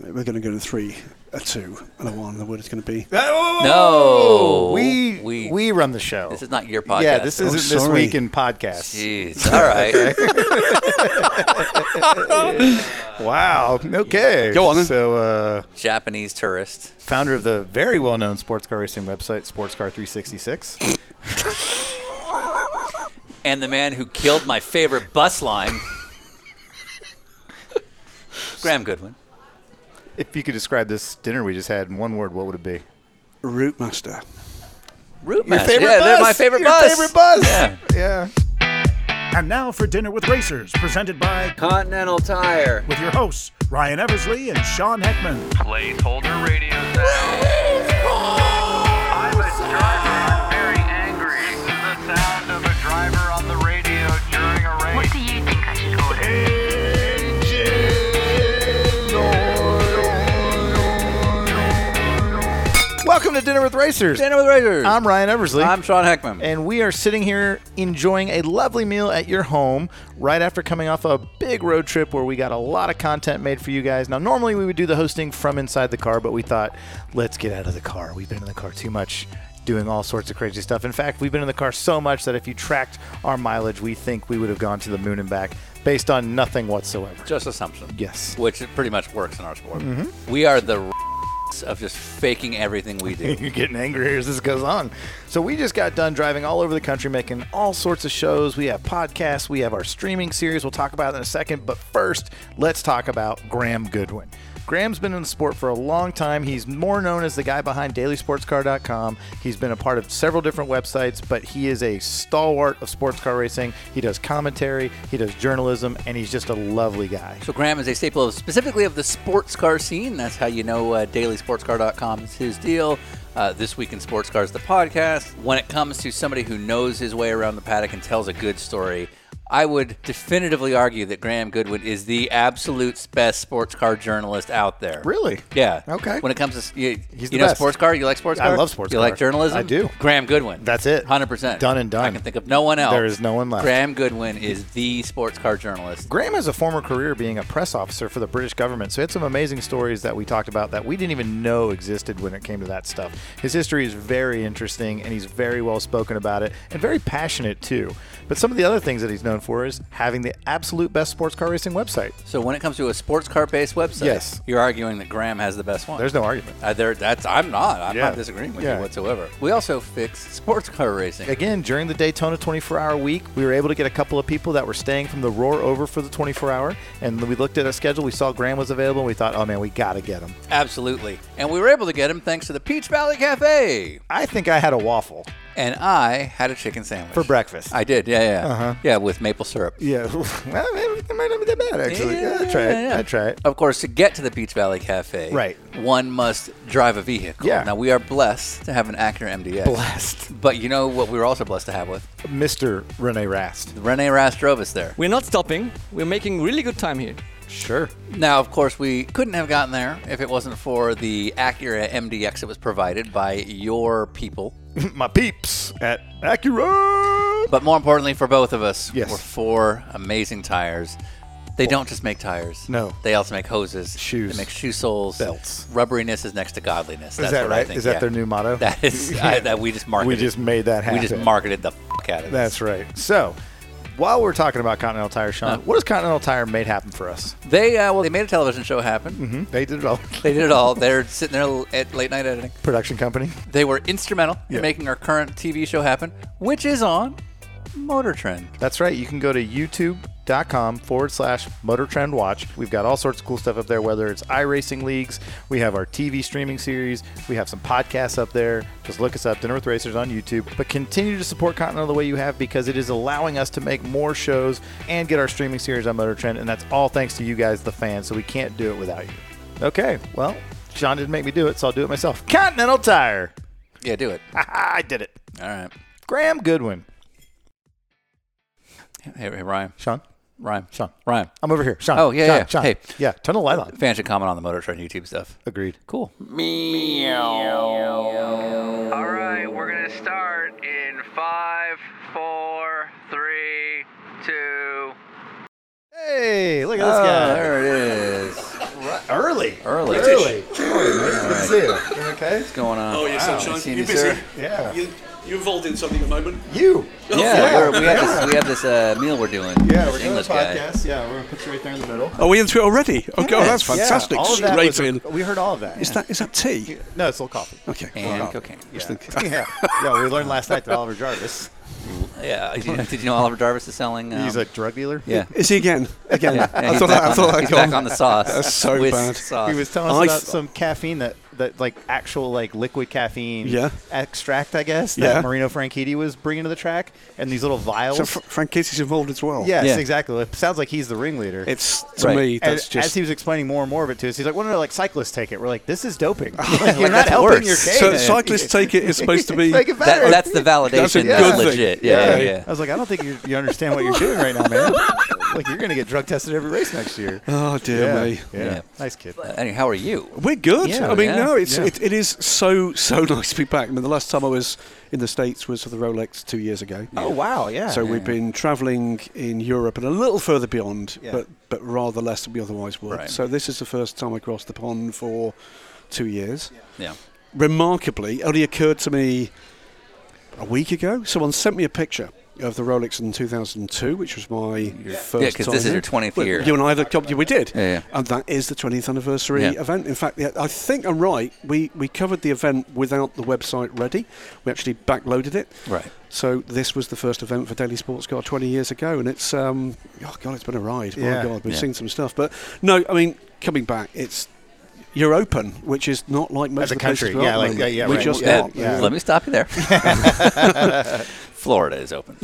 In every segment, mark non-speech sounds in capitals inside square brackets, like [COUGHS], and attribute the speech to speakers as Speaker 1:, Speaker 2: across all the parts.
Speaker 1: We're going to go to three, a two, and a one. The word is going to be.
Speaker 2: No.
Speaker 3: we,
Speaker 2: We-
Speaker 3: we run the show.
Speaker 2: This is not your podcast.
Speaker 3: Yeah, this
Speaker 2: though.
Speaker 3: isn't this
Speaker 1: sorry.
Speaker 3: week in podcasts.
Speaker 2: Jeez.
Speaker 3: [LAUGHS]
Speaker 2: All right.
Speaker 3: Wow. Okay.
Speaker 1: Go on then.
Speaker 3: So, uh,
Speaker 2: Japanese tourist.
Speaker 3: founder of the very well-known sports car racing website, Sports Car 366.
Speaker 2: And the man who killed my favorite
Speaker 3: [LAUGHS]
Speaker 2: bus line, Graham Goodwin.
Speaker 3: if you could describe this dinner we just had in one word, what would it be?
Speaker 1: Route master.
Speaker 2: Root
Speaker 3: Your
Speaker 2: mask.
Speaker 3: favorite
Speaker 2: yeah, they're
Speaker 3: bus.
Speaker 2: my favorite
Speaker 3: Your
Speaker 2: bus.
Speaker 3: favorite bus.
Speaker 2: Yeah.
Speaker 3: Yeah.
Speaker 4: And now for Dinner with Racers, presented by
Speaker 5: Continental Tire.
Speaker 4: with your hosts Ryan Eversley and Sean Heckman.
Speaker 6: Placeholder radio sound. I'm a driver. I'm very angry. This is the sound of a driver on the radio during a race.
Speaker 7: What do you think I should order?
Speaker 3: Welcome to Dinner with Racers.
Speaker 2: Dinner with Razors.
Speaker 3: I'm Ryan Eversley.
Speaker 2: I'm Sean Heckman.
Speaker 3: and we are sitting here enjoying a lovely meal at your home right after coming off a big road trip where we got a lot of content made for you guys. Now, normally we would do the hosting from inside the car, but we thought, let's get out of the car. We've been in the car too much doing all sorts of crazy stuff. In fact, we've been in the car so much that if you tracked our mileage, we think we would have gone to the moon and back based on nothing whatsoever.
Speaker 2: Just assumption.
Speaker 3: Yes. Mm-hmm.
Speaker 2: Which it pretty much works in our sport. We are the [LAUGHS] of just faking everything
Speaker 3: [LAUGHS]
Speaker 2: we do.
Speaker 3: You're getting angrier as this goes on. So we just got done driving all over the country, making all sorts of shows. We have podcasts, we have our streaming series. We'll talk about it in a second. But first, let's talk about Graham Goodwin. Graham's been in the sport for a long time. He's more known as the guy behind DailySportsCar.com. He's been a part of several different websites, but he is a stalwart of sports car racing. He does commentary, he does journalism, and he's just a lovely guy.
Speaker 2: So Graham is a staple of specifically of the sports car scene. That's how you know uh, DailySportsCar.com is his deal. Uh, this week in sports cars, the podcast. When it comes to somebody who knows his way around the paddock and tells a good story, I would definitively argue that Graham Goodwin is the absolute best sports car journalist out there.
Speaker 3: Really?
Speaker 2: Yeah.
Speaker 3: Okay.
Speaker 2: When it comes to you,
Speaker 3: He's
Speaker 2: you
Speaker 3: the
Speaker 2: know
Speaker 3: best.
Speaker 2: sports car, you like sports
Speaker 3: I
Speaker 2: car.
Speaker 3: love sports
Speaker 2: You
Speaker 3: car.
Speaker 2: like journalism.
Speaker 3: I do.
Speaker 2: Graham Goodwin.
Speaker 3: That's it.
Speaker 2: Hundred percent.
Speaker 3: Done and done.
Speaker 2: I can think of no one else.
Speaker 3: There is no one left.
Speaker 2: Graham Goodwin is the sports car journalist.
Speaker 3: Graham has a former career being a press officer for the British government, so he had some amazing stories that we talked about that we didn't even know existed when it came to that stuff. His history is very interesting, and he's very well spoken about it and very passionate too. But some of the other things that he's known for is having the absolute best sports car racing website.
Speaker 2: So when it comes to a sports car based website,
Speaker 3: Yes.
Speaker 2: you're arguing that Graham has the best one.
Speaker 3: There's no argument.
Speaker 2: Uh, there, that's I'm not. I'm
Speaker 3: Yeah.
Speaker 2: not disagreeing with
Speaker 3: Yeah.
Speaker 2: you whatsoever. We also fix sports car racing.
Speaker 3: Again, during the Daytona 24 hour week, we were able to get a couple of people that were staying from the Roar over for the 24 hour, and we looked at our schedule. We saw Graham was available, and we thought, oh man, we got to get him.
Speaker 2: Absolutely. And we were able to get him thanks to the Peach Valley Cafe.
Speaker 3: I think I had a waffle
Speaker 2: And I had a chicken sandwich
Speaker 3: for breakfast. Uh-huh.
Speaker 2: I did. Yeah, yeah, yeah, with maple syrup.
Speaker 3: Yeah, [LAUGHS] well, it might not be that bad actually. Yeah, I try it.
Speaker 2: yeah.
Speaker 3: I try it.
Speaker 2: Of course, to get to the Peach Valley Cafe,
Speaker 3: Right.
Speaker 2: one must drive a vehicle.
Speaker 3: Yeah.
Speaker 2: Now, we are blessed to have an Acura MDX.
Speaker 3: Blessed.
Speaker 2: But you know what we were also blessed to have with?
Speaker 3: Mr. Rene Rast.
Speaker 2: Rene Rast drove us there.
Speaker 8: We're not stopping. We're making really good time here.
Speaker 3: Sure.
Speaker 2: Now, of course, we couldn't have gotten there if it wasn't for the Acura MDX that was provided by your people.
Speaker 3: [LAUGHS] My peeps at Acura.
Speaker 2: But more importantly, for both of us,
Speaker 3: Yes.
Speaker 2: were four amazing tires. They don't just make tires.
Speaker 3: No.
Speaker 2: They also make hoses.
Speaker 3: Shoes.
Speaker 2: They make shoe soles.
Speaker 3: Belts.
Speaker 2: Rubberiness is next to godliness. That's
Speaker 3: Is that
Speaker 2: what I
Speaker 3: right?
Speaker 2: think.
Speaker 3: Is that
Speaker 2: yeah.
Speaker 3: their new motto?
Speaker 2: [LAUGHS]
Speaker 3: [LAUGHS]
Speaker 2: That is, I, that we just marketed.
Speaker 3: we just made that happen.
Speaker 2: We just marketed the f- out of it.
Speaker 3: That's right. So, while we're talking about Continental Tire, Sean, what has Continental Tire made happen for us?
Speaker 2: They, uh, well, they made a television show happen.
Speaker 3: They did it
Speaker 2: [LAUGHS]
Speaker 3: all.
Speaker 2: They did it all. They're sitting there l- at late night editing.
Speaker 3: Production company.
Speaker 2: They were instrumental
Speaker 3: Yeah.
Speaker 2: in making our current TV show happen, which is on Motor Trend.
Speaker 3: That's right. You can go to youtube.com forward slash motor trend watch. We've got all sorts of cool stuff up there, whether it's iRacing leagues, we have our TV streaming series, we have some podcasts up there. Just look us up, Dinner with Racers on YouTube. But continue to support Continental the way you have because it is allowing us to make more shows and get our streaming series on Motor Trend. And that's all thanks to you guys, the fans. So we can't do it without you. Okay. Well, Sean didn't make me do it, so I'll do it myself. Continental Tire. [LAUGHS]
Speaker 2: Yeah, do it.
Speaker 3: I did it.
Speaker 2: All right.
Speaker 3: Graham Goodwin.
Speaker 2: Hey, hey Ryan.
Speaker 3: Sean,
Speaker 2: Ryan.
Speaker 3: Sean.
Speaker 2: Ryan.
Speaker 3: I'm over here. Sean.
Speaker 2: Oh, yeah,
Speaker 3: Sean,
Speaker 2: yeah.
Speaker 3: Sean.
Speaker 2: Hey.
Speaker 3: Yeah. Turn the light on.
Speaker 2: Fans should comment on the Motor Trend YouTube stuff.
Speaker 3: Agreed.
Speaker 2: Cool.
Speaker 6: All right, we're gonna start in five, four, three, two.
Speaker 3: Hey, look at this guy.
Speaker 2: there it is.
Speaker 3: Early. Early.
Speaker 2: Early.
Speaker 3: Early. Brazil. Okay.
Speaker 2: What's going on?
Speaker 9: Oh, yes,
Speaker 2: Wow.
Speaker 9: I'm Sean.
Speaker 2: See
Speaker 9: You're
Speaker 2: you,
Speaker 9: busy.
Speaker 2: sir.
Speaker 3: Yeah.
Speaker 9: You, you're involved in something at the moment.
Speaker 3: You.
Speaker 2: Yeah, We're, we have this, we have this uh, meal we're doing.
Speaker 3: Yeah, we're
Speaker 2: This
Speaker 3: doing a
Speaker 2: English guy.
Speaker 3: podcast. Yeah, we're gonna put you right there in the middle.
Speaker 1: Are we into it already? Oh, God, that's
Speaker 3: Yeah,
Speaker 1: fantastic.
Speaker 3: all of that
Speaker 1: Straight
Speaker 3: was-
Speaker 1: in.
Speaker 3: We heard all of that.
Speaker 1: Is that is that tea?
Speaker 3: no, it's a little coffee.
Speaker 1: Okay.
Speaker 2: And
Speaker 1: Wow.
Speaker 2: cocaine.
Speaker 1: Just
Speaker 3: [LAUGHS]
Speaker 1: think-
Speaker 3: yeah. yeah, we learned last night that Oliver Jarvis,
Speaker 2: Yeah. Did you, know, did you know Oliver Jarvis is selling? Um,
Speaker 3: he's a drug dealer.
Speaker 2: yeah.
Speaker 1: Is he again? Again.
Speaker 2: Yeah,
Speaker 1: I
Speaker 2: yeah, he's
Speaker 1: thought
Speaker 2: back
Speaker 1: I, I
Speaker 2: on-
Speaker 1: thought I'd
Speaker 2: he's back
Speaker 1: gone.
Speaker 2: on the sauce.
Speaker 1: That's so
Speaker 2: Swiss
Speaker 1: bad.
Speaker 2: Sauce.
Speaker 3: He was telling us
Speaker 1: I
Speaker 3: about
Speaker 1: saw-
Speaker 3: some caffeine that, that like actual like liquid caffeine
Speaker 1: Yeah.
Speaker 3: extract, I guess, that
Speaker 1: Yeah.
Speaker 3: Marino Franchitti was bringing to the track, and these little vials.
Speaker 1: So Fr- Frank Casey's involved as well.
Speaker 3: yes,
Speaker 2: Yeah.
Speaker 3: exactly. It sounds like he's the ringleader.
Speaker 1: It's to
Speaker 2: Right.
Speaker 1: me
Speaker 3: And
Speaker 1: that's
Speaker 3: as
Speaker 1: just
Speaker 3: he was explaining more and more of it to us, he's like, "Well, no, like cyclists take it." We're like, "This is doping. Like, you're not
Speaker 2: that's
Speaker 3: helping
Speaker 2: worse.
Speaker 3: your case."
Speaker 1: so
Speaker 3: [LAUGHS]
Speaker 1: cyclists take it is supposed to be
Speaker 3: Make it better.
Speaker 2: That, that's the
Speaker 1: That's a
Speaker 2: validation.
Speaker 1: good
Speaker 2: That's
Speaker 1: thing.
Speaker 2: legit. Yeah, yeah.
Speaker 1: Yeah.
Speaker 2: yeah.
Speaker 3: I was like, I don't think you, you understand what you're doing right now, man. like, you're going to get drug tested every race next year.
Speaker 1: Oh dear
Speaker 3: yeah.
Speaker 1: me.
Speaker 3: Yeah.
Speaker 2: Yeah.
Speaker 3: Nice kid.
Speaker 2: Uh, anyway, how are you?
Speaker 1: We're good.
Speaker 2: Yeah,
Speaker 1: I mean,
Speaker 2: yeah,
Speaker 1: no, it's
Speaker 3: yeah.
Speaker 1: it, it is so so [LAUGHS] nice to be back. I mean, the last time I was in the states was for the Rolex two years ago.
Speaker 3: Oh, wow. Yeah.
Speaker 1: So we've been travelling in Europe and a little further beyond,
Speaker 3: Yeah.
Speaker 1: but but rather less than we otherwise would.
Speaker 2: Right.
Speaker 1: So this is the first time I crossed the pond for two years.
Speaker 2: Yeah.
Speaker 1: Remarkably, only occurred to me a week ago. Someone sent me a picture of the Rolex in 2002, which was my first time.
Speaker 2: Yeah, 'cause this is
Speaker 1: in.
Speaker 2: your 20th
Speaker 1: Well,
Speaker 2: year.
Speaker 1: You and I, the company, we did.
Speaker 2: Yeah, yeah.
Speaker 1: And that is the 20th anniversary
Speaker 2: Yeah.
Speaker 1: event. In fact, yeah, I think I'm right. We, we covered the event without the website ready. We actually backloaded it.
Speaker 2: Right.
Speaker 1: So this was the first event for Daily Sports Car 20 years ago, and it's um, oh god, it's been a ride.
Speaker 3: Yeah.
Speaker 1: My god, we've
Speaker 2: Yeah.
Speaker 1: seen some stuff, but no, I mean coming back, it's you're open, which is not like most
Speaker 3: As a
Speaker 1: of the places
Speaker 3: country,
Speaker 1: we are
Speaker 3: yeah,
Speaker 1: at the
Speaker 3: like,
Speaker 1: moment.
Speaker 3: yeah, yeah,
Speaker 1: we're
Speaker 3: right.
Speaker 1: just
Speaker 3: Yeah.
Speaker 1: not.
Speaker 3: Yeah.
Speaker 2: Let me stop
Speaker 3: [LAUGHS]
Speaker 2: you there. Florida is open.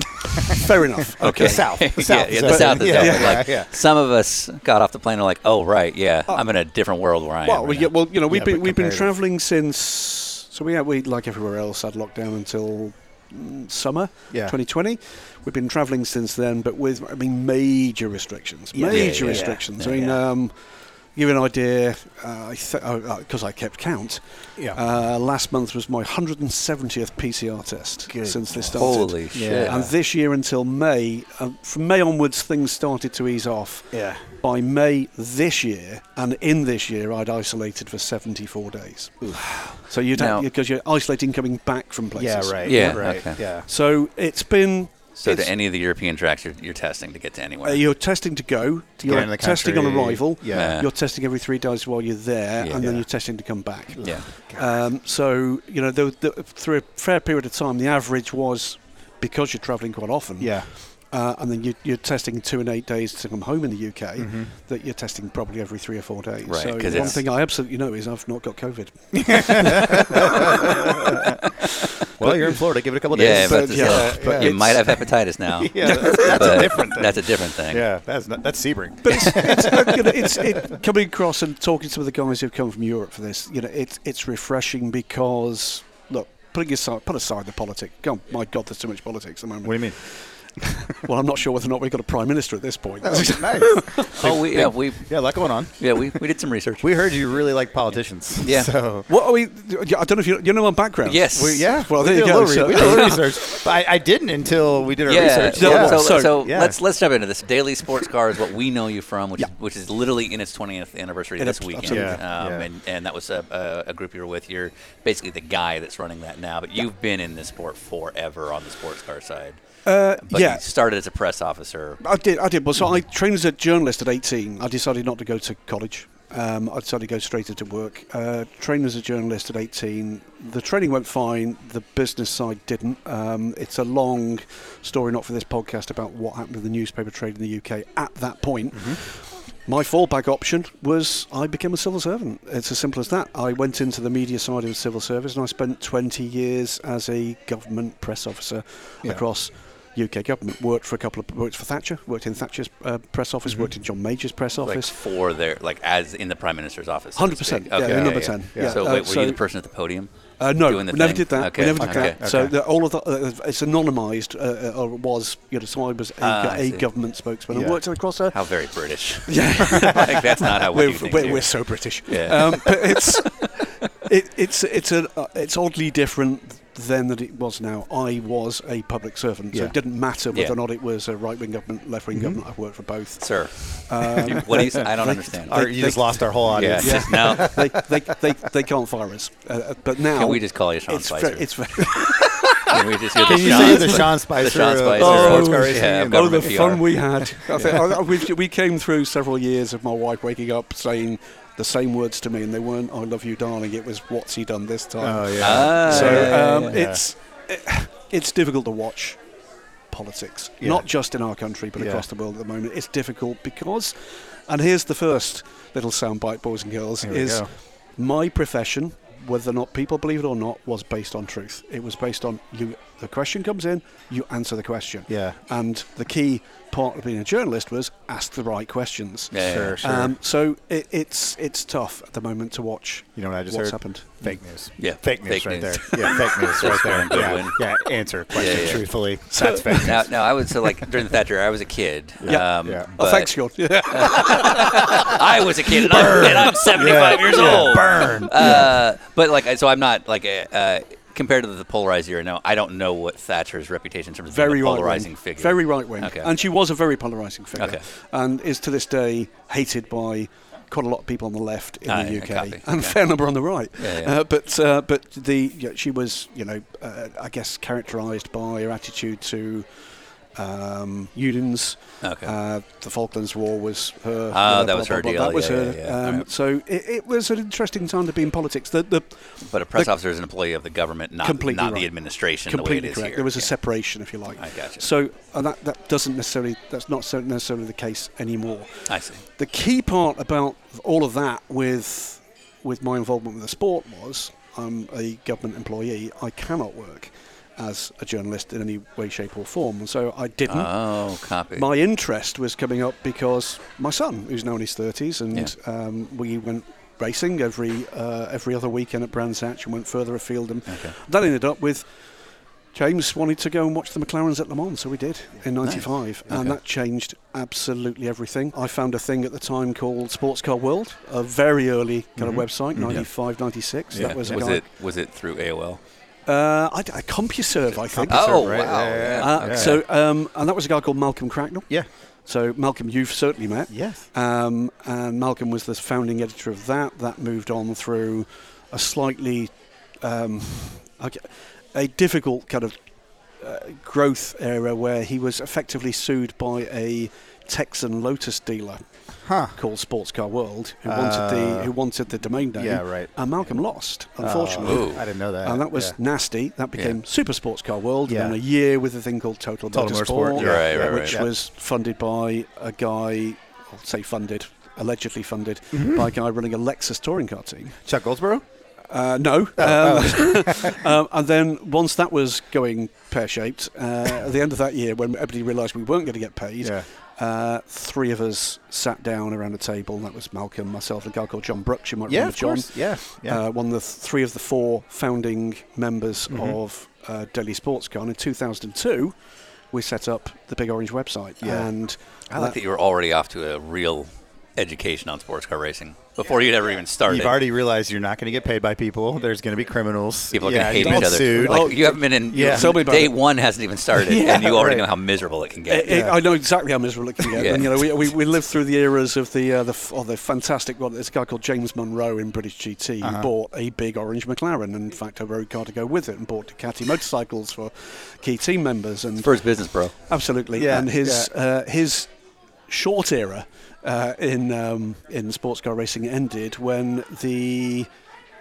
Speaker 1: Fair enough.
Speaker 2: Okay.
Speaker 3: The South.
Speaker 2: [LAUGHS]
Speaker 3: The
Speaker 2: yeah,
Speaker 3: South
Speaker 2: yeah,
Speaker 3: is
Speaker 2: the
Speaker 3: open.
Speaker 2: South is
Speaker 3: Yeah,
Speaker 2: open.
Speaker 3: yeah,
Speaker 2: Like
Speaker 3: yeah.
Speaker 2: some of us got off the plane and like, oh right, yeah, I'm in a different world where I am.
Speaker 1: Well, we,
Speaker 2: right
Speaker 1: yeah,
Speaker 2: now.
Speaker 1: well, you know, we've
Speaker 3: Yeah,
Speaker 1: been
Speaker 3: but
Speaker 1: we've been
Speaker 3: comparative.
Speaker 1: travelling since. So we had we like everywhere else had lockdown until mm, summer
Speaker 3: Yeah.
Speaker 1: 2020. We've been travelling since then, but with I mean major restrictions,
Speaker 2: Yeah. Yeah,
Speaker 1: major
Speaker 2: yeah, yeah.
Speaker 1: restrictions.
Speaker 2: Yeah,
Speaker 1: I mean,
Speaker 2: yeah.
Speaker 1: um, give you an idea. Uh, I th- oh, because I kept count.
Speaker 3: Yeah.
Speaker 1: Uh, last month was my 170th PCR test
Speaker 3: Good
Speaker 1: since this started.
Speaker 2: Holy shit!
Speaker 3: Yeah.
Speaker 1: And this year until May, um, from May onwards, things started to ease off.
Speaker 3: Yeah.
Speaker 1: By May this year, and in this year, I'd isolated for 74 days. So you'd
Speaker 2: Now-
Speaker 1: because you're isolating coming back from
Speaker 3: Yeah,
Speaker 1: places.
Speaker 3: right.
Speaker 2: Yeah,
Speaker 3: Right.
Speaker 2: okay.
Speaker 3: Yeah.
Speaker 1: So it's been.
Speaker 2: So,
Speaker 1: it's-
Speaker 2: to any of the European tracks, you're, you're testing to get to anywhere.
Speaker 1: uh, you're testing to go.
Speaker 3: get
Speaker 1: you're
Speaker 3: in the
Speaker 1: testing on
Speaker 3: country.
Speaker 1: arrival.
Speaker 3: Yeah.
Speaker 2: Yeah.
Speaker 1: You're testing every three days while you're there,
Speaker 2: Yeah.
Speaker 1: and then
Speaker 2: Yeah.
Speaker 1: you're testing to come back.
Speaker 2: yeah,
Speaker 1: Um, so you know, the, the, through a fair period of time, the average was because you're travelling quite often.
Speaker 3: Yeah.
Speaker 1: Uh, and then you, you're testing two and eight days to come home in the UK. That you're testing probably every three or four days.
Speaker 2: Right,
Speaker 1: so
Speaker 2: 'cause
Speaker 1: one
Speaker 2: it's-
Speaker 1: thing I absolutely know is I've not got [LAUGHS] COVID.
Speaker 3: Well, you're in Florida. Give it a couple of
Speaker 2: yeah.
Speaker 3: days.
Speaker 2: but
Speaker 1: but
Speaker 2: it's,
Speaker 1: yeah,
Speaker 2: uh,
Speaker 1: but
Speaker 2: you
Speaker 1: it's-
Speaker 2: might have hepatitis now.
Speaker 3: [LAUGHS] yeah, that's, that's
Speaker 2: but
Speaker 3: a different thing.
Speaker 2: That's a different thing.
Speaker 3: yeah, that's not, that's Sebring.
Speaker 1: But it's, it's, uh, you know, it's it, coming across and talking to some of the guys who've come from Europe for this. You know, it's it's refreshing because look, putting aside put aside the politics. God, my God, there's too much politics at the moment.
Speaker 3: What do you mean?
Speaker 1: well, I'm not sure whether or not we've got a prime minister at this point.
Speaker 3: nice.
Speaker 2: Oh, we, yeah, we,
Speaker 3: Yeah, a lot going on.
Speaker 2: yeah, we, we did some research.
Speaker 3: We heard you really like politicians.
Speaker 10: [LAUGHS]
Speaker 2: Yeah.
Speaker 3: So
Speaker 1: [LAUGHS] What are we? I don't know if you, you know my background.
Speaker 2: Yes.
Speaker 3: we, yeah.
Speaker 1: Well,
Speaker 3: we
Speaker 1: there
Speaker 3: did
Speaker 1: you
Speaker 3: a
Speaker 1: go,
Speaker 3: little
Speaker 1: so-
Speaker 3: we did a little research. But I, I didn't until we did our
Speaker 2: yeah,
Speaker 3: research.
Speaker 2: so,
Speaker 1: Yeah.
Speaker 2: So,
Speaker 1: So-
Speaker 2: so
Speaker 3: yeah.
Speaker 2: let's let's dive into this. Daily Sports Car is what we know you from, which
Speaker 1: Yeah.
Speaker 2: is, which is literally in its 20th anniversary
Speaker 1: It
Speaker 2: this
Speaker 1: abs-
Speaker 2: weekend.
Speaker 1: absolutely.
Speaker 3: Yeah,
Speaker 2: Um,
Speaker 3: yeah.
Speaker 2: And and that was a, a, a group you were with. You're basically the guy that's running that now, but you've been in this sport forever on the sports car side.
Speaker 1: Uh,
Speaker 2: But
Speaker 1: yeah.
Speaker 2: you started as a press officer.
Speaker 1: I did. I did. Well, so I trained as a journalist at 18. I decided not to go to college. Um, I decided to go straight into work. Uh, trained as a journalist at 18. The training went fine. The business side didn't. Um, it's a long story, not for this podcast, about what happened to the newspaper trade in the UK at that point. My fallback option was I became a civil servant. It's as simple as that. I went into the media side of civil service and I spent 20 years as a government press officer across UK government. Worked for a couple of worked for Thatcher, worked in Thatcher's uh, press office, worked in John Major's press
Speaker 2: Like
Speaker 1: office.
Speaker 2: for their like as in the prime minister's office. so to
Speaker 1: Hundred percent.
Speaker 2: speak.
Speaker 1: Yeah,
Speaker 2: Okay,
Speaker 1: yeah, number
Speaker 2: yeah.
Speaker 1: ten.
Speaker 3: yeah.
Speaker 1: Yeah.
Speaker 2: So
Speaker 1: Uh,
Speaker 2: wait, were you the person at the podium?
Speaker 1: uh, no,
Speaker 2: doing the
Speaker 1: we never
Speaker 2: thing?
Speaker 1: did that.
Speaker 2: Okay.
Speaker 1: We never did
Speaker 2: okay.
Speaker 1: that. So the, all of the, uh, it's anonymized, uh, uh, or was you know, so I was a,
Speaker 2: Ah, I
Speaker 1: a
Speaker 2: see.
Speaker 1: government spokesman.
Speaker 3: Yeah.
Speaker 1: I worked across a
Speaker 2: How very British.
Speaker 1: yeah.
Speaker 2: [LAUGHS] like that's not how we do
Speaker 1: we're,
Speaker 2: things
Speaker 1: we're,
Speaker 2: here.
Speaker 1: we're so British.
Speaker 2: [LAUGHS] Yeah.
Speaker 1: Um, but it's it, it's it's a uh, it's oddly different then than it was now. I was a public servant, so
Speaker 10: Yeah.
Speaker 1: it didn't matter whether
Speaker 2: Yeah. Mm-hmm.
Speaker 1: or not it was a right wing government, left wing government. I've worked for both.
Speaker 2: sir.
Speaker 1: Um,
Speaker 2: [LAUGHS] what do you? s- I don't understand.
Speaker 10: Or you just lost our whole
Speaker 2: yeah,
Speaker 10: audience.
Speaker 2: it's just [LAUGHS] no.
Speaker 1: they, they, they, they can't fire us. Uh, Uh, but now.
Speaker 2: Can we just call you Sean
Speaker 1: it's
Speaker 2: Spicer?
Speaker 1: ve- it's
Speaker 2: [LAUGHS]
Speaker 1: ve-
Speaker 2: Can we just get
Speaker 10: Can
Speaker 2: the
Speaker 10: you
Speaker 2: Sean,
Speaker 10: say the Sean Spicer?
Speaker 2: the Sean
Speaker 10: of-
Speaker 2: Spicer?
Speaker 1: Oh,
Speaker 2: sports car
Speaker 1: yeah,
Speaker 2: racing and
Speaker 1: Oh, the
Speaker 2: government
Speaker 1: fun
Speaker 2: PR?
Speaker 1: we
Speaker 2: [LAUGHS]
Speaker 1: had. I think, I, I- we, we came through several years of my wife waking up saying the same words to me, and they weren't "I love you, darling." It was "What's he done this time?"
Speaker 10: Oh, yeah.
Speaker 2: Ah,
Speaker 1: so
Speaker 2: yeah, yeah,
Speaker 1: um,
Speaker 2: yeah.
Speaker 1: it's it- it's difficult to watch politics,
Speaker 10: Yeah.
Speaker 1: not just in our country but
Speaker 10: Yeah.
Speaker 1: across the world at the moment. It's difficult because, and here's the first little soundbite, boys and girls,
Speaker 10: Here we
Speaker 1: is
Speaker 10: go.
Speaker 1: my profession. Whether or not people believe it or not was based on truth. It was based on you. The question comes in, you answer the question.
Speaker 10: Yeah.
Speaker 1: And the key part of being a journalist was ask the right questions.
Speaker 2: Yeah, yeah,
Speaker 10: Sure, sure.
Speaker 1: Um, so it, it's it's tough at the moment to watch.
Speaker 10: You know what I just
Speaker 1: what's
Speaker 10: heard?
Speaker 1: happened.
Speaker 10: Fake news.
Speaker 2: Yeah,
Speaker 10: Fake news
Speaker 2: fake
Speaker 10: right
Speaker 2: news.
Speaker 10: there. Yeah, fake news right
Speaker 2: [LAUGHS] That's
Speaker 10: there.
Speaker 2: Warren Goodwin.
Speaker 10: Yeah. yeah, answer a question
Speaker 2: yeah.
Speaker 10: truthfully. That's fake
Speaker 2: Now,
Speaker 10: news.
Speaker 2: now I would say like during the Thatcher, I was a kid.
Speaker 1: Yeah.
Speaker 2: Um,
Speaker 10: Yeah. Oh,
Speaker 1: Oh,
Speaker 2: but
Speaker 1: thanks, God. [LAUGHS]
Speaker 2: I was a kid, and I'm, and I'm 75 years old.
Speaker 4: [LAUGHS]
Speaker 10: Burn.
Speaker 2: Uh, but like, I- so I'm not like a. Uh, Compared to the polarized era, no, I don't know what Thatcher's reputation in terms of being
Speaker 1: very
Speaker 2: a
Speaker 1: right
Speaker 2: polarizing
Speaker 1: wing.
Speaker 2: figure.
Speaker 1: Very right wing.
Speaker 2: Okay.
Speaker 1: And she was a very polarizing figure.
Speaker 2: Okay.
Speaker 1: And is to this day hated by quite a lot of people on the left in
Speaker 2: Aye,
Speaker 1: the
Speaker 2: I
Speaker 1: UK
Speaker 2: copy.
Speaker 1: and a
Speaker 2: Okay.
Speaker 1: fair number on the right.
Speaker 2: Yeah, yeah.
Speaker 1: Uh, but uh, but the yeah, she was you know uh, I guess characterized by her attitude to um, unions.
Speaker 2: Okay.
Speaker 1: Uh, the Falklands War was her.
Speaker 2: Ah, that was her deal.
Speaker 1: That was
Speaker 2: Yeah,
Speaker 1: her.
Speaker 2: yeah, yeah.
Speaker 1: Um,
Speaker 2: Right.
Speaker 1: So it, it was an interesting time to be in politics. The, the
Speaker 2: But a press
Speaker 1: The-
Speaker 2: officer is an employee of the government, not,
Speaker 1: Completely
Speaker 2: not
Speaker 1: right.
Speaker 2: the administration. the way
Speaker 1: completely
Speaker 2: it is
Speaker 1: correct.
Speaker 2: Here.
Speaker 1: There was a
Speaker 2: Yeah.
Speaker 1: separation, if you like.
Speaker 2: I gotcha.
Speaker 1: So and that, that doesn't necessarily that's not so necessarily the case anymore.
Speaker 2: I see.
Speaker 1: The key part about all of that with with my involvement with the sport was I'm a government employee. I cannot work as a journalist in any way, shape, or form. So I didn't.
Speaker 2: Oh, copy.
Speaker 1: My interest was coming up because my son, who's now in his 30s, and um, we went racing every uh, every other weekend at Brands Hatch and went further afield. And
Speaker 2: Okay.
Speaker 1: that ended up with James wanted to go and watch the McLarens at Le Mans, so we did in '95,
Speaker 2: Okay.
Speaker 1: and that changed absolutely everything. I found a thing at the time called Sports Car World, a very early kind of website, '95, '96.
Speaker 2: Mm-hmm. Yeah.
Speaker 1: That was a
Speaker 2: was
Speaker 1: guy.
Speaker 2: it was it through AOL?
Speaker 1: Uh, I, I CompuServe, I think.
Speaker 2: Oh
Speaker 10: right?
Speaker 2: wow!
Speaker 10: Yeah, yeah,
Speaker 2: Yeah.
Speaker 1: Uh, So, um, and that was a guy called Malcolm Cracknell.
Speaker 10: Yeah.
Speaker 1: So, Malcolm, you've certainly met.
Speaker 10: Yes.
Speaker 1: Um, and Malcolm was the founding editor of that. That moved on through a slightly, um, I g- a difficult kind of uh, growth era where he was effectively sued by a Texan Lotus dealer
Speaker 10: Huh.
Speaker 1: called Sports Car World, who wanted the
Speaker 10: Uh,
Speaker 1: who wanted the domain name.
Speaker 10: yeah, right.
Speaker 1: And Malcolm lost, unfortunately.
Speaker 2: Uh, Ooh. Uh,
Speaker 10: I didn't know that.
Speaker 1: And that was
Speaker 10: yeah.
Speaker 1: nasty. That became Super Sports Car World,
Speaker 10: Yeah.
Speaker 1: and then a year with a thing called Total,
Speaker 10: Total
Speaker 1: Motorsport,
Speaker 10: Motorsport,
Speaker 2: yeah. Right, right,
Speaker 1: which
Speaker 10: right.
Speaker 1: was funded by a guy, I'll say funded, allegedly funded
Speaker 2: Mm-hmm.
Speaker 1: by a guy running a Lexus touring car team.
Speaker 10: Chuck Goldsboro.
Speaker 1: Uh, no.
Speaker 10: Oh, [LAUGHS]
Speaker 1: um, um, and then once that was going pear shaped, uh, at the end of that year, when everybody realised we weren't going to get paid,
Speaker 10: Yeah.
Speaker 1: uh, three of us sat down around a table. and That was Malcolm, myself, and a guy called John Brooks. You might
Speaker 10: Yeah,
Speaker 1: remember
Speaker 10: of
Speaker 1: John.
Speaker 10: course. Yeah, yeah.
Speaker 1: Uh, one of the th- three of the four founding members
Speaker 10: Mm-hmm.
Speaker 1: of uh, Delhi Sports Con. In 2002, we set up the Big Orange website.
Speaker 10: Yeah. Ah,
Speaker 1: And
Speaker 2: I like that you were already off to a real education on sports car racing before you'd ever even started.
Speaker 10: You've already realized you're not going to get paid by people. There's going to be criminals.
Speaker 2: People are
Speaker 10: yeah,
Speaker 2: gonna hate
Speaker 10: you
Speaker 2: each
Speaker 10: get
Speaker 2: other.
Speaker 10: Sued.
Speaker 2: Like,
Speaker 1: Oh,
Speaker 2: you haven't been in.
Speaker 10: yeah.
Speaker 1: Tell me about
Speaker 2: day
Speaker 1: it.
Speaker 2: one hasn't even started, and you already
Speaker 10: right.
Speaker 2: know how miserable it can
Speaker 1: I-
Speaker 2: get.
Speaker 1: I- Eh, I know exactly how miserable it can get.
Speaker 2: Yeah.
Speaker 1: And, you know, we, we, we lived through the eras of the uh, the f- oh, the fantastic one. There's a guy called James Monroe in British GT who bought a big orange McLaren, and in fact, a road car to go with it, and bought Ducati motorcycles for key team members. And
Speaker 2: First business, bro.
Speaker 1: Absolutely.
Speaker 10: Yeah,
Speaker 1: and his uh, his short era uh, in um, in sports car racing ended when the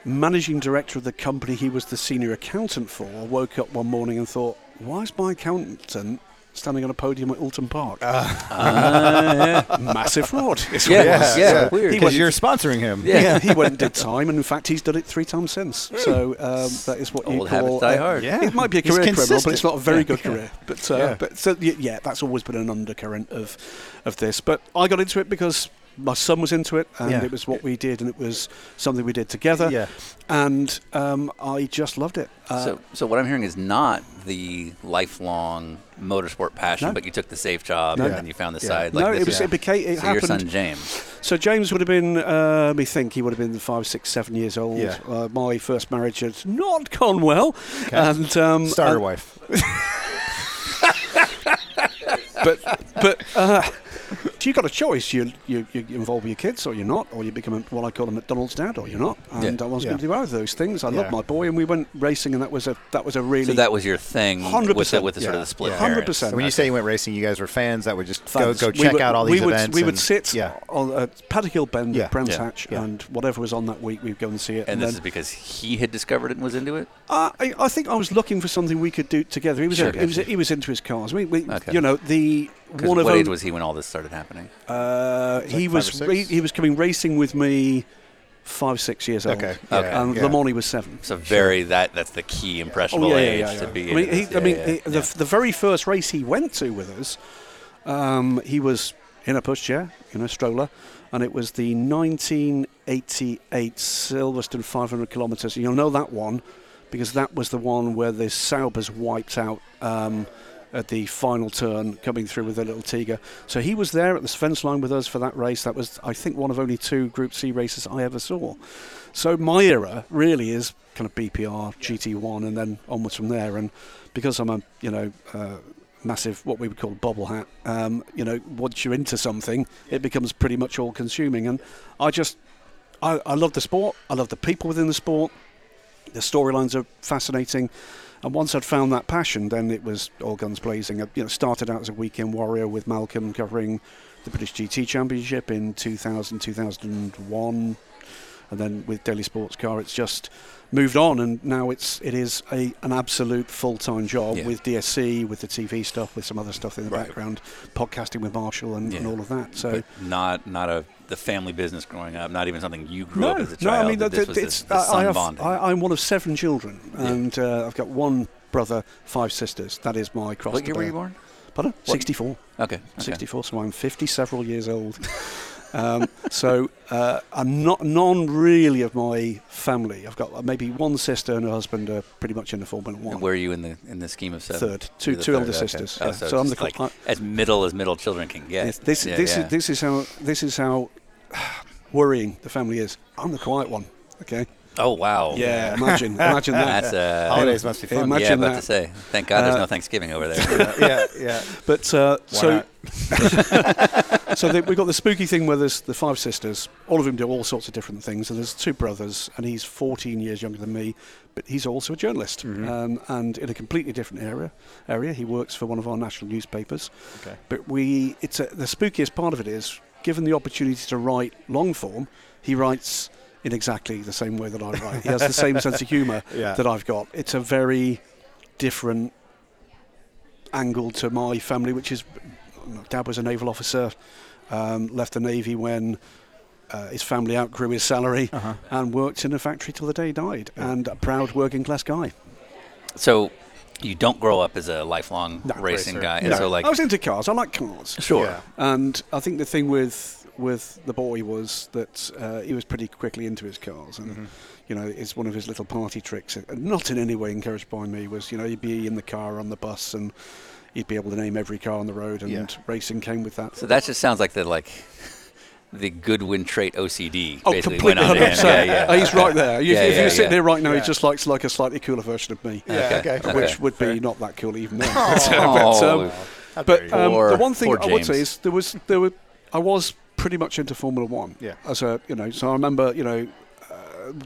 Speaker 1: managing director of the company he was the senior accountant for woke up one morning and thought, "Why is my accountant?" Standing on a podium at Alton Park, uh, massive fraud. is what it
Speaker 2: Yeah,
Speaker 1: was.
Speaker 2: yeah,
Speaker 1: So
Speaker 2: weird.
Speaker 1: He
Speaker 10: Because
Speaker 1: went,
Speaker 10: you're sponsoring him.
Speaker 1: yeah. he went and did time, and in fact, he's done it three times since. So um, that is what you
Speaker 2: Old
Speaker 1: call
Speaker 2: habits die hard.
Speaker 10: Hmm. Yeah.
Speaker 1: it might be a
Speaker 10: He's
Speaker 1: career criminal, but
Speaker 10: consistent.
Speaker 1: it's not a very
Speaker 10: Yeah.
Speaker 1: good career. But uh,
Speaker 10: Yeah.
Speaker 1: but so y- yeah, that's always been an undercurrent of of this. But I got into it because my son was into it, and
Speaker 10: Yeah.
Speaker 1: it was what we did, and it was something we did together.
Speaker 10: Yeah.
Speaker 1: And um, I just loved it. Uh,
Speaker 2: so, so what I'm hearing is not the lifelong motorsport passion,
Speaker 1: No.
Speaker 2: but you took the safe job
Speaker 10: No.
Speaker 2: and then you found the side.
Speaker 1: no,
Speaker 2: Like this
Speaker 1: it was
Speaker 2: is-
Speaker 1: it became it
Speaker 2: so your
Speaker 1: happened.
Speaker 2: son James.
Speaker 1: So James would have been, uh, me think he would have been five, six, seven years old.
Speaker 10: Yeah.
Speaker 1: Uh, my first marriage had not gone well, and um,
Speaker 10: Starter
Speaker 1: uh,
Speaker 10: wife.
Speaker 1: but but [LAUGHS] uh, you got a choice. You, you you involve your kids, or you're not, or you become a, what I call a McDonald's dad, or you're not. And
Speaker 2: Yeah.
Speaker 1: I wasn't
Speaker 10: Yeah.
Speaker 1: going to do either of those things. I
Speaker 10: Yeah.
Speaker 1: loved my boy, and we went racing, and that was a that was a really
Speaker 2: So that was your thing with the,
Speaker 1: 100%,
Speaker 2: with the sort of the split
Speaker 1: yeah.
Speaker 2: parents.
Speaker 1: 100%.
Speaker 10: And when you say you went racing, you guys were fans that would just go,
Speaker 1: fans.
Speaker 10: go
Speaker 1: We
Speaker 10: check
Speaker 1: would-
Speaker 10: out all these
Speaker 1: we would,
Speaker 10: events.
Speaker 1: We would
Speaker 10: and-
Speaker 1: sit
Speaker 10: Yeah.
Speaker 1: on uh, Paddock Hill Bend
Speaker 10: Yeah.
Speaker 1: at Brands
Speaker 2: Yeah.
Speaker 1: Hatch,
Speaker 10: Yeah.
Speaker 1: and whatever was on that week, we'd go and see it.
Speaker 2: And
Speaker 1: then,
Speaker 2: this is because he had discovered it and was into it.
Speaker 1: Uh, I, I think I was looking for something we could do together. He was,
Speaker 2: Sure.
Speaker 1: he was he was into his cars. We, we
Speaker 2: Okay.
Speaker 1: you know, the
Speaker 2: 'Cause
Speaker 1: one of
Speaker 2: what age
Speaker 1: our-
Speaker 2: was he when all this started happening?
Speaker 1: uh,
Speaker 10: like
Speaker 1: he
Speaker 10: five
Speaker 1: was
Speaker 10: or
Speaker 1: ra-
Speaker 10: six?
Speaker 1: he was coming racing with me five six years old. Um,
Speaker 10: Okay.
Speaker 2: Yeah,
Speaker 1: and
Speaker 10: yeah.
Speaker 1: Lamoni was seven.
Speaker 2: So very that that's the key
Speaker 1: Oh,
Speaker 2: impressionable age to be.
Speaker 1: I mean,
Speaker 2: into
Speaker 1: he,
Speaker 2: this.
Speaker 1: I mean,
Speaker 2: Yeah,
Speaker 1: he-
Speaker 2: yeah,
Speaker 1: the
Speaker 2: yeah.
Speaker 1: the very first race he went to with us, um, he was in a pushchair, in a stroller, and it was the 1988 Silverstone 500 kilometres. You'll know that one because that was the one where the Saubers wiped out. Um, at the final turn, coming through with a little Tiger. So he was there at the fence line with us for that race. That was, I think, one of only two Group C races I ever saw. So my era really is kind of BPR, GT1, and then onwards from there. And because I'm a you know uh, massive what we would call a bobble hat, um, you know, once you're into something, it becomes pretty much all-consuming. And I just I, I love the sport. I love the people within the sport. The storylines are fascinating. And once I'd found that passion, then it was all guns blazing. I you know, started out as a weekend warrior with Malcolm covering the British GT Championship in 2000, 2001, and then with Daily Sports Car, it's just moved on, and now it's it is a an absolute full time job
Speaker 2: Yeah.
Speaker 1: with DSC, with the TV stuff, with some other stuff in the
Speaker 2: Right.
Speaker 1: background, podcasting with Marshall, and, and
Speaker 2: Yeah.
Speaker 1: all of that. So.
Speaker 2: But not not a the family business growing up. Not even something you grew
Speaker 1: no,
Speaker 2: up as a
Speaker 1: no.
Speaker 2: child.
Speaker 1: I mean,
Speaker 2: that
Speaker 1: that,
Speaker 2: this was the-
Speaker 1: it's,
Speaker 2: the
Speaker 1: I
Speaker 2: son
Speaker 1: have,
Speaker 2: bonding.
Speaker 1: I, I'm one of seven children,
Speaker 2: Yeah.
Speaker 1: and uh, I've got one brother, five sisters. That is my cross.
Speaker 2: what
Speaker 1: to
Speaker 2: year were
Speaker 1: bear.
Speaker 2: you born?
Speaker 1: Pardon? Sixty-four.
Speaker 2: Okay, okay.
Speaker 1: 64, so I'm 50 several years old. [LAUGHS] um, so uh, I'm not none really of my family. I've got uh, maybe one sister and her husband are pretty much in the Formula
Speaker 2: And
Speaker 1: One.
Speaker 2: where are you in the in the scheme of seven?
Speaker 1: Third. Two-
Speaker 2: You're the
Speaker 1: two elder
Speaker 2: okay.
Speaker 1: sisters,
Speaker 2: Oh,
Speaker 1: yeah.
Speaker 2: so,
Speaker 1: So I'm
Speaker 2: I'm the
Speaker 1: the
Speaker 2: like
Speaker 1: cl-
Speaker 2: as middle as middle children can get.
Speaker 1: Yes, this
Speaker 2: Yeah,
Speaker 1: this
Speaker 2: yeah.
Speaker 1: is this is how this is how [SIGHS] worrying the family is. I'm the quiet one. Okay.
Speaker 2: oh wow.
Speaker 1: Yeah. Imagine imagine that.
Speaker 2: That's uh,
Speaker 10: Holidays must be fun.
Speaker 1: [LAUGHS] Imagine
Speaker 2: yeah, about
Speaker 1: that.
Speaker 2: to say. Thank God there's
Speaker 1: Uh,
Speaker 2: no Thanksgiving
Speaker 1: [LAUGHS]
Speaker 2: over there.
Speaker 10: yeah, yeah.
Speaker 1: But uh,
Speaker 10: Why
Speaker 1: so
Speaker 10: not?
Speaker 1: so the, we've got the spooky thing where there's the five sisters. All of them do all sorts of different things. And there's two brothers, and he's 14 years younger than me, but he's also a journalist,
Speaker 10: Mm-hmm.
Speaker 1: um, and in a completely different area. Area he works for one of our national newspapers.
Speaker 10: Okay.
Speaker 1: But we, it's a, the spookiest part of it is, given the opportunity to write long form, he writes in exactly the same way that I write. he has the same sense of humour
Speaker 10: [LAUGHS] Yeah.
Speaker 1: that I've got. It's a very different angle to my family, which is my dad was a naval officer, um, left the navy when uh, his family outgrew his salary, and worked in a factory till the day he died. And a proud working class guy.
Speaker 2: so you don't grow up as a lifelong
Speaker 1: No,
Speaker 2: racing
Speaker 10: racer.
Speaker 2: guy, and so like
Speaker 1: I was into cars. I like cars.
Speaker 2: sure.
Speaker 10: Yeah.
Speaker 1: And I think the thing with with the boy was that uh, he was pretty quickly into his cars, and you know, it's one of his little party tricks. uh, Not in any way encouraged by me. Was you know, he'd be in the car on the bus, and he'd be able to name every car on the road, and
Speaker 10: Yeah.
Speaker 1: racing came with that.
Speaker 2: So that just sounds like the like the Goodwin trait OCD.
Speaker 1: Oh,
Speaker 2: basically
Speaker 1: completely,
Speaker 2: went on to him.
Speaker 1: 100%. Uh, He's right there. You-
Speaker 2: Yeah,
Speaker 1: if
Speaker 2: yeah,
Speaker 1: you're sitting
Speaker 2: yeah.
Speaker 1: there right now, he just likes like a slightly cooler version of me,
Speaker 10: Yeah, okay.
Speaker 2: okay.
Speaker 1: which would be not that cool even then. um,
Speaker 2: Oh,
Speaker 1: But um,
Speaker 2: Poor-
Speaker 1: the one thing
Speaker 2: poor
Speaker 1: I would say
Speaker 2: James.
Speaker 1: is there was there were I was pretty much into Formula One.
Speaker 10: Yeah.
Speaker 1: As a you know, so I remember you know uh,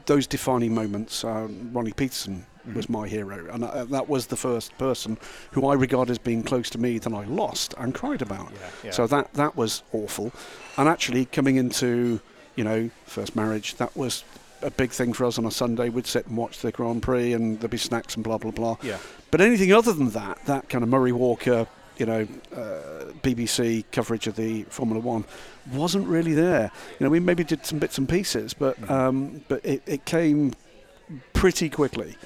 Speaker 1: those defining moments. Um, Ronnie Peterson
Speaker 10: Mm-hmm.
Speaker 1: was my hero, and I, that was the first person who I regard as being close to me that I lost and cried about.
Speaker 10: yeah.
Speaker 1: So that that was awful, and actually coming into you know first marriage that was. A big thing for us on a Sunday. We'd sit and watch the Grand Prix, and there'd be snacks and blah blah blah.
Speaker 10: Yeah.
Speaker 1: But anything other than that, that kind of Murray Walker, you know, uh, BBC coverage of the Formula One wasn't really there. You know, we maybe did some bits and pieces, but um, but it, it came pretty quickly.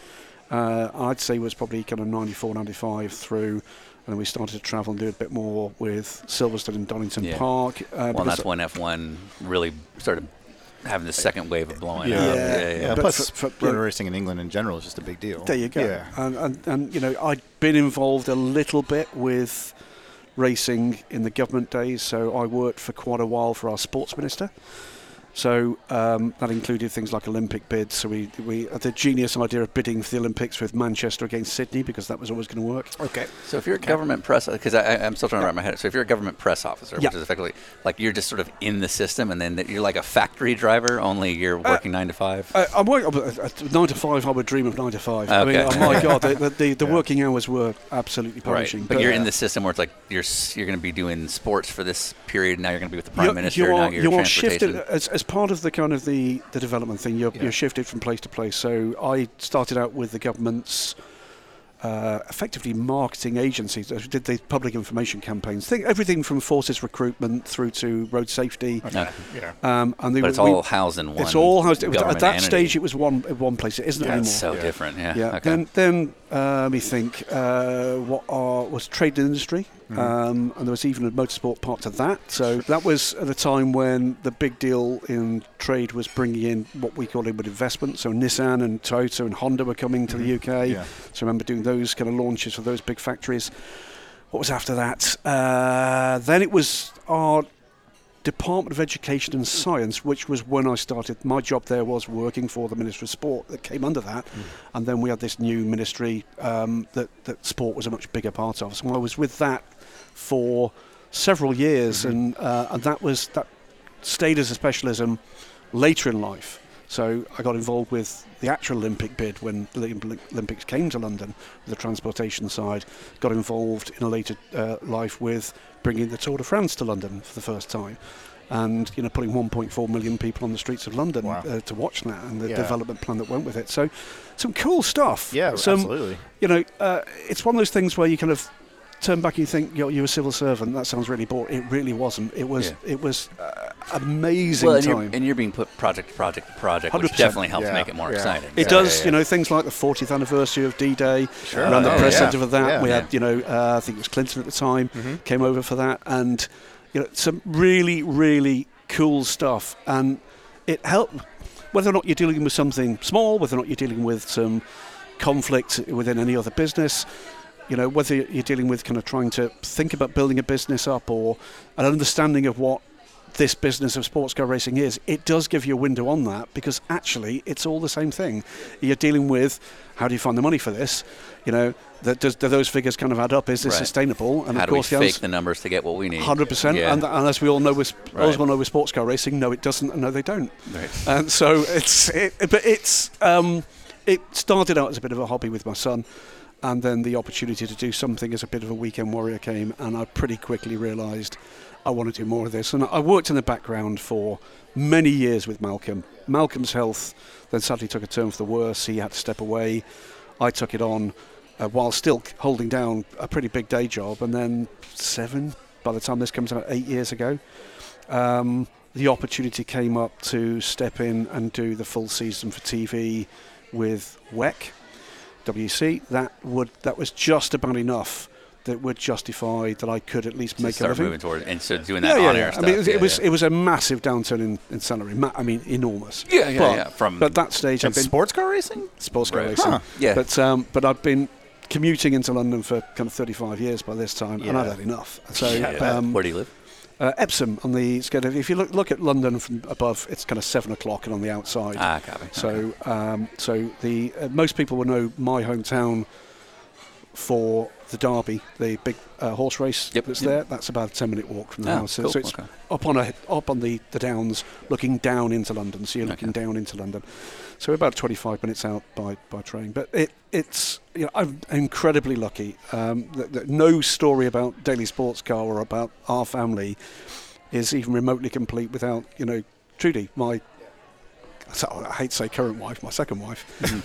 Speaker 1: Uh, I'd say was probably kind of 94, 95 through And then we started to travel and do a bit more with Silverstone and Donington
Speaker 2: Yeah.
Speaker 1: Park. Uh,
Speaker 2: Well,
Speaker 1: because-
Speaker 2: that's when F1 really started having the second wave of blowing
Speaker 10: Yeah.
Speaker 2: up.
Speaker 1: Yeah.
Speaker 10: Yeah,
Speaker 1: But
Speaker 10: plus
Speaker 1: for- for-
Speaker 10: road racing in England in general is just a big deal.
Speaker 1: There you go. Uh,
Speaker 10: Yeah.
Speaker 1: And, and, and you know, I'd been involved a little bit with racing in the government days, so I worked for quite a while for our sports minister. So um, that included things like Olympic bids. So we, we had the genius idea of bidding for the Olympics with Manchester against Sydney because that was always going to work.
Speaker 10: Okay.
Speaker 2: So if you're a government press, because I, I- I'm still trying to wrap my head. So if you're a government press officer,
Speaker 1: Yeah.
Speaker 2: which is effectively like you're just sort of in the system, and then that you're like a factory driver, only you're working nine to five.
Speaker 1: Uh, I'm working, uh, uh, nine to five, I would dream of nine to five. I mean,
Speaker 2: Okay.
Speaker 1: oh my God, the, the, the,
Speaker 2: [LAUGHS]
Speaker 1: the working hours were absolutely
Speaker 2: Right,
Speaker 1: punishing. uh,
Speaker 2: but, you're in the system where it's like you're s- you're going to be doing sports for this period. Now you're going to be with the prime minister. now you're, transportation.
Speaker 1: shifted as, as part of the kind of the, the development thing. You're, you're shifted from place to place. So I started out with the government's uh, effectively marketing agencies. that Did the public information campaigns? Think everything from forces recruitment through to road safety.
Speaker 2: No.
Speaker 10: Yeah.
Speaker 1: Um, and they,
Speaker 2: But it's
Speaker 1: we-
Speaker 2: all housed in one.
Speaker 1: it's all housed. It was, at
Speaker 2: government
Speaker 1: that
Speaker 2: entity.
Speaker 1: stage, it was one one place. It isn't
Speaker 2: Yeah,
Speaker 1: anymore.
Speaker 2: it's so different. Yeah.
Speaker 1: Yeah.
Speaker 2: Okay.
Speaker 1: Then, then uh, let me think. Uh, what are, was trade and industry,
Speaker 2: Mm-hmm.
Speaker 1: um, and there was even a motorsport part to that. So that was at a time when the big deal in trade was bringing in what we call inward investment. So Nissan and Toyota and Honda were coming to
Speaker 2: Mm-hmm.
Speaker 1: the UK.
Speaker 10: Yeah.
Speaker 1: So I remember doing those kind of launches for those big factories. What was after that? Uh, then it was our Department of Education and Science, which was when I started. My job there was working for the Ministry of Sport that came under that, and then we had this new ministry um, that that sport was a much bigger part of. So I was with that for several years,
Speaker 10: Mm-hmm.
Speaker 1: and uh, and that was that stayed as a specialism later in life. So I got involved with the actual Olympic bid when the Olymp- Olympics came to London, the transportation side. Got involved in a later uh, life with bringing the Tour de France to London for the first time, and you know putting 1.4 million people on the streets of London
Speaker 10: Wow.
Speaker 1: uh, to watch that and the
Speaker 10: Yeah.
Speaker 1: development plan that went with it. So some cool stuff.
Speaker 10: Yeah,
Speaker 1: some,
Speaker 10: absolutely.
Speaker 1: You know, uh, it's one of those things where you kind of turn back and you think you're, you're a civil servant. That sounds really boring. It really wasn't. It was.
Speaker 2: Yeah.
Speaker 1: It was uh, amazing
Speaker 2: well, and you're,
Speaker 1: time.
Speaker 2: and you're being put project to project to project, which
Speaker 1: 100%.
Speaker 2: definitely helps
Speaker 10: Yeah.
Speaker 2: make it more
Speaker 10: Yeah.
Speaker 2: exciting.
Speaker 1: It
Speaker 2: Yeah,
Speaker 1: does,
Speaker 2: yeah,
Speaker 1: you know, things like the 40th anniversary of D-Day.
Speaker 10: Sure.
Speaker 1: Around the
Speaker 10: Oh,
Speaker 1: press
Speaker 10: yeah.
Speaker 1: centre for that,
Speaker 10: Yeah.
Speaker 1: we
Speaker 2: Yeah. Mm-hmm.
Speaker 1: had, you know, uh, I think it was Clinton at the time came over for that, and you know, some really, really cool stuff, and it helped. Whether or not you're dealing with something small, whether or not you're dealing with some conflict within any other business, you know, whether you're dealing with kind of trying to think about building a business up or an understanding of what this business of sports car racing is, it does give you a window on that because actually it's all the same thing. You're dealing with how do you find the money for this? You know, that does, do those figures kind of add up? Is this
Speaker 2: Right.
Speaker 1: sustainable? And
Speaker 2: How
Speaker 1: of
Speaker 2: do we
Speaker 1: course, the
Speaker 2: fake
Speaker 1: answer-
Speaker 2: the numbers to get what we need?
Speaker 1: 100%.
Speaker 2: Yeah. [LAUGHS]
Speaker 1: And, and as we all know with,
Speaker 2: Right.
Speaker 1: as we all know with sports car racing, no, it doesn't, and no, they don't.
Speaker 2: Right.
Speaker 1: And so it's, it, but it's, um, it started out as a bit of a hobby with my son, and then the opportunity to do something as a bit of a weekend warrior came, and I pretty quickly realised I want to do more of this. And I worked in the background for many years with Malcolm. Malcolm's health then sadly took a turn for the worse. He had to step away. I took it on uh, while still c- holding down a pretty big day job, and then seven. By the time this comes out, eight years ago, um, the opportunity came up to step in and do the full season for TV with E WEC, WC. E That would that was just about enough that would justify that I could at least make a
Speaker 2: start
Speaker 1: living.
Speaker 2: moving towards and so doing that on air
Speaker 1: I
Speaker 2: stuff.
Speaker 1: mean, it was
Speaker 2: yeah,
Speaker 1: it was,
Speaker 2: yeah.
Speaker 1: it was a massive downturn in, in salary. Ma- I mean, enormous.
Speaker 2: Yeah, yeah,
Speaker 1: but,
Speaker 2: yeah, from-
Speaker 1: but at that stage, I've
Speaker 10: And
Speaker 1: been
Speaker 10: sports car
Speaker 1: [LAUGHS]
Speaker 10: racing?
Speaker 1: sports car
Speaker 2: Right.
Speaker 1: racing.
Speaker 10: Huh.
Speaker 2: Yeah.
Speaker 1: But um, but I've been commuting into London for kind of 35 years by this time, and
Speaker 10: Yeah.
Speaker 1: I've had enough. So
Speaker 2: Yeah,
Speaker 1: um,
Speaker 2: where do you live?
Speaker 1: uh, Epsom on the it's kind of, if you look look at London from above, it's kind of seven o'clock and on the outside.
Speaker 2: Ah, copy.
Speaker 1: So um, so the uh, most people will know my hometown for the Derby, the big uh, horse race
Speaker 2: Yep,
Speaker 1: that's
Speaker 2: yep.
Speaker 1: there. That's about a ten minute walk from the
Speaker 2: Ah,
Speaker 1: house. So-
Speaker 2: cool,
Speaker 1: So it's
Speaker 2: okay.
Speaker 1: up on a up on the, the downs, looking down into London. So you're looking down into London. So we're about 25 minutes out by, by train. But it it's you know I'm incredibly lucky. Um, that, that no story about Daily Sports Car or about our family is even remotely complete without you know Trudy, my so I hate to say current wife, my second wife,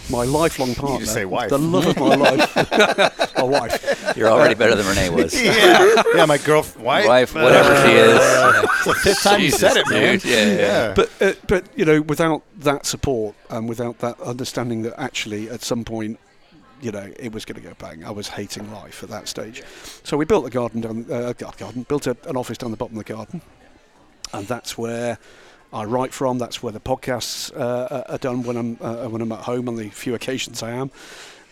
Speaker 1: my lifelong partner,
Speaker 10: just Mm. say wife.
Speaker 1: the love of
Speaker 10: [LAUGHS]
Speaker 1: my life, [LAUGHS] my wife.
Speaker 2: You're already better than Renee was.
Speaker 10: Yeah. yeah, my girlfriend. Wife.
Speaker 2: Wife, whatever
Speaker 10: [LAUGHS]
Speaker 2: she is.
Speaker 10: uh, Fifth time you said it,
Speaker 2: Jesus,
Speaker 10: man.
Speaker 2: dude. Yeah, yeah, yeah.
Speaker 1: But uh, but you know, without that support and without that understanding that actually at some point you know it was going to go bang. I was hating life at that stage. So we built a garden down uh, a gar- garden, built a, an office down the bottom of the garden, and that's where I write from. That's where the podcasts uh, are- are done when I'm uh, when I'm at home on the few occasions I am.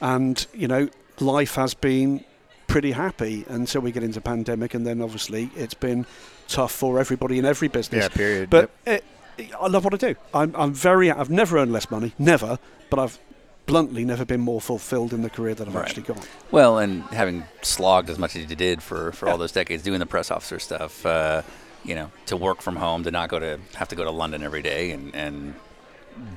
Speaker 1: And you know, life has been pretty happy until we get into pandemic, and then obviously it's been tough for everybody in every business.
Speaker 10: Yeah, period.
Speaker 1: But it, Eh, I love what I do. I'm, I'm very. I've never earned less money, never. But I've bluntly never been more fulfilled in the career that I've
Speaker 2: Right.
Speaker 1: actually got.
Speaker 2: Well, and having slogged as much as you did for, for all those decades doing the press officer stuff, uh, you know, to work from home, to not go to have to go to London every day, and, and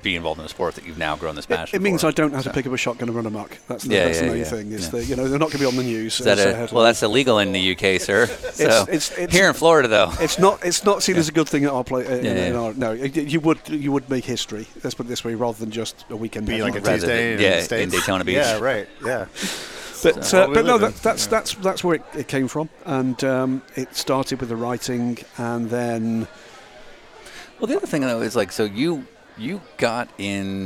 Speaker 2: be involved in a sport that you've now grown this
Speaker 1: It,
Speaker 2: passion.
Speaker 1: it means
Speaker 2: for.
Speaker 1: I don't have to pick up a shotgun and run amok. That's the,
Speaker 2: Yeah,
Speaker 1: that's
Speaker 2: yeah,
Speaker 1: the main
Speaker 2: yeah,
Speaker 1: thing. Is
Speaker 2: yeah.
Speaker 1: that you know they're not going to be on the news.
Speaker 2: Is that
Speaker 1: as a
Speaker 2: a,
Speaker 1: headline.
Speaker 2: well, that's illegal in the UK, sir. So
Speaker 1: it's- it's-
Speaker 2: here in Florida, though.
Speaker 1: It's not. It's not seen as a good thing at our play. Uh, in-
Speaker 2: Yeah, yeah.
Speaker 1: in our- no, it- you would. You would make history. Let's put it this way, rather than just a weekend.
Speaker 10: be like a
Speaker 1: headline.
Speaker 2: Rather
Speaker 10: Tuesday
Speaker 2: than-
Speaker 10: in
Speaker 2: yeah,
Speaker 10: the States.
Speaker 2: in Daytona Beach.
Speaker 10: Yeah, right. Yeah.
Speaker 1: But,
Speaker 10: So-
Speaker 1: uh, but
Speaker 10: Well,
Speaker 1: no,
Speaker 10: we
Speaker 1: that, that's that's that's where it, it came from, and um, it started with the writing, and then
Speaker 2: Well, the other thing though is like, so you you got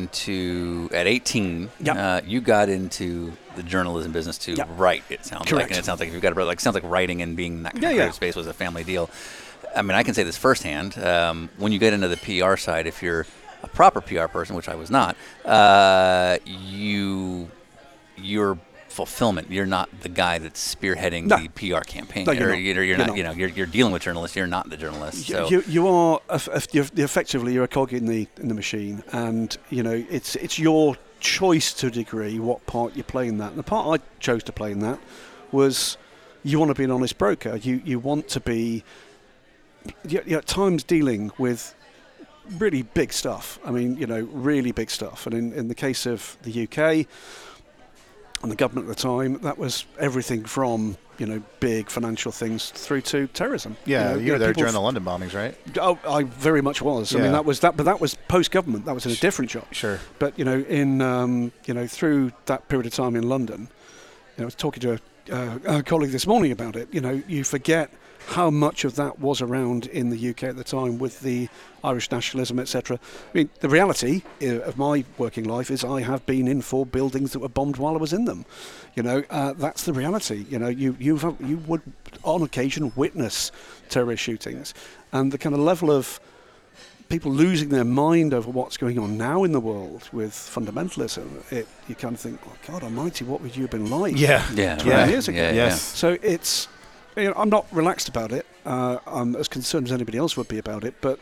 Speaker 2: into at eighteen.
Speaker 1: Yep.
Speaker 2: Uh, you got into the journalism business to
Speaker 1: Yep.
Speaker 2: write. It sounds like,
Speaker 1: Correct.
Speaker 2: and it sounds like you've got a brother. Like, sounds like writing and being in that kind
Speaker 1: Yeah,
Speaker 2: of
Speaker 1: yeah.
Speaker 2: creative space was a family deal. I mean, I can say this firsthand. Um, when you get into the PR side, if you're a proper PR person, which I was not, uh, you your fulfillment. You're not the guy that's spearheading
Speaker 1: No.
Speaker 2: the PR campaign.
Speaker 1: No, you're
Speaker 2: or
Speaker 1: not.
Speaker 2: you're, you're
Speaker 1: You're
Speaker 2: not,
Speaker 1: not.
Speaker 2: You know, you're, you're dealing with journalists. You're not the journalist.
Speaker 1: y-
Speaker 2: so
Speaker 1: you you are eff- eff- you're, you're effectively you're a cog in the in the machine, and you know it's it's your choice to a degree what part you play in that. And the part I chose to play in that was you want to be an honest broker. You you want to be you you're at times dealing with really big stuff. I mean, you know, really big stuff. And in, in the case of the UK and the government at the time, that was everything from, you know, big financial things through to terrorism.
Speaker 10: Yeah,
Speaker 1: know,
Speaker 10: you were there
Speaker 1: people-
Speaker 10: during the London bombings, right?
Speaker 1: Oh, I very much was. I
Speaker 10: Yeah.
Speaker 1: mean, that was that, but that was post government. That was in a different job.
Speaker 10: Sure.
Speaker 1: But you know, in um, you know, through that period of time in London, you know, I was talking to a, uh, a colleague this morning about it. You know, you forget how much of that was around in the UK at the time with the Irish nationalism, etc. I mean, the reality uh, of my working life is I have been in four buildings that were bombed while I was in them. You know, uh, that's the reality. You know, you you've, you would on occasion witness terrorist shootings, and the kind of level of people losing their mind over what's going on now in the world with fundamentalism, it, you kind of think, oh, God almighty, what would you have been like?
Speaker 2: yeah,
Speaker 1: 20
Speaker 2: right.
Speaker 1: years ago.
Speaker 2: Yeah, yeah.
Speaker 10: Yes.
Speaker 1: So it's, you know, I'm not relaxed about it. Uh, I'm as concerned as anybody else would be about it, but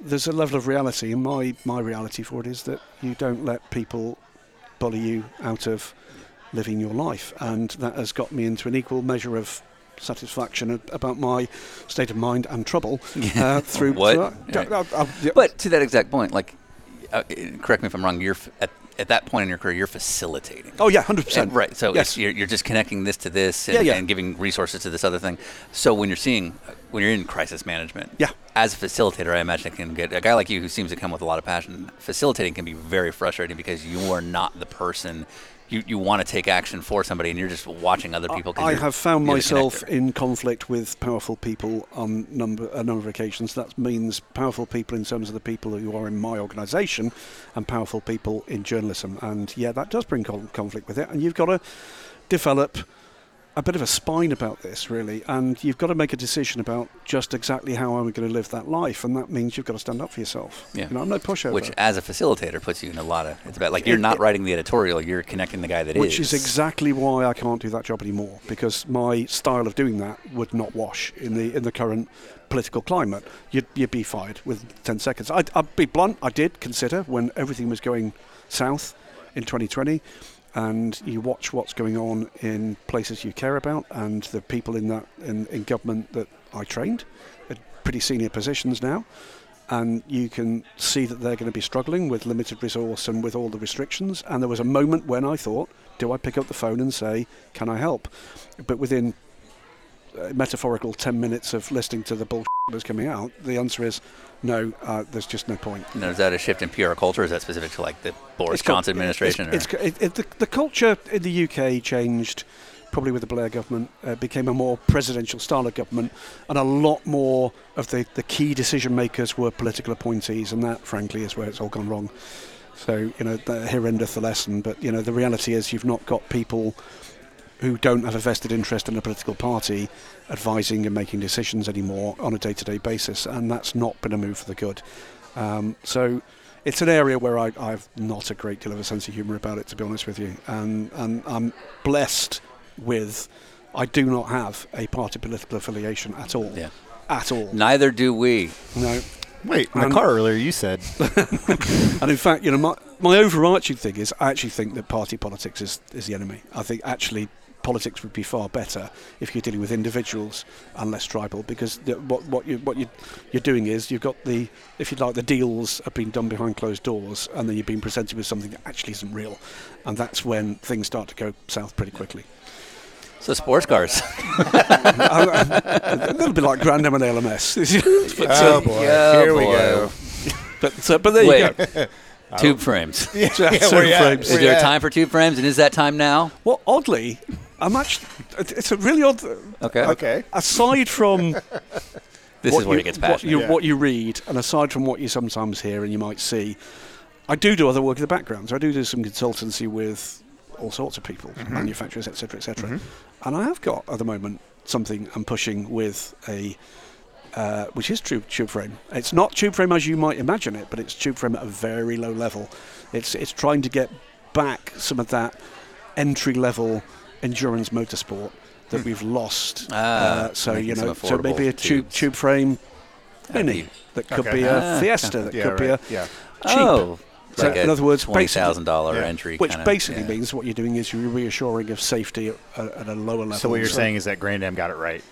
Speaker 1: there's a level of reality, and my, my reality for it is that you don't let people bully you out of living your life. And that has got me into an equal measure of satisfaction a- about my state of mind and
Speaker 2: [LAUGHS]
Speaker 1: trouble uh, through
Speaker 2: What?
Speaker 1: through- I- I- I- yeah.
Speaker 2: But to that exact point, like, uh, uh, correct me if I'm wrong. You're f- at, at that point in your career, you're facilitating.
Speaker 1: Oh yeah, hundred percent.
Speaker 2: And- right. So
Speaker 1: yes,
Speaker 2: it's- you're, you're just connecting this to this and,
Speaker 1: Yeah, yeah.
Speaker 2: and giving resources to this other thing. So when you're seeing, when you're in crisis management,
Speaker 1: Yeah.
Speaker 2: as a facilitator, I imagine it can get a guy like you who seems to come with a lot of passion. Facilitating can be very frustrating because you are not the person. You, you want to take action for somebody, and you're just watching other people. 'cause
Speaker 1: I
Speaker 2: you're-
Speaker 1: have found
Speaker 2: you're the
Speaker 1: myself
Speaker 2: connector.
Speaker 1: in conflict with powerful people on number a number of occasions. That means powerful people in terms of the people who are in my organisation, and powerful people in journalism. And yeah, that does bring con- conflict with it. And you've got to develop a bit of a spine about this, really. And you've got to make a decision about just exactly how I'm going to live that life. And that means you've got to stand up for yourself.
Speaker 2: Yeah.
Speaker 1: You know, I'm no pushover.
Speaker 2: which as a facilitator puts you in a lot of it's about like you're not writing the editorial you're connecting the guy that is.
Speaker 1: which is exactly why I can't do that job anymore because my style of doing that would not wash in the in the current political climate. You'd, you'd be fired with ten seconds. I'd, I'd be blunt. I did consider when everything was going south in 2020, and you watch what's going on in places you care about and the people in that in, in government that I trained at pretty senior positions now and you can see that they're going to be struggling with limited resource and with all the restrictions. And there was a moment when I thought, do I pick up the phone and say, can I help? But within uh, metaphorical 10 minutes of listening to the bullshit that was coming out, the answer is no, uh, there's just no point.
Speaker 2: Now, is that a shift in PR culture? Is that specific to like the Boris
Speaker 1: called-
Speaker 2: Johnson administration?
Speaker 1: It's,
Speaker 2: or-
Speaker 1: it's- it- it- the, the culture in the UK changed probably with the Blair government. Uh, became a more presidential style of government, and a lot more of the, the key decision makers were political appointees, and that, frankly, is where it's all gone wrong. So you know, that, here endeth the lesson. But you know, the reality is you've not got people who don't have a vested interest in a political party advising and making decisions anymore on a day-to-day basis, and that's not been a move for the good. Um, so it's an area where I, I've not a great deal of a sense of humour about it, to be honest with you, and and I'm blessed with. I do not have a party political affiliation at all.
Speaker 2: Yeah.
Speaker 1: At all.
Speaker 2: Neither do we.
Speaker 1: No.
Speaker 10: Wait, in the
Speaker 1: Um,
Speaker 10: car earlier you said
Speaker 1: And in fact, you know, my, my overarching thing is I actually think that party politics is, is the enemy. I think actually politics would be far better if you're dealing with individuals and less tribal because the, what, what, you, what you, you're doing is you've got the, if you like, the deals have been done behind closed doors and then you've been presented with something that actually isn't real. And that's when things start to go south
Speaker 10: [LAUGHS]
Speaker 1: pretty quickly.
Speaker 2: So sports cars.
Speaker 1: a little bit like Grandam and LMS. [LAUGHS] but, uh,
Speaker 10: Oh, boy.
Speaker 2: Yeah,
Speaker 10: Here we
Speaker 2: boy.
Speaker 10: go.
Speaker 1: but, uh, but [LAUGHS] there you
Speaker 10: [LAUGHS]
Speaker 2: Wait.
Speaker 1: go.
Speaker 2: [LAUGHS]
Speaker 1: [LAUGHS]
Speaker 2: tube frames.
Speaker 1: So-
Speaker 10: Yeah,
Speaker 1: so
Speaker 10: where you at?
Speaker 1: frames.
Speaker 2: Is
Speaker 10: Yeah.
Speaker 2: there a time for tube frames? And is that time now?
Speaker 1: Well, oddly, I'm actually. It's a really odd.
Speaker 2: Okay.
Speaker 10: Okay.
Speaker 1: Aside
Speaker 2: [LAUGHS]
Speaker 1: from
Speaker 2: This
Speaker 1: what
Speaker 2: is where
Speaker 1: you,
Speaker 2: it gets
Speaker 1: what
Speaker 2: passionate.
Speaker 1: you,
Speaker 10: Yeah.
Speaker 1: what you read, and aside from what you sometimes hear and you might see, I do do other work in the background. So I do do some consultancy with all sorts of people, manufacturers, etc., etc. And I have got at the moment something I'm pushing with a. Uh, which is tube, tube frame. It's not tube frame as you might imagine it, but it's tube frame at a very low level. It's it's trying to get back some of that entry level endurance motorsport that we've lost.
Speaker 2: Ah,
Speaker 1: uh, so
Speaker 2: making
Speaker 1: you
Speaker 2: some
Speaker 1: know, so maybe
Speaker 2: affordable
Speaker 1: a tube
Speaker 2: tubes.
Speaker 1: tube frame mini
Speaker 2: Okay.
Speaker 1: that could
Speaker 10: Okay.
Speaker 1: be a
Speaker 2: Ah,
Speaker 1: Fiesta, that
Speaker 10: Yeah,
Speaker 1: could
Speaker 10: right.
Speaker 1: be a
Speaker 10: yeah.
Speaker 1: cheap.
Speaker 2: Oh.
Speaker 1: So
Speaker 2: like a
Speaker 1: in other words,
Speaker 2: twenty
Speaker 1: basically-
Speaker 2: thousand dollar
Speaker 10: Yeah.
Speaker 2: entry.
Speaker 1: Which
Speaker 2: kinda,
Speaker 1: basically
Speaker 2: yeah.
Speaker 1: means what you're doing is you're reassuring of safety at, at a lower level.
Speaker 10: So what you're saying is that Grandam got it right.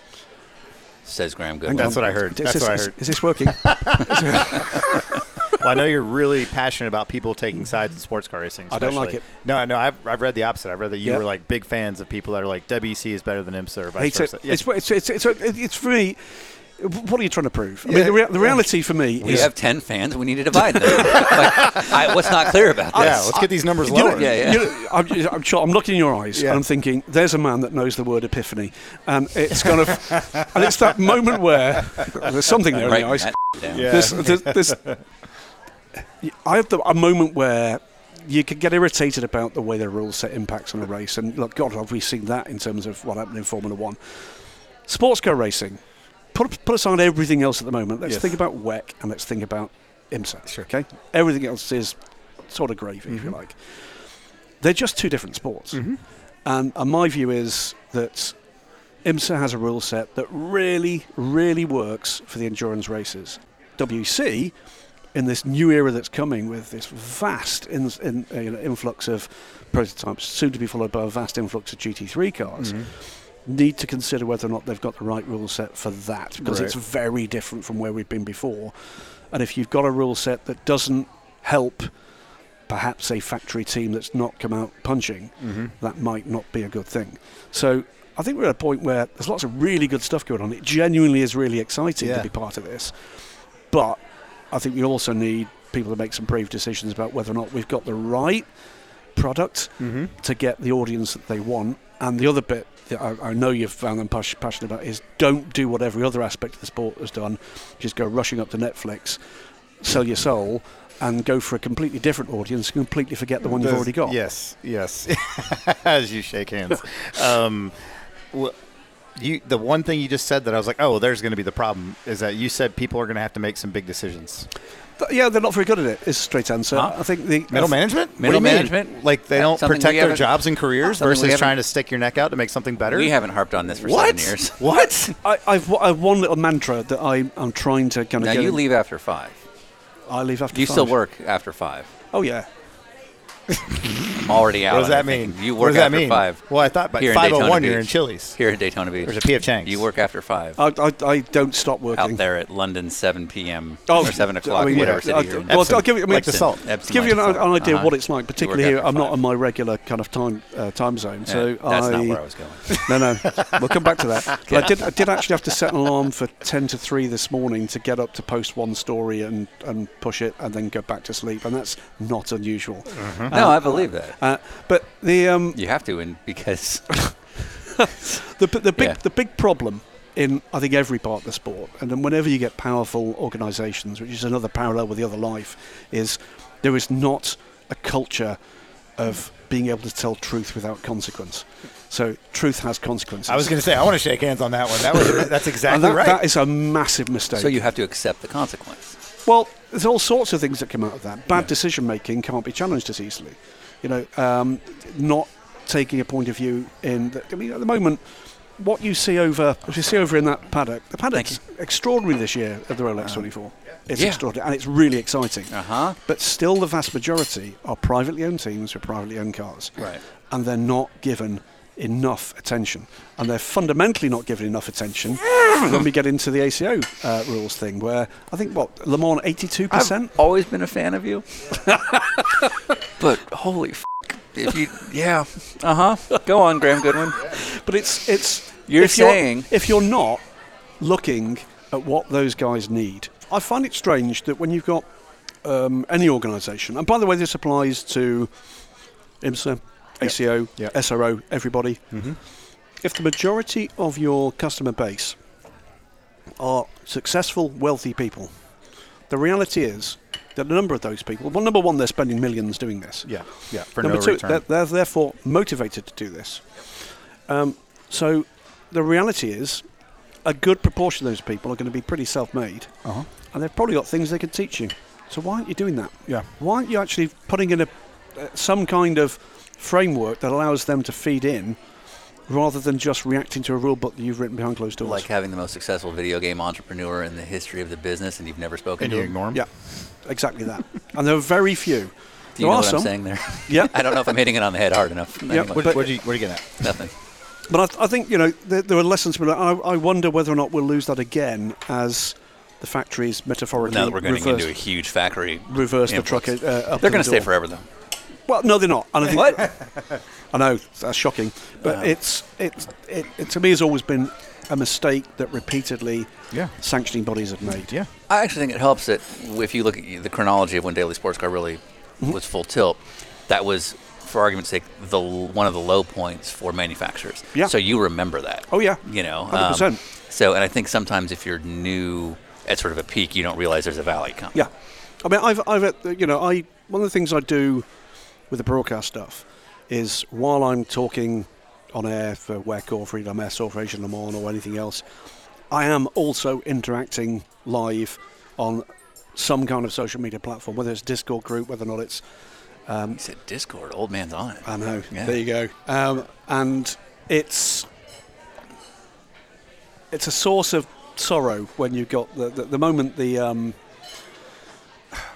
Speaker 2: says Graham
Speaker 1: Hang
Speaker 2: Goodwin.
Speaker 10: That's
Speaker 1: on.
Speaker 10: what I heard.
Speaker 1: Is
Speaker 10: That's
Speaker 1: this-
Speaker 10: what I
Speaker 1: is-
Speaker 10: heard.
Speaker 1: Is
Speaker 10: [LAUGHS]
Speaker 1: this working?
Speaker 10: Well, I know you're really passionate about people taking sides in sports car racing.
Speaker 1: I don't like
Speaker 10: especially.
Speaker 1: it.
Speaker 10: No, no, I've, I've read the opposite. I've read that you
Speaker 1: Yeah.
Speaker 10: were like big fans of people that are like WC is better than IMSA or vice
Speaker 1: It's,
Speaker 10: versa.
Speaker 1: a,
Speaker 10: Yeah.
Speaker 1: it's, it's, it's, it's, a- it's for me. What are you trying to prove? I
Speaker 10: Yeah,
Speaker 1: mean, the, rea- the
Speaker 10: yeah.
Speaker 1: reality for me
Speaker 2: We
Speaker 1: is
Speaker 2: have ten fans. We need to divide them. [LAUGHS] like, I, what's not clear
Speaker 1: [LAUGHS]
Speaker 2: about
Speaker 10: yeah,
Speaker 2: this?
Speaker 10: let's get these numbers
Speaker 1: You know-
Speaker 10: lower.
Speaker 2: Yeah, yeah.
Speaker 1: you know, I'm, I'm sure. I'm looking in your eyes,
Speaker 10: Yeah.
Speaker 1: and I'm thinking, "There's a man that knows the word epiphany," and it's kind of, and it's that moment where there's something there in
Speaker 2: Writing
Speaker 1: the eyes.
Speaker 2: that down.
Speaker 10: Yeah.
Speaker 1: There's, there's, there's, [LAUGHS] I have the, a moment where you could get irritated about the way the rules set impacts on a race, and look, God, have we seen that in terms of what happened in Formula One? Sports car racing. Put, put aside everything else at the moment. Let's
Speaker 10: Yes.
Speaker 1: think about WEC and let's think about IMSA. Okay, everything else is sort of gravy, if you like. They're just two different sports, and, and my view is that IMSA has a rule set that really, really works for the endurance races. WC, in this new era that's coming with this vast in, in, uh, you know, influx of prototypes, soon to be followed by a vast influx of GT3 cars, need to consider whether or not they've got the right rule set for that because it's very different from where we've been before. And if you've got a rule set that doesn't help perhaps a factory team that's not come out punching, that might not be a good thing. So I think we're at a point where there's lots of really good stuff going on. It genuinely is really exciting
Speaker 10: Yeah.
Speaker 1: to be part of this. But I think we also need people to make some brave decisions about whether or not we've got the right product to get the audience that they want. And the other bit that I, I know you've found them pas- passionate about is don't do what every other aspect of the sport has done, just go rushing up to Netflix, sell your soul, and go for a completely different audience and completely forget the one you've
Speaker 10: Does-
Speaker 1: already got.
Speaker 10: Yes, yes. [LAUGHS] As you shake hands, um, wh- you the one thing you just said that I was like, oh, well, there's going to be the problem is that you said people are going to have to make some big decisions.
Speaker 1: Th- yeah, they're not very good at it. Is a straight answer.
Speaker 2: Huh?
Speaker 1: I think the
Speaker 10: Middle management,
Speaker 2: Middle
Speaker 10: What do you mean?
Speaker 2: management?
Speaker 10: like they
Speaker 2: That's
Speaker 10: don't
Speaker 2: something
Speaker 10: protect
Speaker 2: we
Speaker 10: their
Speaker 2: haven't-
Speaker 10: jobs and careers
Speaker 2: something we
Speaker 10: versus
Speaker 2: haven't-
Speaker 10: trying to stick your neck out to make something better.
Speaker 2: We haven't harped on this for
Speaker 10: what?
Speaker 2: seven years.
Speaker 10: [LAUGHS] What?
Speaker 1: I, I've, w- I've one little mantra that I, I'm trying to kind of
Speaker 2: Now
Speaker 1: get
Speaker 2: you
Speaker 1: in.
Speaker 2: leave after five.
Speaker 1: I leave after
Speaker 2: You still
Speaker 1: five.
Speaker 2: work after five.
Speaker 1: Oh yeah.
Speaker 2: I'm already out.
Speaker 10: What does
Speaker 2: and
Speaker 10: that
Speaker 2: everything.
Speaker 10: mean?
Speaker 2: You
Speaker 10: What
Speaker 2: work
Speaker 10: does that
Speaker 2: after
Speaker 10: mean?
Speaker 2: five.
Speaker 10: Well, I thought by
Speaker 2: Here in
Speaker 10: 5:01
Speaker 2: Daytona
Speaker 10: you're in
Speaker 2: Beach.
Speaker 10: Chili's.
Speaker 2: Here in Daytona Beach.
Speaker 10: There's a P.F. Chang's.
Speaker 2: You work after five.
Speaker 1: I, I, I don't stop working.
Speaker 2: out there at London 7 p.m.
Speaker 1: Oh,
Speaker 2: or 7
Speaker 1: I
Speaker 2: o'clock,
Speaker 1: mean,
Speaker 2: whatever
Speaker 1: yeah,
Speaker 2: city you're in. Uh-huh.
Speaker 1: I- well, I'll give you- I mean,
Speaker 10: Like the salt.
Speaker 1: To give you an, an idea of what it's like, particularly here,
Speaker 2: after
Speaker 1: I'm not
Speaker 2: five.
Speaker 1: on my regular kind of time uh, time zone.
Speaker 2: Yeah,
Speaker 1: So
Speaker 2: that's
Speaker 1: I,
Speaker 2: not where I was going.
Speaker 1: [LAUGHS] No, no. We'll come back to
Speaker 2: [LAUGHS]
Speaker 1: that. But I did, I did actually have to set an alarm for 10 to 3 this morning to get up to post one story and, and push it and then go back to sleep. And that's not unusual.
Speaker 2: No, I believe that.
Speaker 1: Uh, but the, um,
Speaker 2: You have to, and because [LAUGHS]
Speaker 1: the, the, big,
Speaker 2: Yeah.
Speaker 1: the big problem in, I think, every part of the sport, and then whenever you get powerful organisations, which is another parallel with the other life, is there is not a culture of being able to tell truth without consequence. So truth has consequences.
Speaker 10: I was going to say I want to shake hands on that one. That was
Speaker 2: [LAUGHS]
Speaker 10: that's exactly
Speaker 1: and that,
Speaker 10: right.
Speaker 1: that is a massive mistake.
Speaker 2: So you have to accept the consequence.
Speaker 1: Well, there's all sorts of things that come out of that. Bad decision making can't be challenged as easily. You know, um, not taking a point of view in. The, I mean, at the moment, what you see over, what you see over in that paddock, the paddock's extraordinary this year at the Rolex 24. It's
Speaker 2: Uh, Yeah.
Speaker 1: extraordinary, and it's really exciting.
Speaker 2: Uh-huh.
Speaker 1: But still, the vast majority are privately owned teams with privately owned cars,
Speaker 2: Right.
Speaker 1: And they're not given enough attention, and they're fundamentally not given enough attention when we get into the ACO uh, rules thing, where I think what Le Mans 82 percent.
Speaker 2: Always been a fan of you. but holy f- if you yeah. Uh-huh. Go on, Graham Goodwin.
Speaker 1: But it's it's
Speaker 2: You're
Speaker 1: if
Speaker 2: saying-
Speaker 1: if you're not looking at what those guys need, I find it strange that when you've got um, any organisation, and by the way, this applies to IMSA, ACO,
Speaker 10: Yeah.
Speaker 1: SRO, everybody. If the majority of your customer base are successful, wealthy people, the reality is that a number of those people, well, number one, they're spending millions doing this.
Speaker 10: yeah, yeah. For
Speaker 1: Number
Speaker 10: no
Speaker 1: two,
Speaker 10: return.
Speaker 1: They're, they're therefore motivated to do this. Um, so the reality is, a good proportion of those people are going to be pretty self-made,
Speaker 10: Uh-huh.
Speaker 1: and they've probably got things they could teach you. So why aren't you doing that?
Speaker 10: Yeah.
Speaker 1: Why aren't you actually putting in a uh, some kind of framework that allows them to feed in, rather than just reacting to a rule book that you've written behind closed doors?
Speaker 2: Like having the most successful video game entrepreneur in the history of the business and you've never spoken
Speaker 10: and
Speaker 2: to
Speaker 10: you
Speaker 2: him.
Speaker 10: ignore them.
Speaker 1: yeah, exactly that. and there are very few.
Speaker 2: Do you
Speaker 1: there
Speaker 2: know
Speaker 1: are
Speaker 2: what
Speaker 1: some.
Speaker 2: I'm saying [LAUGHS] there?
Speaker 1: Yeah.
Speaker 2: I don't know if I'm hitting it on the head hard enough. Anyway,
Speaker 1: but-
Speaker 10: Where'd you where'd you get that?
Speaker 2: nothing.
Speaker 1: But I, th- I think you know there, there are lessons. But I, I wonder whether or not we'll lose that again as the factories metaphorically
Speaker 2: Now that we're going
Speaker 1: reverse,
Speaker 2: into a huge factory,
Speaker 1: reverse the
Speaker 2: influence.
Speaker 1: truck. Uh, up
Speaker 2: They're
Speaker 1: going
Speaker 2: going to stay forever, though.
Speaker 1: Well, no, they're not. And I think,
Speaker 2: [LAUGHS] What?
Speaker 1: I know that's shocking, but
Speaker 2: Yeah.
Speaker 1: it's it's it, it to me has always been a mistake that repeatedly
Speaker 10: Yeah.
Speaker 1: sanctioning bodies have made.
Speaker 10: Yeah.
Speaker 2: I actually think it helps that if you look at the chronology of when Daily Sports Car really
Speaker 1: Mm-hmm.
Speaker 2: was full tilt, that was, for argument's sake, the l- one of the low points for manufacturers.
Speaker 1: Yeah.
Speaker 2: So you remember that.
Speaker 1: Oh, yeah.
Speaker 2: You know. um,
Speaker 1: 100%.
Speaker 2: so, and I think sometimes if you're new at sort of a peak, you don't realize there's a valley coming.
Speaker 1: Yeah, I mean, I've, I've, uh, you know, I one of the things I do with the broadcast stuff is while I'm talking on air for WEC or Freedom S or for Asian Le Mans or anything else, I am also interacting live on some kind of social media platform, whether it's Discord group, whether or not it's
Speaker 2: He said Discord, old man's on it.
Speaker 1: I know.
Speaker 2: Yeah.
Speaker 1: There you go. Um, and it's it's a source of sorrow when you got the the, the moment the, um,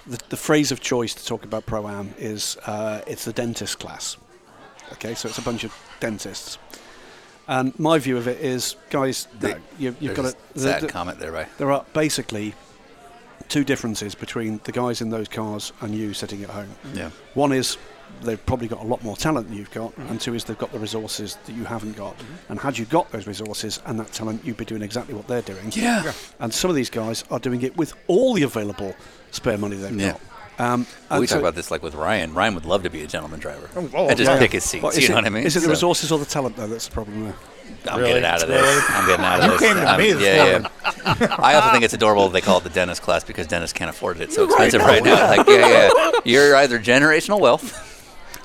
Speaker 1: the the phrase of choice to talk about pro am is uh, it's the dentist class. Okay, so it's a bunch of dentists. And my view of it is, guys,
Speaker 2: They-
Speaker 1: no, you, you've
Speaker 2: There's
Speaker 1: got
Speaker 2: a
Speaker 1: to.
Speaker 2: sad comment there, right?
Speaker 1: There are basically two differences between the guys in those cars and you sitting at home.
Speaker 2: Yeah. Mm-hmm.
Speaker 1: One is they've probably got a lot more talent than you've got, and two is they've got the resources that you haven't got. And had you got those resources and that talent, you'd be doing exactly what they're doing.
Speaker 2: Yeah.
Speaker 1: And some of these guys are doing it with all the available spare money they've
Speaker 2: Yeah.
Speaker 1: got. Um, and
Speaker 2: we
Speaker 1: so-
Speaker 2: talk about this like with Ryan. Ryan would love to be a gentleman driver. Oh,
Speaker 10: oh,
Speaker 2: and just
Speaker 10: yeah.
Speaker 2: pick his seats.
Speaker 1: Well,
Speaker 2: you
Speaker 1: is
Speaker 2: know
Speaker 1: it-
Speaker 2: what I mean?
Speaker 1: Is it the
Speaker 2: So-
Speaker 1: resources or the talent, though, that's the problem there?
Speaker 2: I'm
Speaker 10: Really?
Speaker 2: getting out of this.
Speaker 10: Really?
Speaker 2: I'm getting out of this.
Speaker 10: came to
Speaker 2: I'm-
Speaker 10: me this
Speaker 2: yeah, yeah. I also think it's adorable that they call it the dentist class because dentists can't afford it. It's so expensive right now. Like, yeah, yeah. You're either generational wealth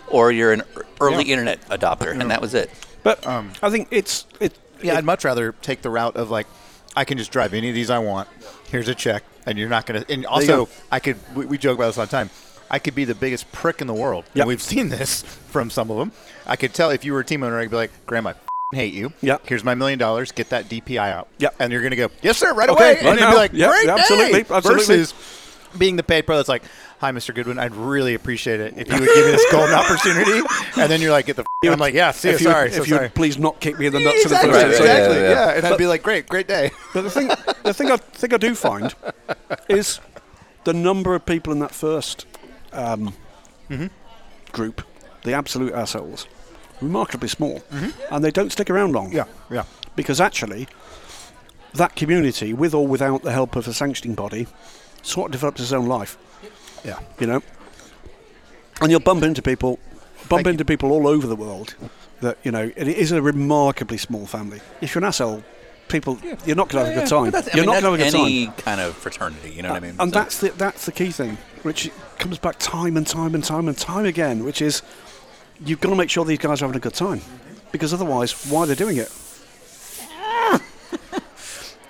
Speaker 2: or you're an ear- early internet adopter, and that was it.
Speaker 1: But
Speaker 10: Um,
Speaker 1: I think it's. It,
Speaker 10: Yeah, I'd much rather take the route of like, I can just drive any of these I want. Here's a check, and you're not gonna. And
Speaker 1: you
Speaker 10: also,
Speaker 1: go.
Speaker 10: I could. We, we joke about this all the time. I could be the biggest prick in the world.
Speaker 1: Yep.
Speaker 10: And we've [LAUGHS] seen this from some of them. I could tell if you were a team owner, I'd be like, Grandma, I f***ing hate you.
Speaker 1: Yep.
Speaker 10: Here's my million dollars. Get that DPI out.
Speaker 1: Yep.
Speaker 10: And you're gonna go, yes, sir, right
Speaker 1: Okay,
Speaker 10: away.
Speaker 1: right
Speaker 10: and you'd
Speaker 1: now.
Speaker 10: be like,
Speaker 1: Yep,
Speaker 10: great,
Speaker 1: yeah,
Speaker 10: day."
Speaker 1: absolutely, absolutely.
Speaker 10: Versus being the paid pro that's like, hi, Mr. Goodwin, I'd really appreciate it if you would give me this
Speaker 1: [LAUGHS]
Speaker 10: golden opportunity. And then you're like, get the. F-. I'm like, yeah, see, you,
Speaker 1: if you,
Speaker 10: sorry,
Speaker 1: if
Speaker 10: so
Speaker 1: you
Speaker 10: sorry.
Speaker 1: would please not kick me in the nuts
Speaker 10: exactly,
Speaker 1: for the first
Speaker 2: Right,
Speaker 1: time.
Speaker 2: right,
Speaker 10: exactly,
Speaker 2: yeah,
Speaker 10: yeah,
Speaker 2: yeah, yeah.
Speaker 10: And I'd be like, great, great day.
Speaker 1: But the thing, the thing I think I do find is the number of people in that first um, group, the absolute assholes, remarkably small, and they don't stick around long.
Speaker 10: yeah.
Speaker 1: because actually, that community, with or without the help of a sanctioning body, sort of develops its own life.
Speaker 10: Yeah.
Speaker 1: You know, and you'll bump into people, bump
Speaker 10: Thank you.
Speaker 1: into people all over the world. That you know, it is a remarkably small family. If you're an asshole, people, you're not going to have a good time.
Speaker 2: But that's- I
Speaker 1: you're
Speaker 2: mean,
Speaker 1: not going to
Speaker 2: that's
Speaker 1: have a good
Speaker 2: any
Speaker 1: time.
Speaker 2: kind of fraternity, you know what I mean?
Speaker 1: And
Speaker 2: So-
Speaker 1: that's the that's the key thing, which comes back time and time and time and time again, which is you've got to make sure these guys are having a good time, because otherwise, why are they doing it?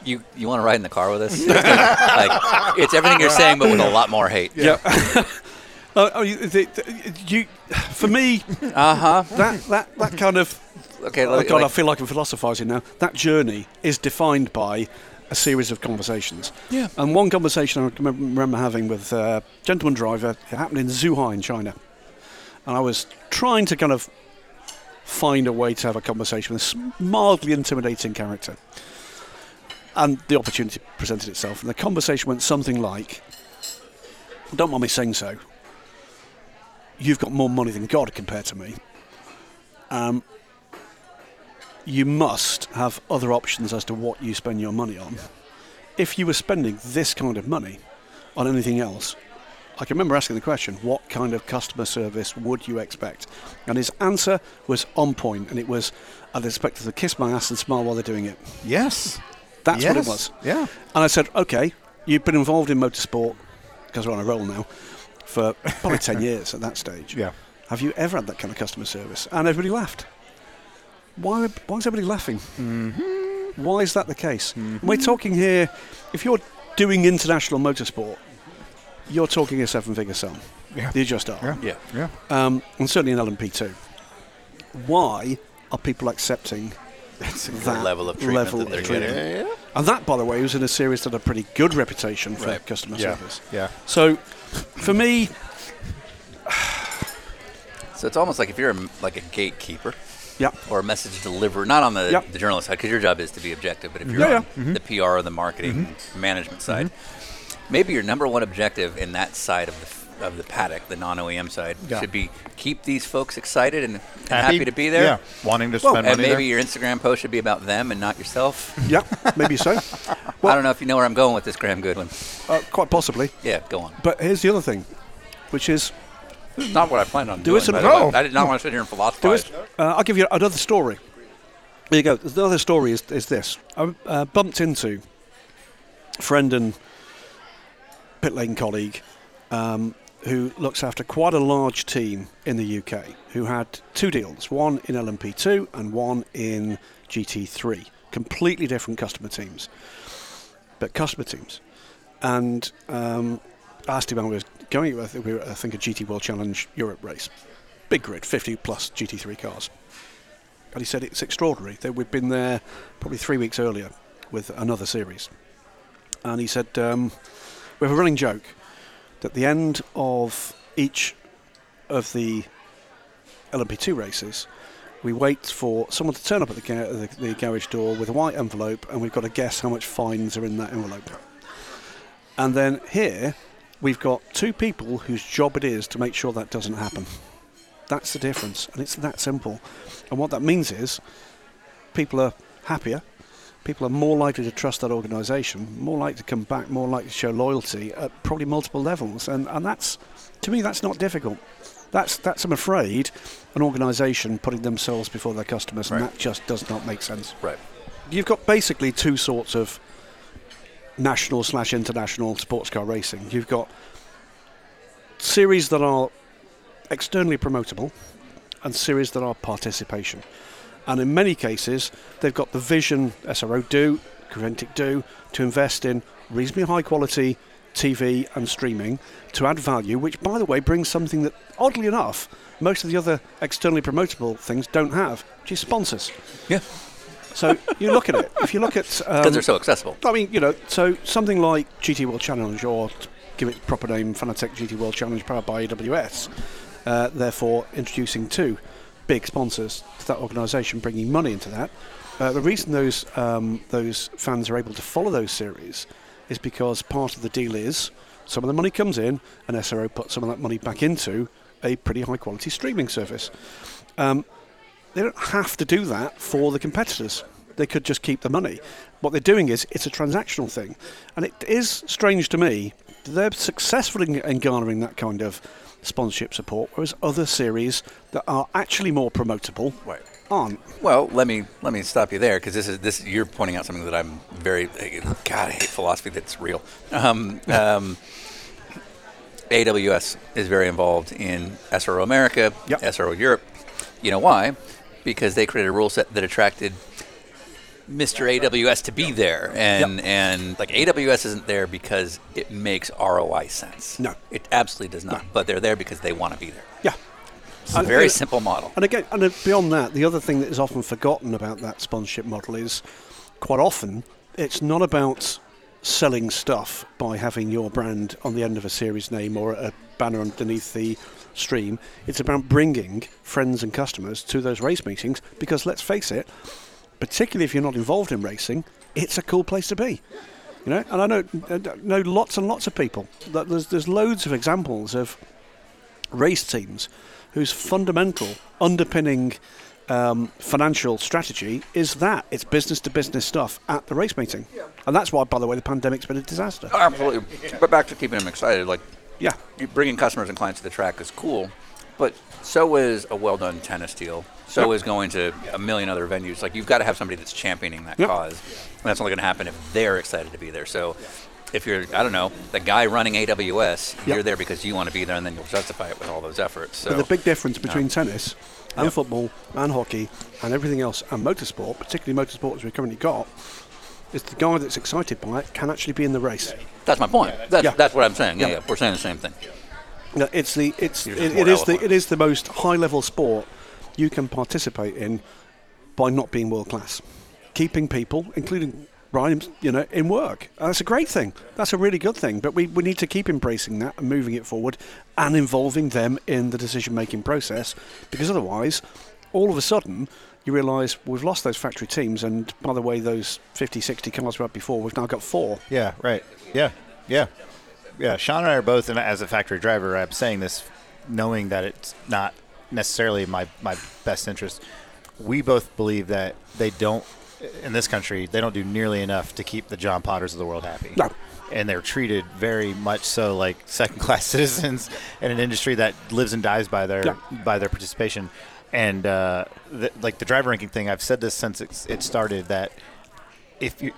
Speaker 2: you you want to ride in the car with us? like, it's everything you're saying, but with a lot more hate.
Speaker 1: Yeah. Uh, [LAUGHS] oh, you, the, the- you, for me,
Speaker 2: Uh huh.
Speaker 1: that, that, that kind of
Speaker 2: Okay.
Speaker 1: Oh,
Speaker 2: like-
Speaker 1: God, I
Speaker 2: like-
Speaker 1: feel like I'm philosophizing now. That journey is defined by a series of conversations.
Speaker 2: Yeah.
Speaker 1: And one conversation I remem- remember having with a gentleman driver, it happened in Zhuhai in China. And I was trying to kind of find a way to have a conversation with this mildly intimidating character. And the opportunity presented itself. And the conversation went something like Don't mind me saying so. You've got more money than God compared to me Um, you must have other options as to what you spend your money on. If you were spending this kind of money on anything else, I can remember asking the question, what kind of customer service would you expect? And his answer was on point, and it was, I'd expect them to kiss my ass and smile while they're doing it.
Speaker 10: Yes.
Speaker 1: That's what
Speaker 10: Yes.
Speaker 1: it was.
Speaker 10: Yeah.
Speaker 1: And I said, okay, you've been involved in motorsport, because we're on a roll now, for
Speaker 10: [LAUGHS]
Speaker 1: probably 10 years at that stage.
Speaker 10: Yeah.
Speaker 1: Have you ever had that kind of customer service? And everybody laughed. Why, why is everybody laughing?
Speaker 10: Mm-hmm.
Speaker 1: Why is that the case? We're talking here, if you're doing international motorsport, you're talking a seven figure sum.
Speaker 10: Yeah.
Speaker 1: You just are.
Speaker 2: yeah.
Speaker 10: Yeah.
Speaker 1: Um, and certainly in LMP2. Why are people accepting that
Speaker 2: level of treatment
Speaker 1: level
Speaker 2: that they're
Speaker 1: of treatment?
Speaker 2: getting.
Speaker 1: And that, by the way, was in a series that had a pretty good reputation for
Speaker 2: Right.
Speaker 1: customer
Speaker 10: Yeah.
Speaker 1: service.
Speaker 10: Yeah.
Speaker 1: So, for me,
Speaker 2: So it's almost like if you're a, like a gatekeeper
Speaker 1: yeah,
Speaker 2: or a message deliverer, not on the,
Speaker 1: Yep.
Speaker 2: the journalist side, because your job is to be objective, but if you're
Speaker 1: Yeah,
Speaker 2: on the PR or the marketing management side, maybe your number one objective in that side of the f- of the paddock, the non-OEM side,
Speaker 10: Yeah.
Speaker 2: should be keep these folks excited and, and happy? to be there.
Speaker 10: Yeah. Wanting to spend
Speaker 2: And
Speaker 10: money
Speaker 2: maybe
Speaker 10: there.
Speaker 2: your Instagram post should be about them and not yourself.
Speaker 1: yeah, maybe so. [LAUGHS]
Speaker 2: I don't know if you know where I'm going with this, Graham Goodwin.
Speaker 1: Uh, quite possibly.
Speaker 2: Yeah, go on.
Speaker 1: But here's the other thing, which is
Speaker 2: This is not what I planned on
Speaker 1: There
Speaker 2: doing.
Speaker 1: is some-
Speaker 2: by the way.
Speaker 1: No.
Speaker 2: I did not want to sit here and
Speaker 1: There
Speaker 2: philosophize.
Speaker 1: is- uh, I'll give you another story. There you go. The other story is, is this. I uh, bumped into a friend and pit lane colleague um, who looks after quite a large team in the UK who had two deals, one in LMP2 and one in GT3. Completely different customer teams, but customer teams. And um, I asked him how we was going. I think we were, I think, a GT World Challenge Europe race big grid, 50 plus GT3 cars. And he said it's extraordinary that we'd been there probably three weeks earlier with another series. And he said, um, we have a running joke that the end of each of the LMP2 races, we wait for someone to turn up at the, ga- the, the garage door with a white envelope and we've got to guess how much fines are in that envelope. And then here, we've got two people whose job it is to make sure that doesn't happen. That's the difference, and it's that simple. And what that means is people are happier, people are more likely to trust that organisation, more likely to come back, more likely to show loyalty at probably multiple levels. And, and that's, to me, that's not difficult. That's, that's, I'm afraid, an organisation putting themselves before their customers, and that just does not make sense.
Speaker 2: Right.
Speaker 1: You've got basically two sorts of national slash international sports car racing. You've got series that are externally promotable and series that are participation. And in many cases, they've got the vision SRO do, Corentic do, to invest in reasonably high quality TV and streaming to add value, which, by the way, brings something that, oddly enough, most of the other externally promotable things don't have, which is sponsors.
Speaker 2: Yeah.
Speaker 1: So you look at it. If you look at
Speaker 2: Because
Speaker 1: um,
Speaker 2: they're so accessible.
Speaker 1: I mean, you know, so something like GT World Challenge, or to give it proper name, Fanatec GT World Challenge, powered by AWS. Uh, therefore, introducing two big sponsors to that organisation, bringing money into that. Uh, the reason those um, those fans are able to follow those series is because part of the deal is some of the money comes in, and SRO puts some of that money back into a pretty high quality streaming service they don't have to do that for the competitors. They could just keep the money. What they're doing is it's a transactional thing, and it is strange to me. They're successful in, in garnering that kind of sponsorship support, whereas other series that are actually more promotable
Speaker 2: Right.
Speaker 1: aren't.
Speaker 2: Well, let me let me stop you there because this is this you're pointing out something that I'm very God I hate philosophy that's real. Um, um, AWS is very involved in SRO America,
Speaker 1: Yep.
Speaker 2: SRO Europe. You know why? Because they created a rule set that attracted Mr. AWS to be there, and and like AWS isn't there because it makes ROI sense.
Speaker 1: No.
Speaker 2: it absolutely does not. But they're there because they want to be there.
Speaker 1: Yeah.
Speaker 2: It's a very
Speaker 1: uh,
Speaker 2: simple model.
Speaker 1: And again, and uh, beyond that, the other thing that is often forgotten about that sponsorship model is quite often it's not about selling stuff by having your brand on the end of a series name or a banner underneath the stream. It's about bringing friends and customers to those race meetings because let's face it, particularly if you're not involved in racing, it's a cool place to be. You know, and I know I know lots and lots of people. That There's there's loads of examples of race teams whose fundamental underpinning um, financial strategy is that it's business to business stuff at the race meeting, and that's why, by the way, the pandemic's been a disaster.
Speaker 2: Oh, absolutely. But back to keeping them excited, like
Speaker 1: Yeah,
Speaker 2: you- bringing customers and clients to the track is cool, but so is a well done tennis deal. So is going to a million other venues. Like you've got to have somebody that's championing that
Speaker 1: Yep.
Speaker 2: cause, and that's only going to happen if they're excited to be there. So. If you're, I don't know, the guy running AWS, you're there because you want to be there, and then you'll justify it with all those efforts. So
Speaker 1: but the big difference between tennis and football and hockey and everything else and motorsport, particularly motorsport as we've currently got, is the guy that's excited by it can actually be in the race.
Speaker 2: that's my point. That's,
Speaker 1: Yeah.
Speaker 2: that's what I'm saying. Yeah,
Speaker 1: Yeah.
Speaker 2: yeah, we're saying the same thing.
Speaker 1: No, it's the it's
Speaker 2: You're
Speaker 1: it, it
Speaker 2: just more
Speaker 1: is the it
Speaker 2: eloquent.
Speaker 1: is the most high level sport you can participate in by not being world class, keeping people, including Ryan, you know, in work. And that's a great thing. That's a really good thing. But we, we need to keep embracing that and moving it forward and involving them in the decision making process because otherwise, all of a sudden. You realise we've lost those factory teams, and by the way, those 50, 60 cars we had before, we've now got four.
Speaker 3: Yeah, right. Yeah, yeah, yeah. Sean and I are both, and as a factory driver, I'm saying this knowing that it's not necessarily my my best interest. We both believe that they don't in this country they don't do nearly enough to keep the John Potters of the world happy.
Speaker 1: No.
Speaker 3: And they're treated very much so like second class [LAUGHS] citizens in an industry that lives and dies by their
Speaker 1: Yeah.
Speaker 3: by their participation. And uh, the, like the driver ranking thing, I've said this since it's, it started that if you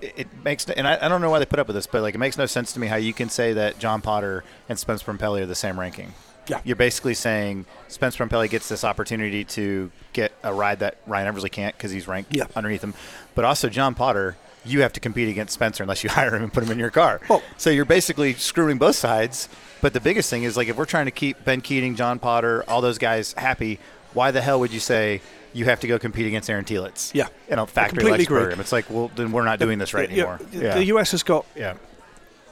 Speaker 3: it it makes and I, I don't know why they put up with this but like it makes no sense to me how you can say that john potter and spence Prompelli are the same ranking
Speaker 1: Yeah.
Speaker 3: you're basically saying spence Prompelli gets this opportunity to get a ride that ryan eversley can't because he's ranked
Speaker 1: Yeah.
Speaker 3: underneath him but also john potter you have to compete against spencer unless you [LAUGHS] hire him and put him in your car
Speaker 1: Well-
Speaker 3: so you're basically screwing both sides but the biggest thing is like if we're trying to keep ben keating john potter all those guys happy why the hell would you say you have to go compete against aaron Tielitz?
Speaker 1: Yeah.
Speaker 3: in a factory
Speaker 1: completely
Speaker 3: license
Speaker 1: agree.
Speaker 3: program it's like well then we're not doing this right
Speaker 1: You know,
Speaker 3: anymore yeah
Speaker 1: The US has got
Speaker 3: yeah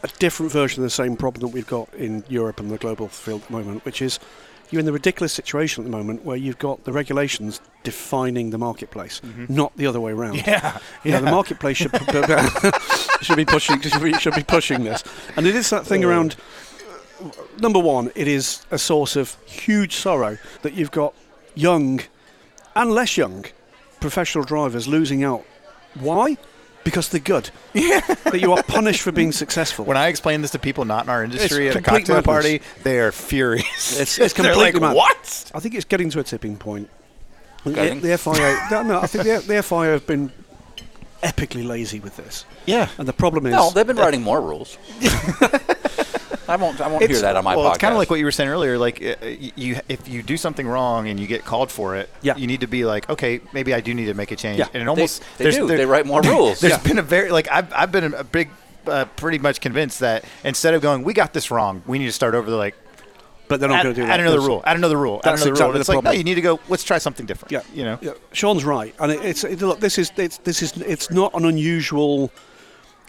Speaker 1: a different version of the same problem that we've got in Europe and the global field at the moment, which is you're in the ridiculous situation at the moment where you've got the regulations defining the marketplace, not the other way around.
Speaker 3: Mm-hmm. yeah
Speaker 1: You know, the marketplace should, p- p- [LAUGHS] should be pushing should be, should be pushing this, and it is that thing around. Number one, it is a source of huge sorrow that you've got young and less young professional drivers losing out. Why? Because they're
Speaker 3: [LAUGHS]
Speaker 1: good. that you are punished for being successful.
Speaker 3: when i explain this to people not in our industry
Speaker 1: It's
Speaker 3: at a
Speaker 1: complete
Speaker 3: cocktail
Speaker 1: madness.
Speaker 3: party they are
Speaker 1: [LAUGHS]
Speaker 3: furious [LAUGHS]
Speaker 1: It's- it's
Speaker 3: They're
Speaker 1: completely
Speaker 3: like,
Speaker 1: mad.
Speaker 3: what
Speaker 1: I think it's getting to a tipping point. The,
Speaker 2: Going?
Speaker 1: the
Speaker 3: [LAUGHS]
Speaker 1: FIA, no, no, I think the, the FIA have been epically lazy with this,
Speaker 3: yeah
Speaker 1: and the problem is,
Speaker 2: No, they've been writing more rules. [LAUGHS] I won't. I won't hear that on my
Speaker 3: well,
Speaker 2: podcast.
Speaker 3: it's kind of like what you were saying earlier. Like, uh, y- you if you do something wrong and you get called for it,
Speaker 1: Yeah.
Speaker 3: you need to be like, okay, maybe I do need to make a change.
Speaker 1: Yeah.
Speaker 3: And it almost
Speaker 2: they
Speaker 3: there's-
Speaker 2: do.
Speaker 3: there-
Speaker 2: They write [LAUGHS] more rules.
Speaker 3: There's
Speaker 2: Yeah.
Speaker 3: been a very like I've I've been a big, uh, pretty much convinced that instead of going, we got this wrong, we need to start over. They're like,
Speaker 1: but they're not
Speaker 3: add,
Speaker 1: going to do
Speaker 3: add
Speaker 1: that.
Speaker 3: another
Speaker 1: That's-
Speaker 3: rule, add another rule, add
Speaker 1: that's
Speaker 3: another rule.
Speaker 1: exactly
Speaker 3: And it's
Speaker 1: the
Speaker 3: like, no,
Speaker 1: problem.
Speaker 3: you need to go. Let's try something different.
Speaker 1: Yeah,
Speaker 3: you know.
Speaker 1: Yeah. Sean's right, and it, it's it, look. This is it's, this is it's not an unusual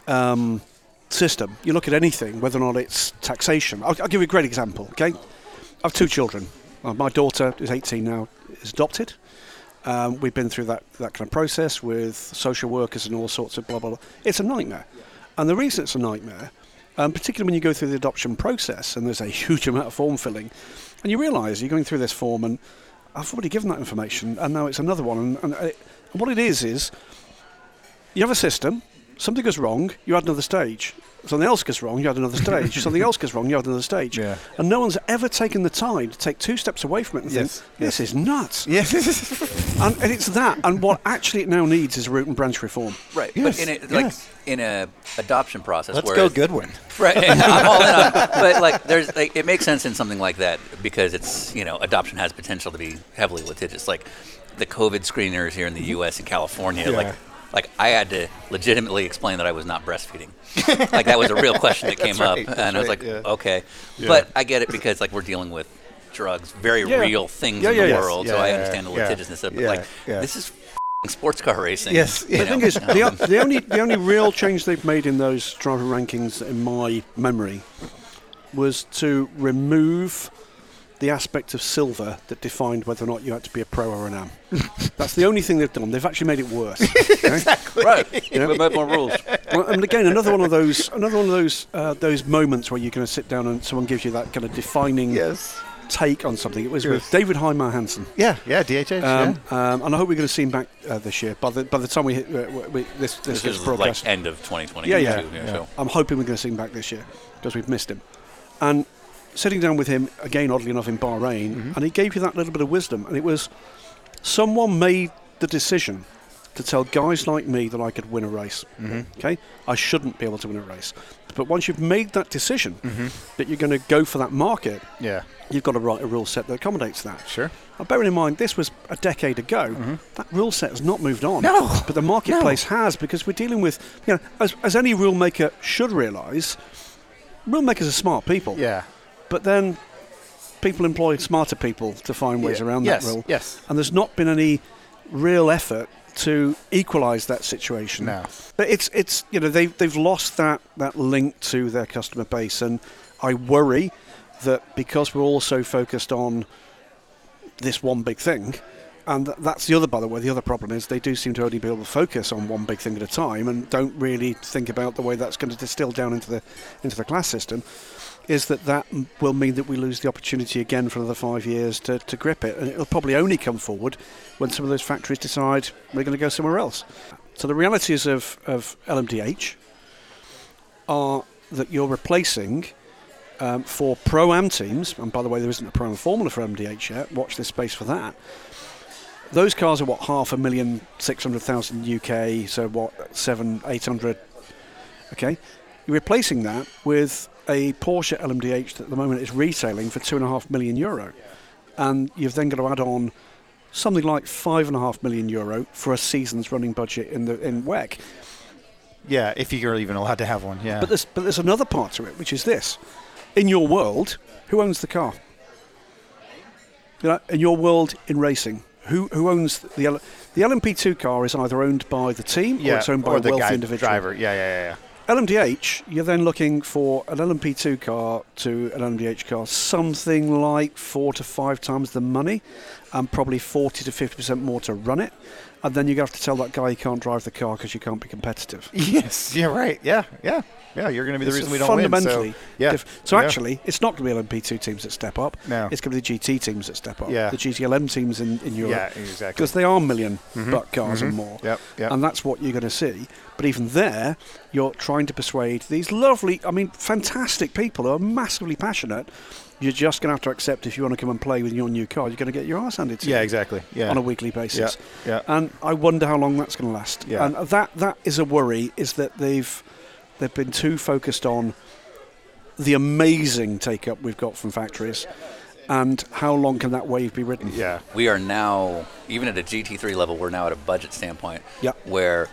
Speaker 1: um, system. You look at anything, whether or not it's taxation. I'll, I'll give you a great example. Okay, I have two children. Uh, my daughter is 18 now, is adopted. Um, we've been through that that kind of process with social workers and all sorts of blah blah. blah. It's a nightmare, and the reason it's a nightmare, um, particularly when you go through the adoption process and there's a huge [LAUGHS] amount of form filling, and you realise you're going through this form and I've already given that information, and now it's another one. And, and, it, and what it is is you have a system. Something goes wrong, you add another stage. Something else goes wrong, you add another
Speaker 3: [LAUGHS]
Speaker 1: stage. Something else goes wrong, you add another stage.
Speaker 3: Yeah.
Speaker 1: And no one's ever taken the time to take two steps away from it and
Speaker 3: Yes,
Speaker 1: think, this is nuts.
Speaker 3: Yes.
Speaker 1: And, and it's that. And what actually it now needs is root and branch reform.
Speaker 2: Right,
Speaker 3: Yes,
Speaker 2: but in a, like
Speaker 3: yes.
Speaker 2: in a adoption process.
Speaker 3: Let's
Speaker 2: where
Speaker 3: go Goodwin.
Speaker 2: [LAUGHS] Right, I'm all in on. But like, there's like, it makes sense in something like that because it's you know adoption has potential to be heavily litigious. Like the COVID screeners here
Speaker 3: Mm-hmm.
Speaker 2: in the U.S. and California, like. Like I had to legitimately explain that I was not breastfeeding. like that was a real question that came
Speaker 3: right, [LAUGHS]
Speaker 2: up,
Speaker 3: that's
Speaker 2: and I was
Speaker 3: right,
Speaker 2: like,
Speaker 3: yeah.
Speaker 2: okay. But I get it because like we're dealing with drugs, very
Speaker 1: Yeah.
Speaker 2: real things
Speaker 1: Yeah,
Speaker 2: in
Speaker 1: yeah,
Speaker 2: the
Speaker 1: yes.
Speaker 2: world, so
Speaker 3: Yeah,
Speaker 2: I
Speaker 3: yeah,
Speaker 2: understand the
Speaker 3: yeah.
Speaker 2: litigiousness of it. But
Speaker 3: Yeah,
Speaker 2: like
Speaker 3: yeah.
Speaker 2: this is f***ing sports car racing.
Speaker 3: Yes.
Speaker 2: you
Speaker 1: The
Speaker 3: The
Speaker 2: know?
Speaker 1: thing
Speaker 2: [LAUGHS]
Speaker 1: is, the,
Speaker 2: Um,
Speaker 1: o- the only the only real change they've made in those driver rankings, in my memory, was to remove the aspect of silver that defined whether or not you had to be a pro or an am. That's the only thing they've done. They've actually made it worse. exactly.
Speaker 2: right. We made more rules.
Speaker 1: Well, and again, another one of those another one of those uh, those moments where you're going to sit down and someone gives you that kind of defining
Speaker 3: Yes.
Speaker 1: take on something. It was
Speaker 3: Yes.
Speaker 1: with David Heimer Hansen.
Speaker 3: Yeah. Yeah. DHH.
Speaker 1: Um, um, and I hope we're going to see him back uh, this year. By the by the time we hit uh, we, we- this this,
Speaker 2: This
Speaker 1: gets
Speaker 2: is like
Speaker 1: broadcast,
Speaker 2: end of 2020.
Speaker 1: Yeah, yeah,
Speaker 2: too,
Speaker 1: yeah.
Speaker 2: So.
Speaker 1: I'm hoping we're going to see him back this year because we've missed him. And sitting down with him again, oddly enough, in Bahrain,
Speaker 3: Mm-hmm.
Speaker 1: and he gave you that little bit of wisdom. And it was someone made the decision to tell guys like me that I could win a race.
Speaker 3: Mm-hmm.
Speaker 1: Okay, I shouldn't be able to win a race. But once you've made that decision
Speaker 3: Mm-hmm.
Speaker 1: that you're going to go for that market,
Speaker 3: Yeah.
Speaker 1: you've got to write a rule set that accommodates that.
Speaker 3: Sure.
Speaker 1: Now, bearing in mind, this was a decade ago. That rule set has not moved on. Mm-hmm. No, but the marketplace has because we're dealing with, you know, as, as any rule maker should realise, rule makers are smart people.
Speaker 3: Yeah.
Speaker 1: But then, people employ smarter people to find ways
Speaker 3: Yeah.
Speaker 1: around
Speaker 3: yes.
Speaker 1: that rule.
Speaker 3: Yes.
Speaker 1: And there's not been any real effort to equalise that situation.
Speaker 3: No.
Speaker 1: But it's it's you know they they've lost that that link to their customer base, and I worry that because we're all so focused on this one big thing, and th- that's the other by the way. The other problem is they do seem to only be able to focus on one big thing at a time, and don't really think about the way that's going to distill down into the into the class system. Is that that m- will mean that we lose the opportunity again for another five years to, to grip it, and it'll probably only come forward when some of those factories decide we're going to go somewhere else. So the realities of, of LMDH are that you're replacing um, for pro am teams, and by the way, there isn't a pro am formula for LMDH yet. Watch this space for that. Those cars are what half a million, six hundred thousand UK, so what seven, eight hundred. Okay, you're replacing that with a Porsche LMDH that at the moment is retailing for two and a half million euro, and you've then got to add on something like five and a half million euro for a season's running budget in the in E WEC.
Speaker 3: Yeah. If you're even allowed to have one. Yeah.
Speaker 1: But there's but there's another part to it, which is this: in your world, who owns the car? You know, in your world in racing, who who owns the L- the LMP2 car is either owned by the team
Speaker 3: yeah.
Speaker 1: or it's owned by
Speaker 3: or
Speaker 1: a
Speaker 3: the
Speaker 1: wealthy
Speaker 3: guy
Speaker 1: individual.
Speaker 3: driver. Yeah. Yeah. Yeah.
Speaker 1: LMDH, you're then looking for an LMP2 car to an LMDH car, something like four to five times the money, and probably 40 to 50% more to run it. And then you have to tell that guy you can't drive the car because you can't be competitive.
Speaker 3: yeah. Yes. Yeah. Right. Yeah. Yeah. Yeah. You're going to be the
Speaker 1: It's
Speaker 3: reason we don't
Speaker 1: fundamentally
Speaker 3: win. So, yeah.
Speaker 1: diff- so
Speaker 3: yeah.
Speaker 1: actually, it's not going to be LMP2 teams that step up.
Speaker 3: No.
Speaker 1: It's going to be the GT teams that step up.
Speaker 3: Yeah.
Speaker 1: The GTLM teams in, in Europe.
Speaker 3: Yeah, exactly. Mm-hmm.
Speaker 1: Because they are 1000000 buck cars and more.
Speaker 3: Yep, yep.
Speaker 1: And that's what you're going to see. But even there, you're trying to persuade these lovely, I mean, fantastic people who are massively passionate. You're just going to have to accept if you want to come and play with your new car, you're going to get your ass handed to you
Speaker 3: Yeah. Exactly. Yeah.
Speaker 1: on a weekly basis.
Speaker 3: Yeah, yeah.
Speaker 1: And I wonder how long that's going to last.
Speaker 3: Yeah.
Speaker 1: And that that is a worry is that they've they've been too focused on the amazing take up we've got from factories and how long can that wave be ridden?
Speaker 3: Yeah.
Speaker 2: we are now even at a GT3 level. We're now at a budget standpoint
Speaker 1: Yep.
Speaker 2: where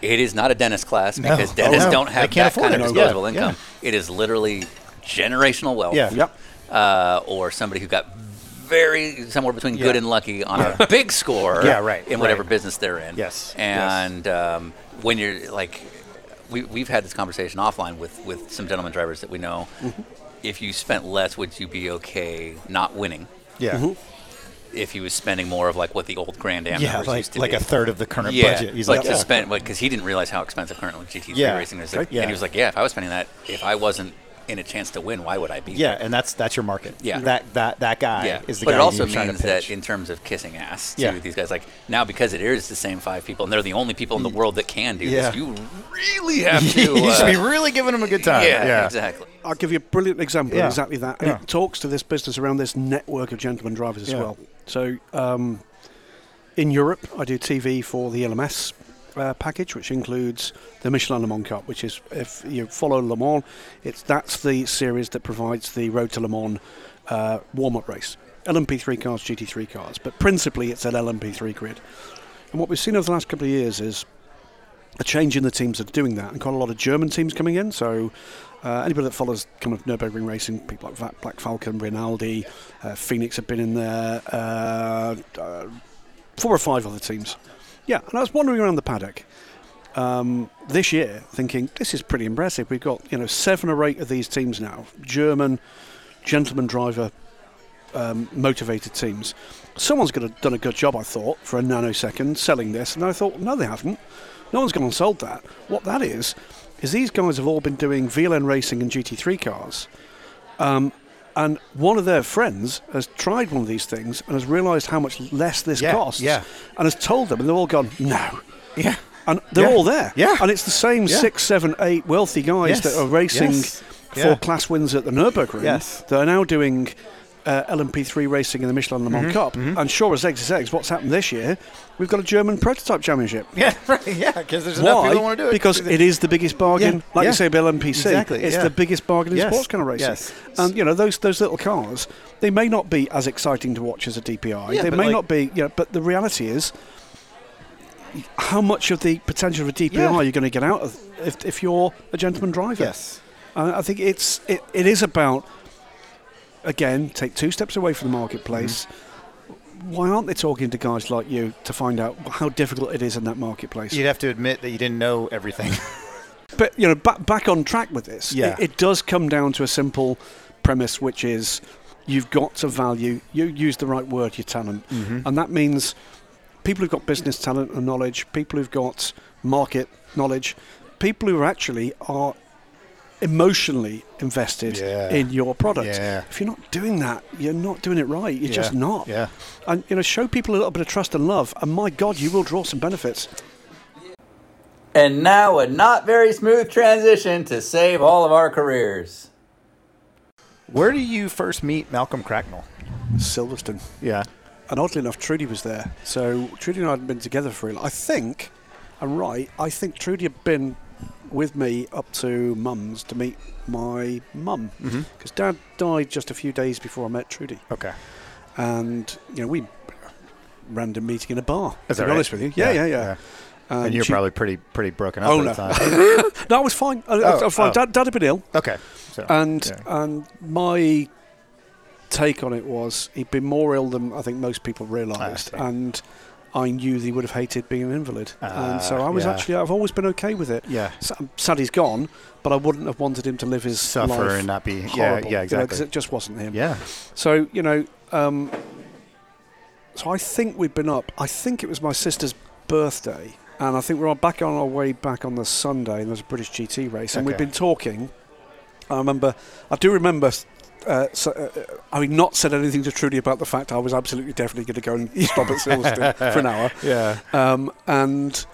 Speaker 2: it is not a dentist class
Speaker 3: No.
Speaker 2: because
Speaker 3: Oh,
Speaker 2: dentists
Speaker 3: no.
Speaker 2: don't have
Speaker 3: They can't
Speaker 2: that
Speaker 3: afford
Speaker 2: kind of
Speaker 3: it. No.
Speaker 2: disposable
Speaker 3: Yeah,
Speaker 2: income. It is literally generational wealth.
Speaker 3: Yeah.
Speaker 1: Yep.
Speaker 2: Uh, or somebody who got very somewhere between good
Speaker 3: Yeah.
Speaker 2: and lucky on a big score.
Speaker 3: Yeah, right,
Speaker 2: In whatever
Speaker 3: right.
Speaker 2: business they're in.
Speaker 3: Yes, yes.
Speaker 2: And um, when you're like, we, we've had this conversation offline with with some gentleman drivers that we know.
Speaker 3: Mm-hmm.
Speaker 2: If you spent less, would you be okay not winning?
Speaker 3: Yeah.
Speaker 1: Mm-hmm.
Speaker 2: if he was spending more of like what the old Grand Am
Speaker 3: Yeah,
Speaker 2: numbers used
Speaker 3: like
Speaker 2: to
Speaker 3: like
Speaker 2: be.
Speaker 3: a third of the current
Speaker 2: yeah,
Speaker 3: budget.
Speaker 2: like, to spend because he didn't realize how expensive currently GT3
Speaker 3: Yeah.
Speaker 2: racing is,
Speaker 3: Okay.
Speaker 2: and
Speaker 3: Yeah.
Speaker 2: he was like, yeah, if I was spending that, if I wasn't in a chance to win, why would I be?
Speaker 3: Yeah, and that's that's your market.
Speaker 2: Yeah.
Speaker 3: That that that guy
Speaker 2: Yeah,
Speaker 3: is the
Speaker 2: but
Speaker 3: guy
Speaker 2: it also
Speaker 3: you're trying to
Speaker 2: means
Speaker 3: pitch.
Speaker 2: that in terms of kissing ass, too,
Speaker 3: Yeah.
Speaker 2: these guys like now because it is the same five people and they're the only people in the world that can do
Speaker 3: Yeah.
Speaker 2: this. You really have
Speaker 3: [LAUGHS]
Speaker 2: to.
Speaker 3: you should
Speaker 2: uh,
Speaker 3: be really giving him a good time.
Speaker 2: yeah,
Speaker 3: yeah.
Speaker 2: exactly.
Speaker 1: I'll give you a brilliant example
Speaker 3: Yeah.
Speaker 1: of exactly that. And
Speaker 3: Yeah.
Speaker 1: it talks to this business around this network of gentlemen drivers as
Speaker 3: Yeah.
Speaker 1: well. So um, in Europe, I do TV for the LMS uh, package, which includes the Michelin Le Mans Cup, which is if you follow Le Mans, it's that's the series that provides the Road to Le Mans uh, warm-up race. LMP3 cars, GT3 cars, but principally it's an LMP3 grid. And what we've seen over the last couple of years is a change in the teams that are doing that, and quite a lot of German teams coming in. So uh, anybody that follows kind of Nurburgring racing, people like Va- Black Falcon, Rinaldi, uh, Phoenix have been in there, uh, uh, four or five other teams. Yeah, and I was wandering around the paddock um, this year, thinking this is pretty impressive. We've got you know seven or eight of these teams now, German gentleman driver um, motivated teams. Someone's going to done a good job, I thought, for a nanosecond selling this, and I thought, no, they haven't. No one's gone and sold that. What that is, is these guys have all been doing VLN racing and GT3 cars. Um, and one of their friends has tried one of these things and has realised how much less this
Speaker 3: Yeah,
Speaker 1: costs
Speaker 3: yeah.
Speaker 1: and has told them, and they've all gone, no.
Speaker 3: Yeah. [LAUGHS]
Speaker 1: And they're
Speaker 3: Yeah.
Speaker 1: all there.
Speaker 3: Yeah.
Speaker 1: And it's the same
Speaker 3: Yeah.
Speaker 1: six, seven, eight wealthy guys
Speaker 3: Yes.
Speaker 1: that are racing
Speaker 3: Yes.
Speaker 1: for
Speaker 3: Yeah.
Speaker 1: class wins at the Nürburgring
Speaker 3: Yes.
Speaker 1: that are now doing uh, LMP3 racing in the Michelin Le Mans
Speaker 3: Mm-hmm.
Speaker 1: Cup. And sure as eggs is eggs, what's happened this year? We've got a German prototype championship.
Speaker 3: Yeah, right. Yeah, because there's enough
Speaker 1: Why?
Speaker 3: people that want to do it.
Speaker 1: Because it is the biggest bargain.
Speaker 3: Yeah,
Speaker 1: Like
Speaker 3: yeah.
Speaker 1: you say about LMPC,
Speaker 3: Exactly,
Speaker 1: it's
Speaker 3: yeah.
Speaker 1: the biggest bargain in
Speaker 3: Yes,
Speaker 1: sports car racing.
Speaker 3: yes.
Speaker 1: And you know those those little cars, they may not be as exciting to watch as a DPI.
Speaker 3: Yeah,
Speaker 1: they
Speaker 3: but
Speaker 1: may
Speaker 3: like-
Speaker 1: not be. You know, but the reality is, how much of the potential of a DPI
Speaker 3: Yeah.
Speaker 1: you're going to get out of if, if you're a gentleman driver?
Speaker 3: yes.
Speaker 1: And I think it's it, it is about again take two steps away from the marketplace.
Speaker 3: Mm-hmm.
Speaker 1: Why aren't they talking to guys like you to find out how difficult it is in that marketplace?
Speaker 3: You'd have to admit that you didn't know everything.
Speaker 1: But you know, back back on track with this.
Speaker 3: Yeah.
Speaker 1: It, it does come down to a simple premise, which is you've got to value. You use the right word, your talent,
Speaker 3: Mm-hmm.
Speaker 1: and that means people who've got business talent and knowledge, people who've got market knowledge, people who actually are emotionally invested
Speaker 3: Yeah.
Speaker 1: in your product.
Speaker 3: Yeah.
Speaker 1: If you're not doing that, you're not doing it right. You're just
Speaker 3: Yeah.
Speaker 1: not.
Speaker 3: Yeah.
Speaker 1: And you know, show people a little bit of trust and love, and my God, you will draw some benefits.
Speaker 2: And now a not very smooth transition to save all of our careers.
Speaker 3: Where do you first meet Malcolm Cracknell?
Speaker 1: Silverstone.
Speaker 3: Yeah.
Speaker 1: And oddly enough, Trudy was there. So Trudy and I had been together for a I think, I'm right, I think Trudy had been with me up to mum's to meet my mum.
Speaker 3: Mm-hmm.
Speaker 1: Because dad died just a few days before I met Trudy.
Speaker 3: Okay.
Speaker 1: And, you know, we random meeting in a bar.
Speaker 3: Is
Speaker 1: to
Speaker 3: that
Speaker 1: be
Speaker 3: right?
Speaker 1: honest with you. Yeah, yeah, yeah.
Speaker 3: And,
Speaker 1: And
Speaker 3: you're
Speaker 1: she-
Speaker 3: probably pretty pretty broken up
Speaker 1: Oh,
Speaker 3: at the
Speaker 1: no. [LAUGHS]
Speaker 3: time.
Speaker 1: No, I was fine. I, I, I was fine.
Speaker 3: oh.
Speaker 1: Dad, dad had been ill.
Speaker 3: okay. So,
Speaker 1: And
Speaker 3: yeah.
Speaker 1: and my take on it was he'd been more ill than I think most people realised,
Speaker 3: see.
Speaker 1: and I knew that he would have hated being an invalid,
Speaker 3: Ah,
Speaker 1: and so I was
Speaker 3: yeah.
Speaker 1: actually I've always been okay with it.
Speaker 3: Yeah.
Speaker 1: S- I'm sad he's gone, but I wouldn't have wanted him to live his
Speaker 3: Suffer
Speaker 1: life
Speaker 3: and not be- yeah,
Speaker 1: horrible,
Speaker 3: yeah,
Speaker 1: because
Speaker 3: exactly.
Speaker 1: it just wasn't him.
Speaker 3: yeah.
Speaker 1: So you know, um, so I think we'd been up. I think it was my sister's birthday, and I think we were back on our way back on the Sunday, and there was a British GT race, and we'd
Speaker 3: Okay.
Speaker 1: been talking. I remember, I do remember. Uh, so, uh, having not said anything to Trudy about the fact I was absolutely definitely going to go and [LAUGHS] stop at Silverstone for an hour,
Speaker 3: Yeah.
Speaker 1: um, and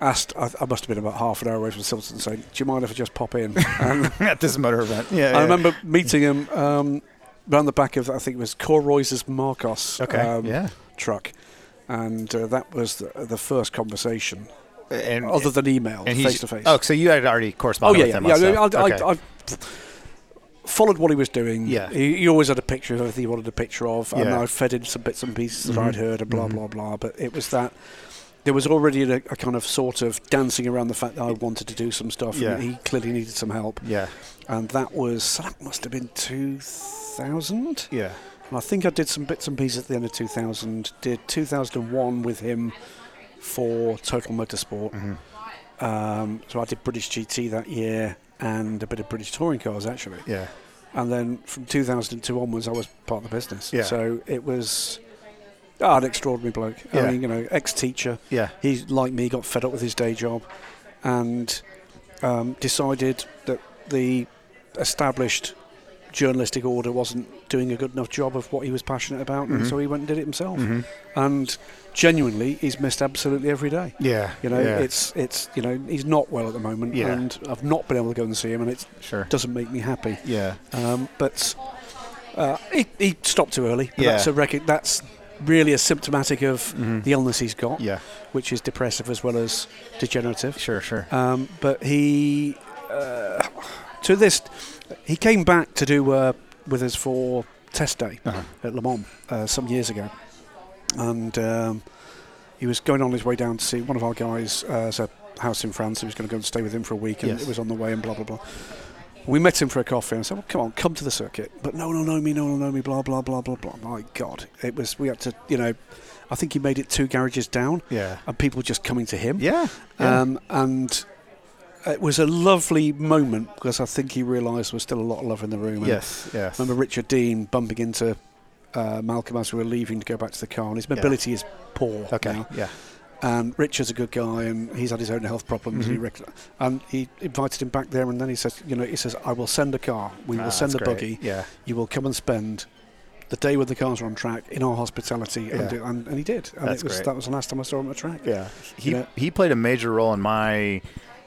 Speaker 1: asked, I, I must have been about half an hour away from Silverstone, saying, "Do you mind if I just pop in?" [LAUGHS] And
Speaker 3: [LAUGHS] at this motor event. Yeah.
Speaker 1: I
Speaker 3: yeah.
Speaker 1: remember meeting him um, round the back of I think it was Corroy's Marcos
Speaker 3: Okay.
Speaker 1: um,
Speaker 3: yeah.
Speaker 1: truck, and uh, that was the, the first conversation,
Speaker 3: And
Speaker 1: other than email,
Speaker 3: and he's-
Speaker 1: face to face.
Speaker 3: Oh, so you had already
Speaker 1: Oh,
Speaker 3: corresponded
Speaker 1: yeah,
Speaker 3: with
Speaker 1: yeah,
Speaker 3: him
Speaker 1: yeah. I,
Speaker 3: on
Speaker 1: mean, I,
Speaker 3: stuff. okay.
Speaker 1: I, I followed what he was doing.
Speaker 3: Yeah.
Speaker 1: he, he always had a picture of everything he wanted a picture of, and
Speaker 3: Yeah. Mm-hmm.
Speaker 1: I fed him some bits and pieces that I'd heard, and blah blah blah. But it was that. There was already a, a kind of sort of dancing around the fact that I wanted to do some stuff,
Speaker 3: Yeah.
Speaker 1: and he clearly needed some help.
Speaker 3: yeah.
Speaker 1: And that was, so that must have been 2000?
Speaker 3: Yeah.
Speaker 1: And I think I did some bits and pieces at the end of 2000. Did 2001 with him for Total Motorsport. Um, so I did British GT that year and a bit of British touring cars actually.
Speaker 3: Yeah.
Speaker 1: And then from 2002 onwards, I was part of the business.
Speaker 3: Yeah.
Speaker 1: So it was ah, an extraordinary bloke.
Speaker 3: Yeah.
Speaker 1: I mean, you know, ex-teacher.
Speaker 3: Yeah.
Speaker 1: He, like me, got fed up with his day job and um, decided that the established journalistic order wasn't doing a good enough job of what he was passionate about, and
Speaker 3: Mm-hmm.
Speaker 1: so he went and did it himself. And genuinely, he's missed absolutely every day.
Speaker 3: Yeah,
Speaker 1: You know,
Speaker 3: yeah.
Speaker 1: it's it's you know he's not well at the moment,
Speaker 3: Yeah.
Speaker 1: and I've not been able to go and see him, and it
Speaker 3: Sure.
Speaker 1: doesn't make me happy.
Speaker 3: Yeah.
Speaker 1: Um, but uh, he, he stopped too early. But
Speaker 3: Yeah. Mm-hmm.
Speaker 1: That's a record. That's really a symptomatic of the illness he's got,
Speaker 3: Yeah.
Speaker 1: which is depressive as well as degenerative.
Speaker 3: Sure, sure.
Speaker 1: Um, but he, uh, to this, he came back to do uh, with us for test day
Speaker 3: Uh-huh.
Speaker 1: at Le Mans uh, some years ago, and um, he was going on his way down to see one of our guys uh, has a house in France. He was going to go and stay with him for a week, and
Speaker 3: Yes.
Speaker 1: it was on the way, and blah blah blah. We met him for a coffee, and I said, "Well, come on, come to the circuit." But no, no, no, me, no, no, no, me, blah blah blah blah blah. My God, it was. We had to, you know, I think he made it two garages down,
Speaker 3: Yeah.
Speaker 1: and people just coming to him,
Speaker 3: yeah. yeah.
Speaker 1: um, and it was a lovely moment because I think he realised there was still a lot of love in the room. And
Speaker 3: yes. Yes.
Speaker 1: I remember Richard Dean bumping into uh, Malcolm as we were leaving to go back to the car, and his mobility is poor.
Speaker 3: okay.
Speaker 1: now.
Speaker 3: Yeah.
Speaker 1: And Richard's a good guy, and he's had his own health problems. And, he
Speaker 3: Mm-hmm.
Speaker 1: rec- and he invited him back there, and then he says, "You know, he says I will send a car. We will
Speaker 3: Ah,
Speaker 1: send a
Speaker 3: that's great.
Speaker 1: buggy.
Speaker 3: Yeah.
Speaker 1: You will come and spend." The day when the cars are on track in our hospitality,
Speaker 3: Yeah.
Speaker 1: and, do, and, and he did, and
Speaker 3: That's
Speaker 1: it was
Speaker 3: great.
Speaker 1: that was the last time I saw him on the [LAUGHS] track.
Speaker 3: Yeah. He
Speaker 1: You know?
Speaker 3: he played a major role in my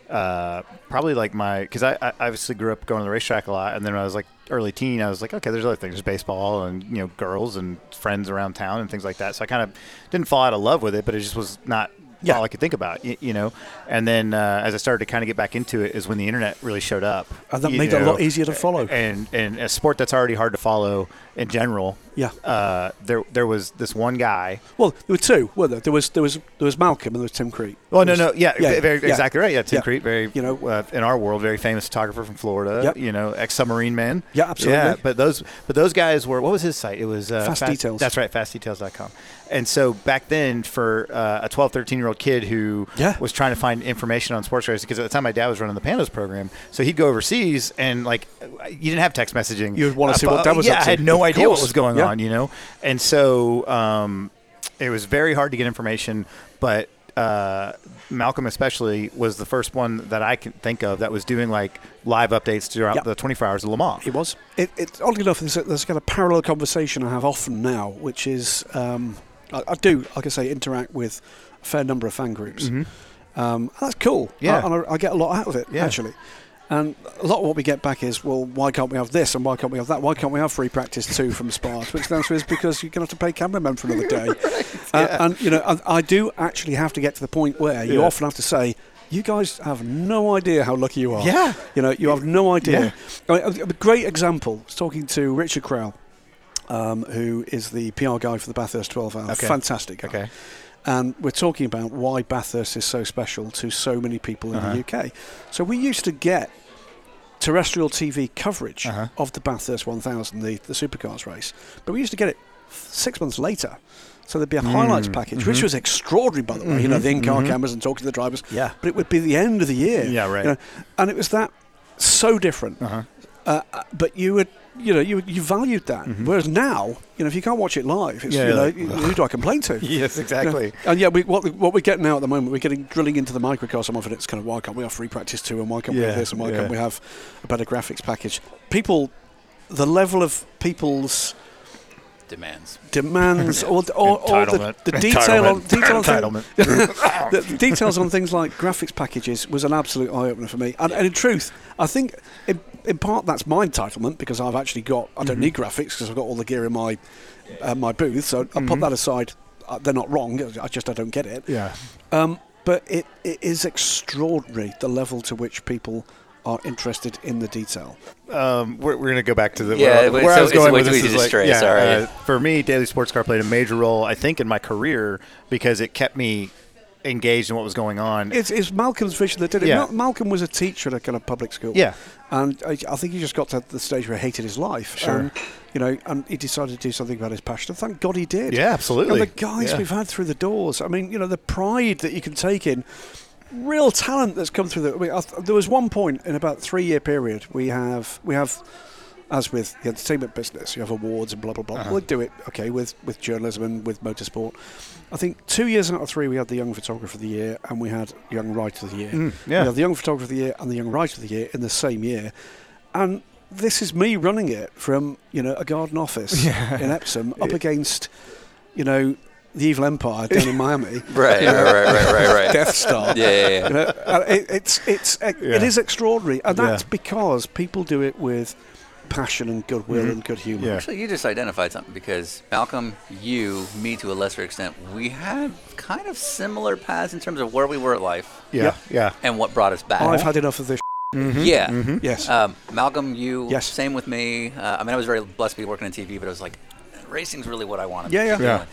Speaker 3: uh, probably like my because I, I obviously grew up going to the racetrack a lot, and then when I was like early teen, I was like, okay, there's other things, there's baseball and you know girls and friends around town and things like that. So I kind of didn't fall out of love with it, but it just was not.
Speaker 1: Yeah.
Speaker 3: all I could think about, you, you know, and then uh, as I started to kind of get back into it, is when the internet really showed up,
Speaker 1: And Uh, that
Speaker 3: you
Speaker 1: made it a lot easier to follow.
Speaker 3: And and a sport that's already hard to follow in general,
Speaker 1: Yeah.
Speaker 3: Uh, there there was this one guy
Speaker 1: Well, there were two, weren't there? There was there was there was Malcolm and there was Tim Crete.
Speaker 3: Well, Oh, no,
Speaker 1: There
Speaker 3: no,
Speaker 1: was-
Speaker 3: yeah, very, exactly right. Yeah, Tim
Speaker 1: yeah.
Speaker 3: Crete, very,
Speaker 1: You
Speaker 3: you
Speaker 1: know-
Speaker 3: know, uh, in our world, very famous photographer from Florida.
Speaker 1: Yep.
Speaker 3: You know, ex-submarine man.
Speaker 1: Yeah, absolutely.
Speaker 3: Yeah, but those, but those guys were. What was his site? It was uh,
Speaker 1: Fast Details.
Speaker 3: That's right, fastdetails.com. And so back then, for uh, a 12, 13 year old kid who
Speaker 1: Yeah.
Speaker 3: was trying to find information on sports races, because at the time my dad was running the Pandas program, so he'd go overseas and like, you didn't have text messaging.
Speaker 1: You'd wanna
Speaker 3: I
Speaker 1: see what
Speaker 3: thought-
Speaker 1: dad was
Speaker 3: Yeah,
Speaker 1: up
Speaker 3: I
Speaker 1: to.
Speaker 3: had no
Speaker 1: Of
Speaker 3: idea
Speaker 1: course.
Speaker 3: what was going
Speaker 1: Yeah.
Speaker 3: on. You know, and so. Um, it was very hard to get information, but uh, Malcolm especially was the first one that I can think of that was doing like live updates throughout
Speaker 1: Yep.
Speaker 3: the 24 hours of Le Mans.
Speaker 1: It was. It, it, oddly enough, there's, a, there's kind of parallel conversation I have often now, which is um, I, I do, like I say, interact with a fair number of fan groups. Um, and that's cool.
Speaker 3: Mm-hmm. Yeah.
Speaker 1: I, and I, I get a lot out of it,
Speaker 3: Yeah.
Speaker 1: actually. And a lot of what we get back is, well, why can't we have this and why can't we have that? Why can't we have free practice two from Spa? To Which the answer is because you're going to have to pay cameramen for another
Speaker 3: [LAUGHS]
Speaker 1: day. Uh, And, you know, I, I do actually have to get to the point where you
Speaker 3: Yeah.
Speaker 1: often have to say, you guys have no idea how lucky you are.
Speaker 3: Yeah.
Speaker 1: You know, you have no idea.
Speaker 3: Yeah.
Speaker 1: I mean, a- a great example, I was talking to Richard Crowell, um, who is the PR guy for the Bathurst 12 Hour.
Speaker 3: Okay.
Speaker 1: Fantastic. guy.
Speaker 3: Okay.
Speaker 1: And we're talking about why Bathurst is so special to so many people in
Speaker 3: Uh-huh.
Speaker 1: the UK. So we used to get terrestrial TV coverage
Speaker 3: Uh-huh.
Speaker 1: of the Bathurst 1000, the, the supercars race, but we used to get it six months later. So there'd be a highlights
Speaker 3: Hmm.
Speaker 1: package,
Speaker 3: Mm-hmm.
Speaker 1: which was extraordinary, by the way. You know, the in-car cameras and talking to the drivers.
Speaker 3: Yeah.
Speaker 1: But it would be the end of the year.
Speaker 3: Yeah, right.
Speaker 1: you know, and it was that so different. Uh-huh. but you would, you know, you you valued that. Whereas now, you know, if you can't watch it live, it's,
Speaker 3: Mm-hmm. Yeah,
Speaker 1: you know,
Speaker 3: like,
Speaker 1: who do I complain
Speaker 3: [LAUGHS]
Speaker 1: to?
Speaker 3: [LAUGHS] Yes, exactly.
Speaker 1: And yeah, we, what, we- what we're getting now at the moment, we're getting drilling into the microcosm of it. It's kind of why can't we have free practice two, and why can't we have
Speaker 3: Yeah,
Speaker 1: this, and why
Speaker 3: yeah.
Speaker 1: can't we have a better graphics package? People, the level of people's
Speaker 2: Demands.
Speaker 1: demands or, or, or the,
Speaker 3: Entitlement.
Speaker 1: the detail on, detail on thing- [LAUGHS]
Speaker 3: Entitlement.
Speaker 1: the the details on things like graphics packages was an absolute eye opener for me. And, and in truth, I think in, in part that's my entitlement because I've actually got I
Speaker 3: Mm-hmm.
Speaker 1: don't need graphics because I've got all the gear in my uh, my booth. So I'll put that aside. Uh, they're not wrong. I just I don't get it.
Speaker 3: Mm-hmm. Yeah.
Speaker 1: Um, but it, it is extraordinary the level to which people are interested in the detail.
Speaker 3: Um, we're we're going to go back to the
Speaker 2: Yeah,
Speaker 3: where, where
Speaker 2: but so
Speaker 3: I was
Speaker 2: it's
Speaker 3: going
Speaker 2: way
Speaker 3: with
Speaker 2: too
Speaker 3: this
Speaker 2: easy
Speaker 3: is
Speaker 2: to
Speaker 3: like,
Speaker 2: stray,
Speaker 3: yeah,
Speaker 2: sorry.
Speaker 3: uh, for me, Daily Sports Car played a major role, I think, in my career because it kept me engaged in what was going on.
Speaker 1: It's, it's Malcolm's vision that did it.
Speaker 3: Yeah.
Speaker 1: Mal- Malcolm was a teacher at a kind of public school.
Speaker 3: Yeah.
Speaker 1: And I, I think he just got to the stage where he hated his life.
Speaker 3: Sure.
Speaker 1: And, you know, and he decided to do something about his passion. And thank God he did.
Speaker 3: Yeah, absolutely.
Speaker 1: You know, the guys
Speaker 3: Yeah.
Speaker 1: we've had through the doors. I mean, you know, the pride that you can take in real talent that's come through. The, I mean, I th- there was one point in about three year period we have we have. As with the entertainment business, you have awards and blah blah blah.
Speaker 3: Uh-huh.
Speaker 1: We'll do it okay with, with journalism and with motorsport. I think two years out of three, we had the Young Photographer of the Year and we had Young Writer of the Year.
Speaker 3: Mm, yeah.
Speaker 1: We had the Young Photographer of the Year and the Young Writer of the Year in the same year. And this is me running it from you know a garden
Speaker 2: [LAUGHS]
Speaker 1: office in Epsom up against you know the evil empire down in Miami.
Speaker 2: Right, right, right, right, [LAUGHS] right, right.
Speaker 1: Death Star.
Speaker 2: [LAUGHS] Yeah,
Speaker 3: [LAUGHS]
Speaker 2: yeah, yeah.
Speaker 1: You know, uh, it, it's it's it, it
Speaker 3: Yeah.
Speaker 1: is extraordinary, and that's
Speaker 3: Yeah.
Speaker 1: because people do it with passion and goodwill
Speaker 2: Mm-hmm.
Speaker 1: and good humour.
Speaker 3: Yeah.
Speaker 2: Actually, you just identified something because Malcolm, you, me to a lesser extent, we had kind of similar paths in terms of where we were at life
Speaker 3: Yeah, Oh, yeah.
Speaker 2: and what brought us back.
Speaker 1: I've had enough of this.
Speaker 2: yeah.
Speaker 3: Mm-hmm.
Speaker 1: Yes.
Speaker 2: Um, Malcolm, you,
Speaker 1: Yes.
Speaker 2: same with me. Uh, I mean, I was very blessed to be working in TV, but I was like, racing's really what I wanted.
Speaker 1: Yeah, yeah.
Speaker 2: to be doing.
Speaker 3: Yeah.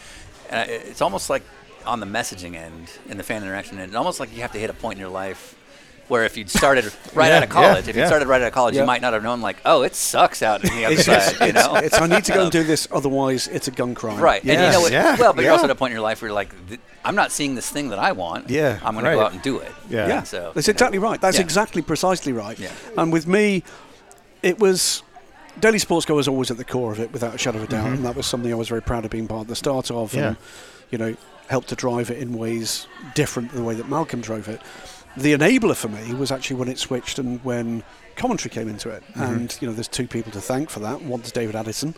Speaker 2: And I, it's almost like on the messaging end and the fan interaction end, almost like you have to hit a point in your life where if you'd
Speaker 3: [LAUGHS]
Speaker 2: started right
Speaker 3: Yeah,
Speaker 2: out of college,
Speaker 3: yeah,
Speaker 2: if you
Speaker 3: yeah.
Speaker 2: started right out of college,
Speaker 1: Yeah.
Speaker 2: you might not have known like, oh, it sucks out in the other side, you know? Um,
Speaker 1: It's, I need to go and do this, otherwise it's a gun crime.
Speaker 2: Right. And you know what?
Speaker 3: yeah,
Speaker 2: well, but you're
Speaker 3: yeah.
Speaker 2: also at a point in your life where you're like, "Th- I'm not seeing this thing that I want.
Speaker 3: Yeah,
Speaker 2: I'm going to go
Speaker 3: right.
Speaker 2: out and do it.
Speaker 3: Yeah.
Speaker 1: Yeah,
Speaker 2: And So,
Speaker 1: that's
Speaker 2: you know,
Speaker 1: exactly right. That's
Speaker 2: Yeah.
Speaker 1: exactly precisely right.
Speaker 2: Yeah.
Speaker 1: And with me, it was Daily Sports Go was always at the core of it, without a shadow of a doubt, and that was something I was very proud of being part of the start of.
Speaker 3: Yeah.
Speaker 1: And, you know, helped to drive it in ways different than the way that Malcolm drove it. The enabler for me was actually when it switched and when commentary came into it. And you know, there's two people to thank for that. One's David Addison.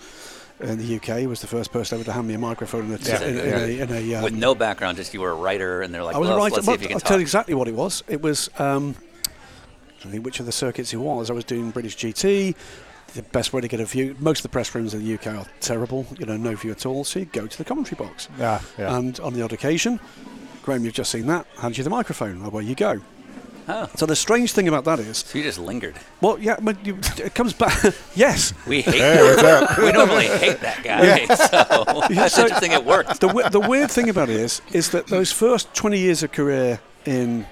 Speaker 1: In the UK, was the first person ever to hand me a microphone in a, t-
Speaker 2: Yeah.
Speaker 1: in, in a, in a um,
Speaker 2: with no background, just you were a writer, and they're like,
Speaker 1: I was
Speaker 2: well,
Speaker 1: a writer.
Speaker 2: let's see
Speaker 1: Well,
Speaker 2: if you
Speaker 1: I'll
Speaker 2: can
Speaker 1: tell you
Speaker 2: talk.
Speaker 1: exactly what it was. It was, um, I don't think which of the circuits it was. I was doing British GT. The best way to get a view. Most of the press rooms in the UK are terrible. You know, no view at all. So you go to the commentary box.
Speaker 3: Yeah, yeah.
Speaker 1: And on the odd occasion, Graham, you've just seen that. Hands you the microphone. Away you go.
Speaker 2: Oh.
Speaker 1: So the strange thing about that is,
Speaker 2: So you just lingered.
Speaker 1: well, yeah, but you, it comes back. [LAUGHS] yes,
Speaker 2: We hate that. [LAUGHS] We normally hate that guy. [LAUGHS] So that's
Speaker 1: so-
Speaker 2: interesting. It worked.
Speaker 1: the, w- the weird thing about it is, is that those first 20 years of career in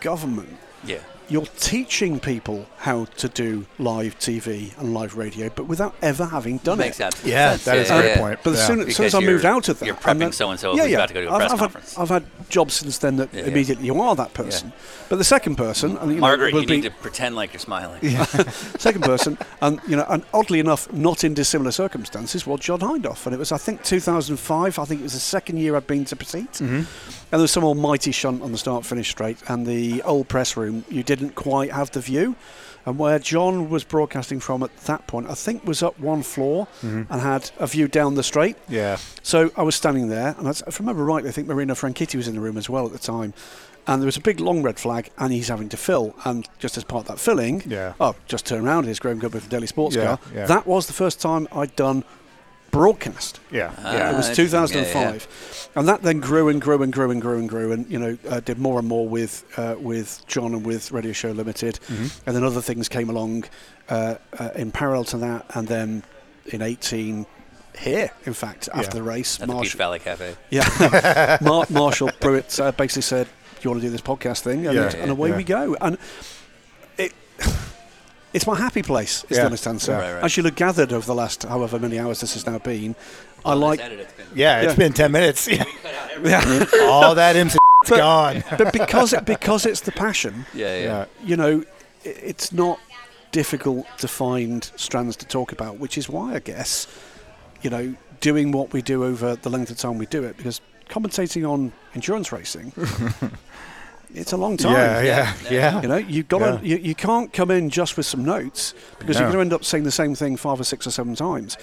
Speaker 1: government
Speaker 2: Yeah.
Speaker 1: you're teaching people how to do live TV and live radio, but without ever having done
Speaker 2: Makes
Speaker 1: it.
Speaker 2: absolute
Speaker 3: Yeah,
Speaker 2: sense.
Speaker 3: that is a
Speaker 2: yeah,
Speaker 3: great
Speaker 2: yeah.
Speaker 3: point.
Speaker 1: But as
Speaker 3: Yeah.
Speaker 1: soon, as soon as
Speaker 2: Because
Speaker 1: I moved
Speaker 2: you're-
Speaker 1: out of that,
Speaker 2: you're prepping
Speaker 1: and then-
Speaker 2: so-and-so
Speaker 1: yeah,
Speaker 2: who's
Speaker 1: yeah.
Speaker 2: about to go to a
Speaker 1: I've,
Speaker 2: press
Speaker 1: I've
Speaker 2: conference.
Speaker 1: Had, I've had jobs since then that
Speaker 2: Yeah, yeah.
Speaker 1: immediately you are that person. But the second person, and, you know,
Speaker 2: Margaret,
Speaker 1: will
Speaker 2: you
Speaker 1: be
Speaker 2: need to pretend like you're smiling.
Speaker 1: [LAUGHS] second person, and you know, and oddly enough, not in dissimilar circumstances, was John Hindoff, and it was I think 2005. I think it was the second year I'd been to Petite, and there was some almighty shunt on the start-finish straight, and the old press room. You didn't quite have the view, and where John was broadcasting from at that point, I think was up one floor and had a view down the straight.
Speaker 3: Yeah.
Speaker 1: So I was standing there, and I s- if I remember rightly, I think Marino Franchitti was in the room as well at the time. And there was a big long red flag, and he's having to fill. And just as part of that filling,
Speaker 3: Yeah.
Speaker 1: oh, just turn around, here's Graham Goodman from Daily Sports
Speaker 3: Yeah,
Speaker 1: Car.
Speaker 3: yeah.
Speaker 1: That was the first time I'd done broadcast.
Speaker 3: Yeah.
Speaker 2: Uh,
Speaker 1: it
Speaker 3: yeah.
Speaker 1: was
Speaker 2: interesting.
Speaker 1: 2005, and that then grew and grew and grew and grew and grew, and you know, uh, did more and more with uh, with John and with Radio Show Limited,
Speaker 3: Mm-hmm.
Speaker 1: and then other things came along uh, uh, in parallel to that, and then in 18 here, in fact, after
Speaker 3: Yeah.
Speaker 1: the race,
Speaker 2: At the Peach Valley Cafe. [LAUGHS]
Speaker 1: yeah, Mar- Marshall Pruitt uh, basically said, "Do you want to do this podcast thing?" And,
Speaker 3: Yeah.
Speaker 1: and away
Speaker 3: Yeah.
Speaker 1: we go. And it, [SIGHS] it's my happy place. Is
Speaker 3: Yeah.
Speaker 1: the honest answer.
Speaker 2: Yeah. Right, right.
Speaker 1: As you'll have gathered over the last however many hours this has now been, I like.
Speaker 2: Said it, it's been-
Speaker 3: Yeah, it's
Speaker 1: Yeah.
Speaker 3: been 10 minutes.
Speaker 1: [LAUGHS]
Speaker 3: [LAUGHS] Mm-hmm.
Speaker 1: Yeah,
Speaker 3: All that MC is gone.
Speaker 1: but because it, because it's the passion,
Speaker 2: [LAUGHS] Yeah, yeah.
Speaker 3: Yeah.
Speaker 1: you know, i it's not difficult to find strands to talk about, which is why I guess, you know, doing what we do over the length of time we do it, because commentating on endurance
Speaker 2: [LAUGHS]
Speaker 1: racing, it's a long time.
Speaker 3: Yeah, yeah, yeah.
Speaker 1: You know, you've got to, you, you can't come in just with some notes because you're
Speaker 3: No.
Speaker 1: going to end up saying the same thing five or six or seven times.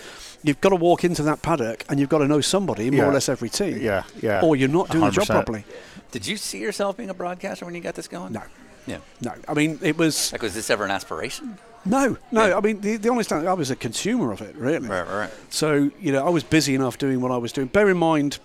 Speaker 1: You've got to walk into that paddock and you've got to know somebody, more
Speaker 3: Yeah.
Speaker 1: or less every team.
Speaker 3: Yeah, yeah.
Speaker 1: Or you're not doing the job
Speaker 3: 100%.
Speaker 1: properly.
Speaker 2: Did you see yourself being a broadcaster when you got this going?
Speaker 1: No,
Speaker 2: Yeah.
Speaker 1: no. I mean, it was.
Speaker 2: Like, was this ever an aspiration?
Speaker 1: No, no.
Speaker 2: Yeah.
Speaker 1: I mean, the, the honest answer, I was a consumer of it, really.
Speaker 2: Right, right, right.
Speaker 1: So, you know, I was busy enough doing what I was doing. Bear in mind,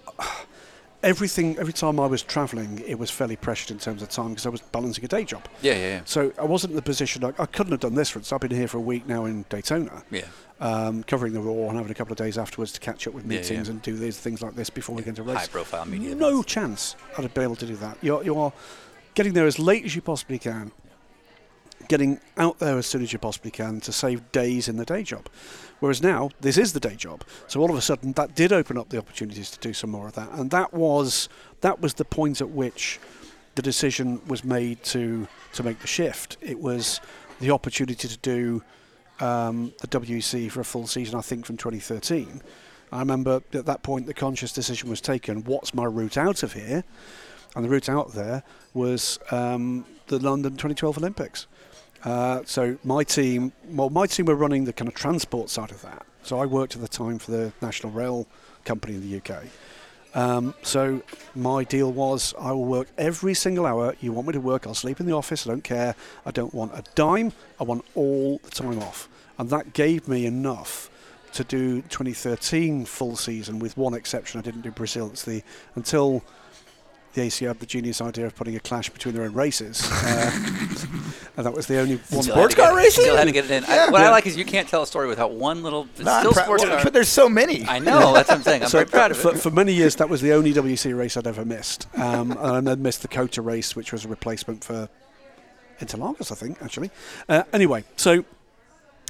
Speaker 1: [SIGHS] everything, every time I was travelling, it was fairly pressured in terms of time because I was balancing a day job.
Speaker 2: Yeah, yeah, yeah.
Speaker 1: So I wasn't in the position, I, I couldn't have done this, for instance. I've been here for a week now in Daytona.
Speaker 2: Yeah.
Speaker 1: Um, covering the Raw and having a couple of days afterwards to catch up with
Speaker 2: Yeah, yeah.
Speaker 1: meetings and do these things like this before we get into race.
Speaker 2: High-profile media
Speaker 1: No
Speaker 2: events.
Speaker 1: chance I'd have been able to do that. You're, you are getting there as late as you possibly can, getting out there as soon as you possibly can to save days in the day job. Whereas now, this is the day job. So all of a sudden, that did open up the opportunities to do some more of that. And that was that was the point at which the decision was made to to make the shift. It was the opportunity to do um, the WEC for a full season, I think, from 2013. I remember at that point the conscious decision was taken: what's my route out of here? And the route out there was um, the London 2012 Olympics. Uh, so my team, well, my team were running the kind of transport side of that. So I worked at the time for the National Rail Company in the UK. Um, so my deal was I will work every single hour you want me to work. I'll sleep in the office. I don't care. I don't want a dime. I want all the time off. And that gave me enough to do 2013 full season with one exception. I didn't do Brazil. It's the until the ACO had the genius idea of putting a clash between their own races. Uh, and that was the only one.
Speaker 2: Still had to
Speaker 1: part-
Speaker 2: get- Still had to get it in. I- what I like is you can't tell a story without one little. It's
Speaker 3: I'm
Speaker 2: still
Speaker 3: prou-
Speaker 2: sports
Speaker 3: well,
Speaker 2: car.
Speaker 3: but there's so many.
Speaker 2: I know. That's what I'm saying. I'm very proud of
Speaker 1: for,
Speaker 2: it.
Speaker 1: for many years, that was the only WC race I'd ever missed. Um, and I missed the Cota race, which was a replacement for Interlagos, I think, actually. Uh, anyway, so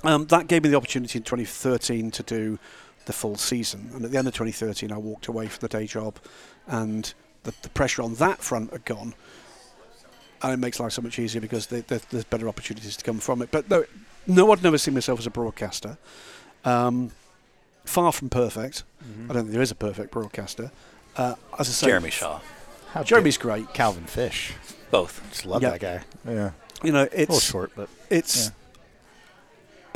Speaker 1: um, that gave me the opportunity in 2013 to do the full season. And at the end of 2013, I walked away from the day job, and the, the pressure on that front had gone. And it makes life so much easier because there- there- there's better opportunities to come from it. But no, no, I'd never seen myself as a broadcaster. Um, far from perfect.
Speaker 3: Mm-hmm.
Speaker 1: I don't think there is a perfect broadcaster. Uh, as I say,
Speaker 2: Jeremy Shaw.
Speaker 3: How
Speaker 1: Jeremy's
Speaker 3: did
Speaker 1: great.
Speaker 3: Calvin Fish.
Speaker 2: Both.
Speaker 3: Just love
Speaker 1: Yeah.
Speaker 3: that guy. Yeah.
Speaker 1: You know,
Speaker 3: A little
Speaker 1: it's
Speaker 3: short,
Speaker 1: [LAUGHS]
Speaker 3: but
Speaker 1: it's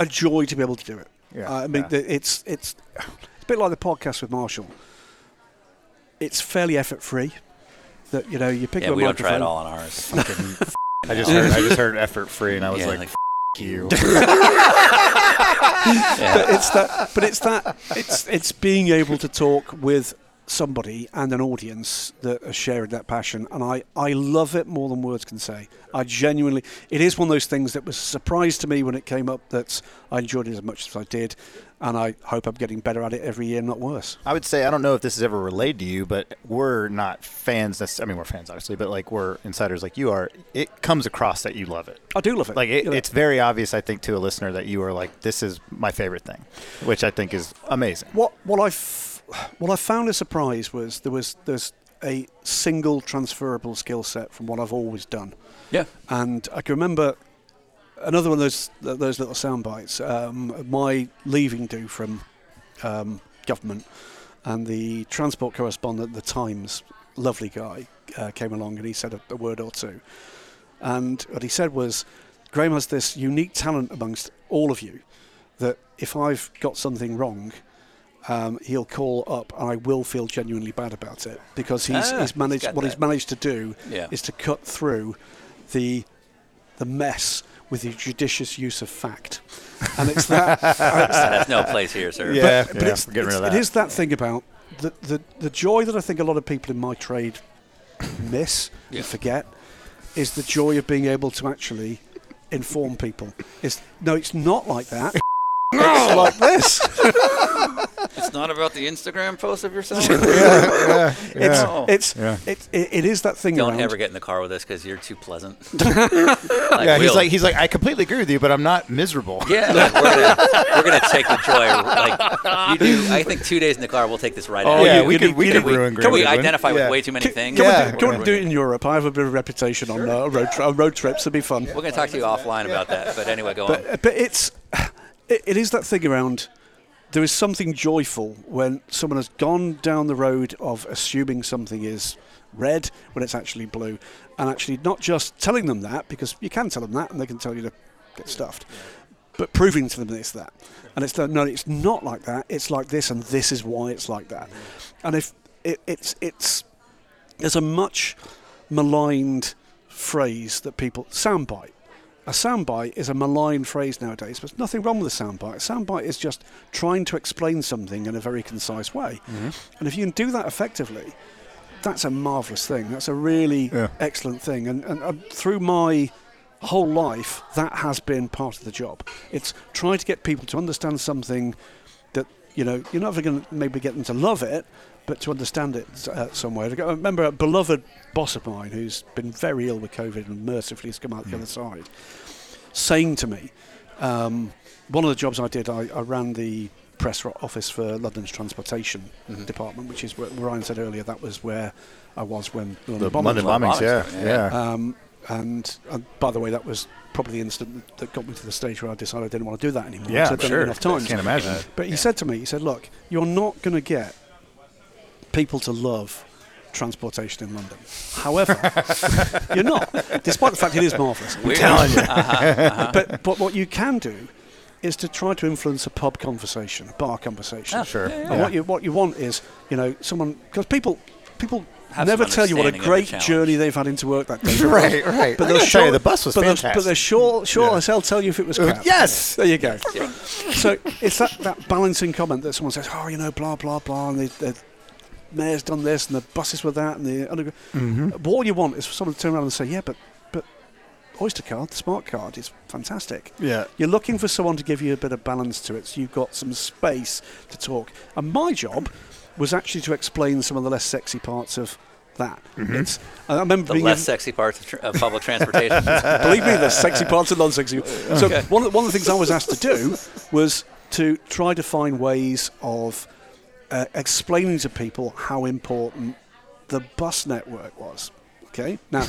Speaker 1: a joy to be able to do it.
Speaker 3: Yeah,
Speaker 1: Uh, I mean,
Speaker 3: yeah.
Speaker 1: the- it's it's it's a bit like the podcast with Marshall. It's fairly effort free. That you know, you pick
Speaker 2: Yeah,
Speaker 1: up a
Speaker 2: we don't
Speaker 1: microphone.
Speaker 2: try it all on ours.
Speaker 3: [LAUGHS] I just heard, I just heard effort free, and I was
Speaker 2: Yeah,
Speaker 3: like,
Speaker 2: like,
Speaker 3: F- you.
Speaker 1: But it's that. But it's that. It's it's being able to talk with somebody and an audience that are sharing that passion, and I I love it more than words can say. I genuinely. It is one of those things that was a surprise to me when it came up that I enjoyed it as much as I did, and I hope I'm getting better at it every year, not worse.
Speaker 3: I would say I don't know if this is ever relayed to you, but we're not fans. necess- I mean, we're fans obviously, but like we're insiders, like you are. It comes across that you love it.
Speaker 1: I do love it.
Speaker 3: Like it,
Speaker 1: You know,
Speaker 3: it's very obvious, I think, to a listener that you are like, this is my favorite thing, which I think is amazing.
Speaker 1: What what I f- what I found a surprise was there was there's a single transferable skill set from what I've always done,
Speaker 2: yeah.
Speaker 1: and I can remember another one of those th- those little sound bites. Um, my leaving do from um, government, and the transport correspondent, the Times, lovely guy, uh, came along and he said a, a word or two, and what he said was, Graham has this unique talent amongst all of you that if I've got something wrong, um, he'll call up and I will feel genuinely bad about it because he's,
Speaker 2: Ah,
Speaker 1: he's managed
Speaker 2: he's got
Speaker 1: what he's
Speaker 2: that.
Speaker 1: managed to do
Speaker 2: Yeah.
Speaker 1: is to cut through the the mess with the judicious use of fact, and it's that.
Speaker 2: That's no place here, sir.
Speaker 3: Yeah,
Speaker 1: but
Speaker 3: yeah,
Speaker 1: it's,
Speaker 3: we're getting rid
Speaker 1: it's-
Speaker 3: of that.
Speaker 1: It is that thing about the, the the joy that I think a lot of people in my trade [COUGHS] miss
Speaker 2: Yeah.
Speaker 1: and forget is the joy of being able to actually inform people. It's no, it's not like that. it's like this.
Speaker 2: It's not about the Instagram post
Speaker 3: [LAUGHS]
Speaker 2: of yourself.
Speaker 1: It's
Speaker 2: Yeah.
Speaker 1: it's
Speaker 3: Yeah.
Speaker 1: it, it, it is that thing
Speaker 2: Don't
Speaker 1: around.
Speaker 2: ever get in the car with us because you're
Speaker 3: [LAUGHS]
Speaker 2: too pleasant.
Speaker 3: Yeah, he's
Speaker 2: we'll-
Speaker 3: like, he's like, I completely agree with you, but I'm not miserable.
Speaker 2: [LAUGHS] Yeah, like, we're gonna we're gonna take the joy. Like you do, I think two days in the car, we'll take this right. out.
Speaker 3: Oh,
Speaker 2: of
Speaker 3: yeah,
Speaker 2: you.
Speaker 3: we could- we could ruin
Speaker 2: Can we
Speaker 3: Greenwood, wouldn't
Speaker 2: identify
Speaker 3: we?
Speaker 2: with
Speaker 3: Yeah.
Speaker 2: way too many things?
Speaker 1: Can
Speaker 3: Yeah.
Speaker 1: we do, can we
Speaker 2: We're
Speaker 1: do it in Europe? I have a bit of a reputation on uh, road, tra- road trips. It'd be fun.
Speaker 2: We're gonna talk to you offline about that. But
Speaker 3: [LAUGHS]
Speaker 2: anyway, go on.
Speaker 1: But, but it's [SIGHS] it, it is that thing around. There is something joyful when someone has gone down the road of assuming something is red when it's actually blue, and actually not just telling them that because you can tell them that and they can tell you to get stuffed, but proving to them that it's that. And it's the, no, it's not like that. It's like this, and this is why it's like that. And if it, it's it's there's a much maligned phrase that people soundbite. A soundbite is a maligned phrase nowadays, but there's nothing wrong with a soundbite. A soundbite is just trying to explain something in a very concise way. And if you can do that effectively, that's a marvellous thing. That's a really
Speaker 3: Yeah.
Speaker 1: excellent thing. And, and, and through my whole life, that has been part of the job. It's trying to get people to understand something that, you know, you're not going to maybe get them to love it, but to understand it uh, somewhere. I remember a beloved boss of mine who's been very ill with COVID and mercifully has come out the other side saying to me, um, one of the jobs I did, I, I ran the press ro- office for London's transportation department, which is where Ryan said earlier that was where I was when the London
Speaker 3: The
Speaker 1: bombings
Speaker 3: London
Speaker 1: were.
Speaker 3: bombings,
Speaker 2: bombings,
Speaker 3: yeah,
Speaker 2: yeah.
Speaker 3: yeah.
Speaker 1: Um, and, and by the way, that was probably the instant that got me to the stage where I decided I didn't want to do that anymore.
Speaker 3: Yeah,
Speaker 1: So
Speaker 3: I'm
Speaker 1: I've done
Speaker 3: sure.
Speaker 1: it enough times.
Speaker 3: Can't imagine.
Speaker 1: But he said to me, he said, look, you're not going to get people to love transportation in London.
Speaker 2: [LAUGHS]
Speaker 1: However, you're not, despite the fact it is marvellous.
Speaker 2: Weird.
Speaker 1: But, but what you can do is to try to influence a pub conversation, a bar
Speaker 2: Ah,
Speaker 1: conversation.
Speaker 3: Sure.
Speaker 1: And what you what you want is you know someone because people people
Speaker 2: Have
Speaker 1: never
Speaker 2: some
Speaker 1: tell you what a
Speaker 2: understanding of the
Speaker 1: great
Speaker 2: challenge.
Speaker 1: journey they've had into work that
Speaker 2: [LAUGHS]
Speaker 1: day.
Speaker 3: [LAUGHS] Right, right.
Speaker 1: But
Speaker 3: I
Speaker 1: they'll
Speaker 3: gotta tell you,
Speaker 1: sure-
Speaker 3: the bus was
Speaker 1: but they'll-
Speaker 3: fantastic.
Speaker 1: but they'll sure, sure
Speaker 3: Yeah. Uh,
Speaker 1: as hell tell you if it was crap.
Speaker 3: yes!
Speaker 1: There you
Speaker 3: [LAUGHS]
Speaker 1: go. So it's that, that balancing comment that someone says, oh, you know, blah, blah, blah, and the, the mayor's done this, and the buses were that, and the underground.
Speaker 3: Mm-hmm.
Speaker 1: But all you want is for someone to turn around and say, yeah, but, but Oyster Card, the smart card, is fantastic.
Speaker 3: Yeah.
Speaker 1: You're looking for someone to give you a bit of balance to it, so you've got some space to talk. And my job was actually to explain some of the less sexy parts of that.
Speaker 3: Mm-hmm.
Speaker 1: It's, I remember
Speaker 2: The
Speaker 1: being
Speaker 2: less
Speaker 1: in-
Speaker 2: sexy parts of, tr- of public transportation.
Speaker 3: [LAUGHS]
Speaker 1: Believe me, there's sexy parts and non-sexy. So one, of the, one of the things I was asked to do was to try to find ways of uh, explaining to people how important the bus network was. Okay, now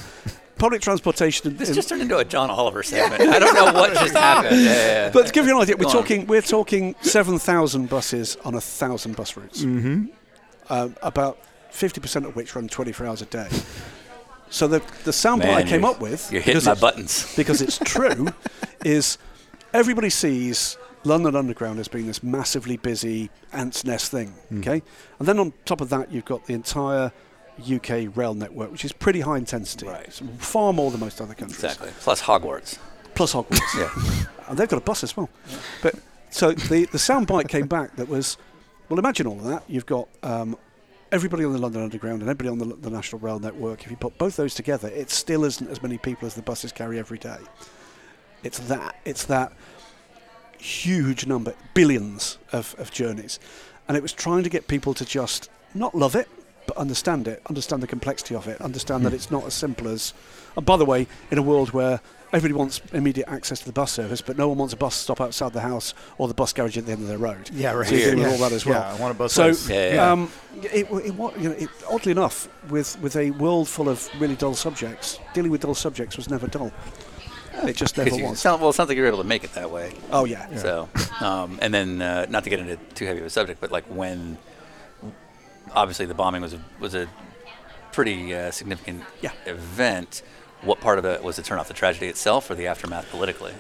Speaker 1: public transportation. in-
Speaker 2: this just turned into a John Oliver segment. I don't know what just happened. Yeah, yeah, yeah.
Speaker 1: but to give you an idea, we're
Speaker 2: Go on.
Speaker 1: talking we're talking seven thousand buses on a thousand bus routes. Mm-hmm. Um, about fifty percent of which run twenty four hours a day. So the the soundbite I
Speaker 2: Man,
Speaker 1: came
Speaker 2: you're-
Speaker 1: up with
Speaker 2: You're
Speaker 1: because
Speaker 2: hitting my
Speaker 1: it's-
Speaker 2: buttons.
Speaker 1: because it's true, is everybody sees London Underground as being this massively busy ants nest thing.
Speaker 2: Mm.
Speaker 1: Okay, and then on top of that, you've got the entire UK rail network, which is pretty high intensity,
Speaker 2: Right.
Speaker 1: It's far more than most other countries.
Speaker 2: Exactly. Plus Hogwarts.
Speaker 1: Plus Hogwarts,
Speaker 2: Yeah.
Speaker 1: and they've got a bus as well. But so the the soundbite came back that was, well, imagine all of that. You've got. Um, Everybody on the London Underground and everybody on the, the National Rail Network, if you put both those together, it still isn't as many people as the buses carry every day. It's that. It's that huge number, billions of, of journeys, and it was trying to get people to just not love it, but understand it, understand the complexity of it, understand that it's not as simple as. And by the way, in a world where everybody wants immediate access to the bus service, but no one wants a bus stop outside the house or the bus garage at the end of their road.
Speaker 3: Yeah, right.
Speaker 1: So you're dealing
Speaker 3: Yeah.
Speaker 1: with all that as well.
Speaker 3: Yeah, I want a bus
Speaker 1: So
Speaker 3: service.
Speaker 2: Yeah, yeah.
Speaker 1: Um, it, it, wa- you know, it, oddly enough, with with a world full of really dull subjects, dealing with dull subjects was never dull. It just never
Speaker 2: [LAUGHS] 'Cause you
Speaker 1: was.
Speaker 2: sound- well, it sounds like you're able to make it that way.
Speaker 1: Oh yeah.
Speaker 2: So, um, and then uh, not to get into too heavy of a subject, but like when, obviously the bombing was a, was a pretty uh, significant
Speaker 1: Yeah.
Speaker 2: event. What part of it was to turn off the tragedy itself or the aftermath politically?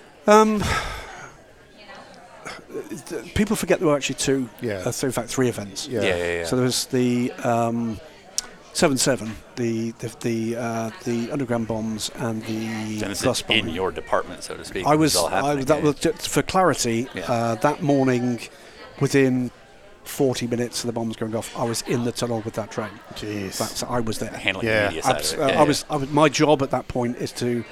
Speaker 1: people forget there were actually two,
Speaker 3: Yeah.
Speaker 1: uh, three, in fact, three events.
Speaker 3: Yeah.
Speaker 2: Yeah, yeah, yeah.
Speaker 1: So there was the um, seven seven, the the the, uh, the underground bombs, and the
Speaker 2: and this
Speaker 1: bus
Speaker 2: is
Speaker 1: bombing.
Speaker 2: in your department, so to speak.
Speaker 1: I
Speaker 2: this
Speaker 1: was,
Speaker 2: is all
Speaker 1: I,
Speaker 2: happening,
Speaker 1: that
Speaker 2: yeah.
Speaker 1: was just for clarity.
Speaker 2: Yeah.
Speaker 1: Uh, that morning, within forty minutes of the bombs going off, I was in the tunnel with that train.
Speaker 3: Jeez.
Speaker 1: That's, I was there.
Speaker 2: handling
Speaker 3: Yeah.
Speaker 2: the media side
Speaker 1: Abs-
Speaker 2: of it.
Speaker 1: uh,
Speaker 2: Yeah,
Speaker 1: I
Speaker 2: yeah.
Speaker 1: was, I was. My job at that point is to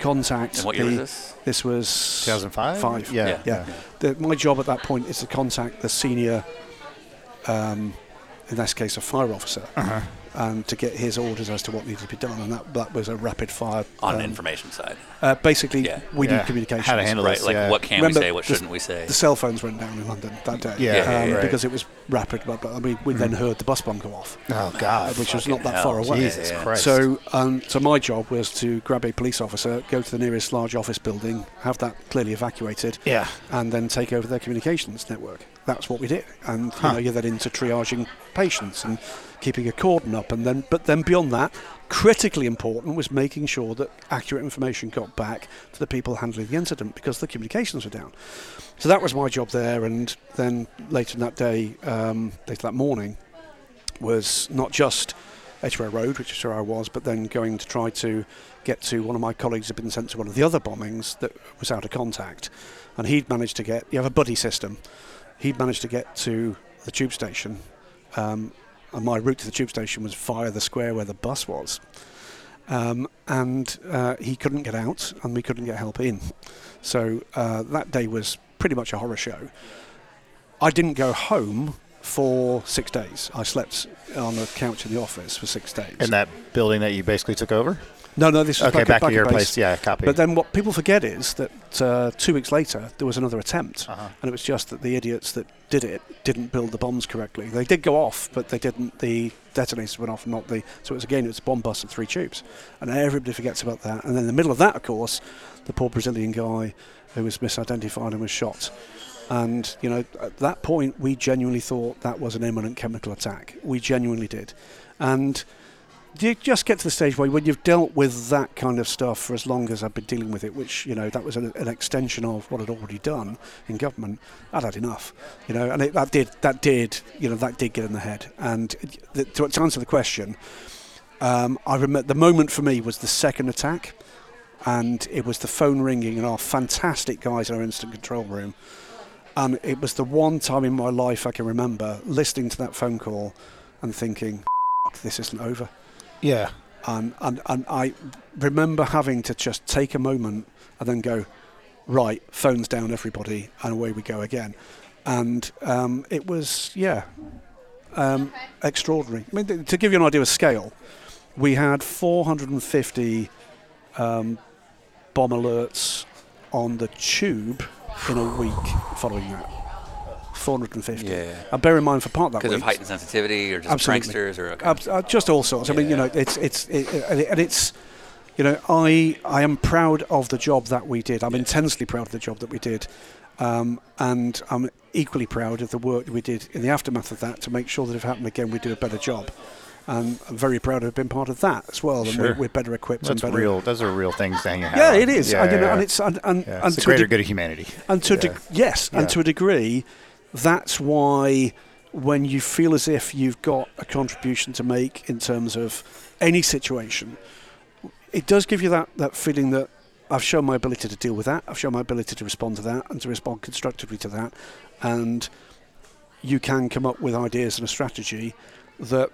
Speaker 1: contact.
Speaker 2: And what
Speaker 1: the,
Speaker 2: year was this?
Speaker 1: This was
Speaker 3: 2005?
Speaker 1: Five.
Speaker 3: Yeah.
Speaker 1: Yeah.
Speaker 2: Yeah.
Speaker 1: The, my job at that point is to contact the senior, um, in this case, a fire officer, and to get his orders as to what needed to be done. And that, that was a rapid fire.
Speaker 2: on an
Speaker 1: um,
Speaker 2: information side,
Speaker 1: uh, basically,
Speaker 2: Yeah.
Speaker 1: we
Speaker 3: Yeah.
Speaker 1: need communications.
Speaker 3: How to handle
Speaker 2: right?
Speaker 3: this,
Speaker 2: Like
Speaker 3: yeah.
Speaker 2: what can
Speaker 1: Remember
Speaker 2: we say? What
Speaker 1: the-
Speaker 2: shouldn't we say?
Speaker 1: The cell phones went down in London that day Um,
Speaker 3: Yeah,
Speaker 2: yeah, yeah,
Speaker 3: right.
Speaker 1: because it was rapid. But, but, I mean, we then heard the bus bomb go off, uh,
Speaker 3: Oh, God.
Speaker 1: which was not
Speaker 2: fucking
Speaker 1: that
Speaker 2: hell.
Speaker 1: far away.
Speaker 3: Jesus
Speaker 2: Yeah, yeah.
Speaker 3: Christ.
Speaker 1: So, um, so my job was to grab a police officer, go to the nearest large office building, have that clearly evacuated,
Speaker 3: Yeah.
Speaker 1: and then take over their communications network. That's what we did, and you know, you're then into triaging patients and keeping a cordon up, and then but then beyond that, critically important was making sure that accurate information got back to the people handling the incident because the communications were down. So that was my job there, and then later in that day, um, later that morning, was not just Edgware Road, which is where I was, but then going to try to get to one of my colleagues had been sent to one of the other bombings that was out of contact, and he'd managed to get. You have a buddy system. He'd managed to get to the tube station, um, and my route to the tube station was via the square where the bus was. Um, and uh, he couldn't get out, and we couldn't get help in. So uh, that day was pretty much a horror show. I didn't go home for six days. I slept on a couch in the office for six days.
Speaker 3: In that building that you basically took over?
Speaker 1: no, no, this was back,
Speaker 3: Okay,
Speaker 1: at-
Speaker 3: back,
Speaker 1: back
Speaker 3: to your
Speaker 1: at base.
Speaker 3: place. Yeah, copy.
Speaker 1: But then what people forget is that uh, two weeks later there was another
Speaker 3: Ah.
Speaker 1: attempt,
Speaker 3: Uh-huh.
Speaker 1: and it was just that the idiots that did it didn't build the bombs correctly. They did go off, but they didn't. The detonators went off, not the. So it was again, it was a bomb bust and three tubes, and everybody forgets about that. And then in the middle of that, of course, the poor Brazilian guy who was misidentified and was shot. And you know, at that point, we genuinely thought that was an imminent chemical attack. We genuinely did, and do you just get to the stage where when you've dealt with that kind of stuff for as long as I've been dealing with it, which you know that was an, an extension of what I'd already done in government, I'd had enough, you know, and it, that did that did you know that did get in the head. And it- th- to, to answer the question, um, I remember the moment for me was the second attack, and it was the phone ringing and our fantastic guys in our instant control room. And it was the one time in my life I can remember listening to that phone call and thinking, "F- this isn't over
Speaker 3: Yeah.
Speaker 1: and, and, and I remember having to just take a moment and then go, right, phones down, everybody, and away we go again. And um, it was, yeah, um, extraordinary. I mean, th- to give you an idea of scale, we had 450 um, bomb alerts on the tube in a week following that. 450.
Speaker 2: Yeah.
Speaker 1: And bear in mind, for part of that
Speaker 2: Because
Speaker 1: week,
Speaker 2: of heightened sensitivity or just
Speaker 1: Absolutely.
Speaker 2: pranksters or okay.
Speaker 1: Abs- uh, just all sorts. I mean, you know, it's it's it, and it- and it's you know, I I am proud of the job that we did. I'm intensely proud of the job that we did, um, and I'm equally proud of the work that we did in the aftermath of that to make sure that if it happened again, we do a better job. And I'm very proud to have been part of that as well. And
Speaker 3: Sure.
Speaker 1: we're, we're better equipped
Speaker 3: That's
Speaker 1: and better.
Speaker 3: real. Those are real things to hang your hat
Speaker 1: Yeah,
Speaker 3: on.
Speaker 1: it is.
Speaker 3: Yeah,
Speaker 1: and, you know,
Speaker 3: yeah,
Speaker 1: and
Speaker 3: yeah.
Speaker 1: it's and and,
Speaker 3: Yeah,
Speaker 1: and
Speaker 3: it's the
Speaker 1: to a
Speaker 3: greater
Speaker 1: de-
Speaker 3: good of humanity.
Speaker 1: and to a
Speaker 3: Yeah.
Speaker 1: deg yes,
Speaker 3: Yeah.
Speaker 1: and to a degree, that's why when you feel as if you've got a contribution to make in terms of any situation, it does give you that, that feeling that I've shown my ability to deal with that, I've shown my ability to respond to that, and to respond constructively to that, and you can come up with ideas and a strategy that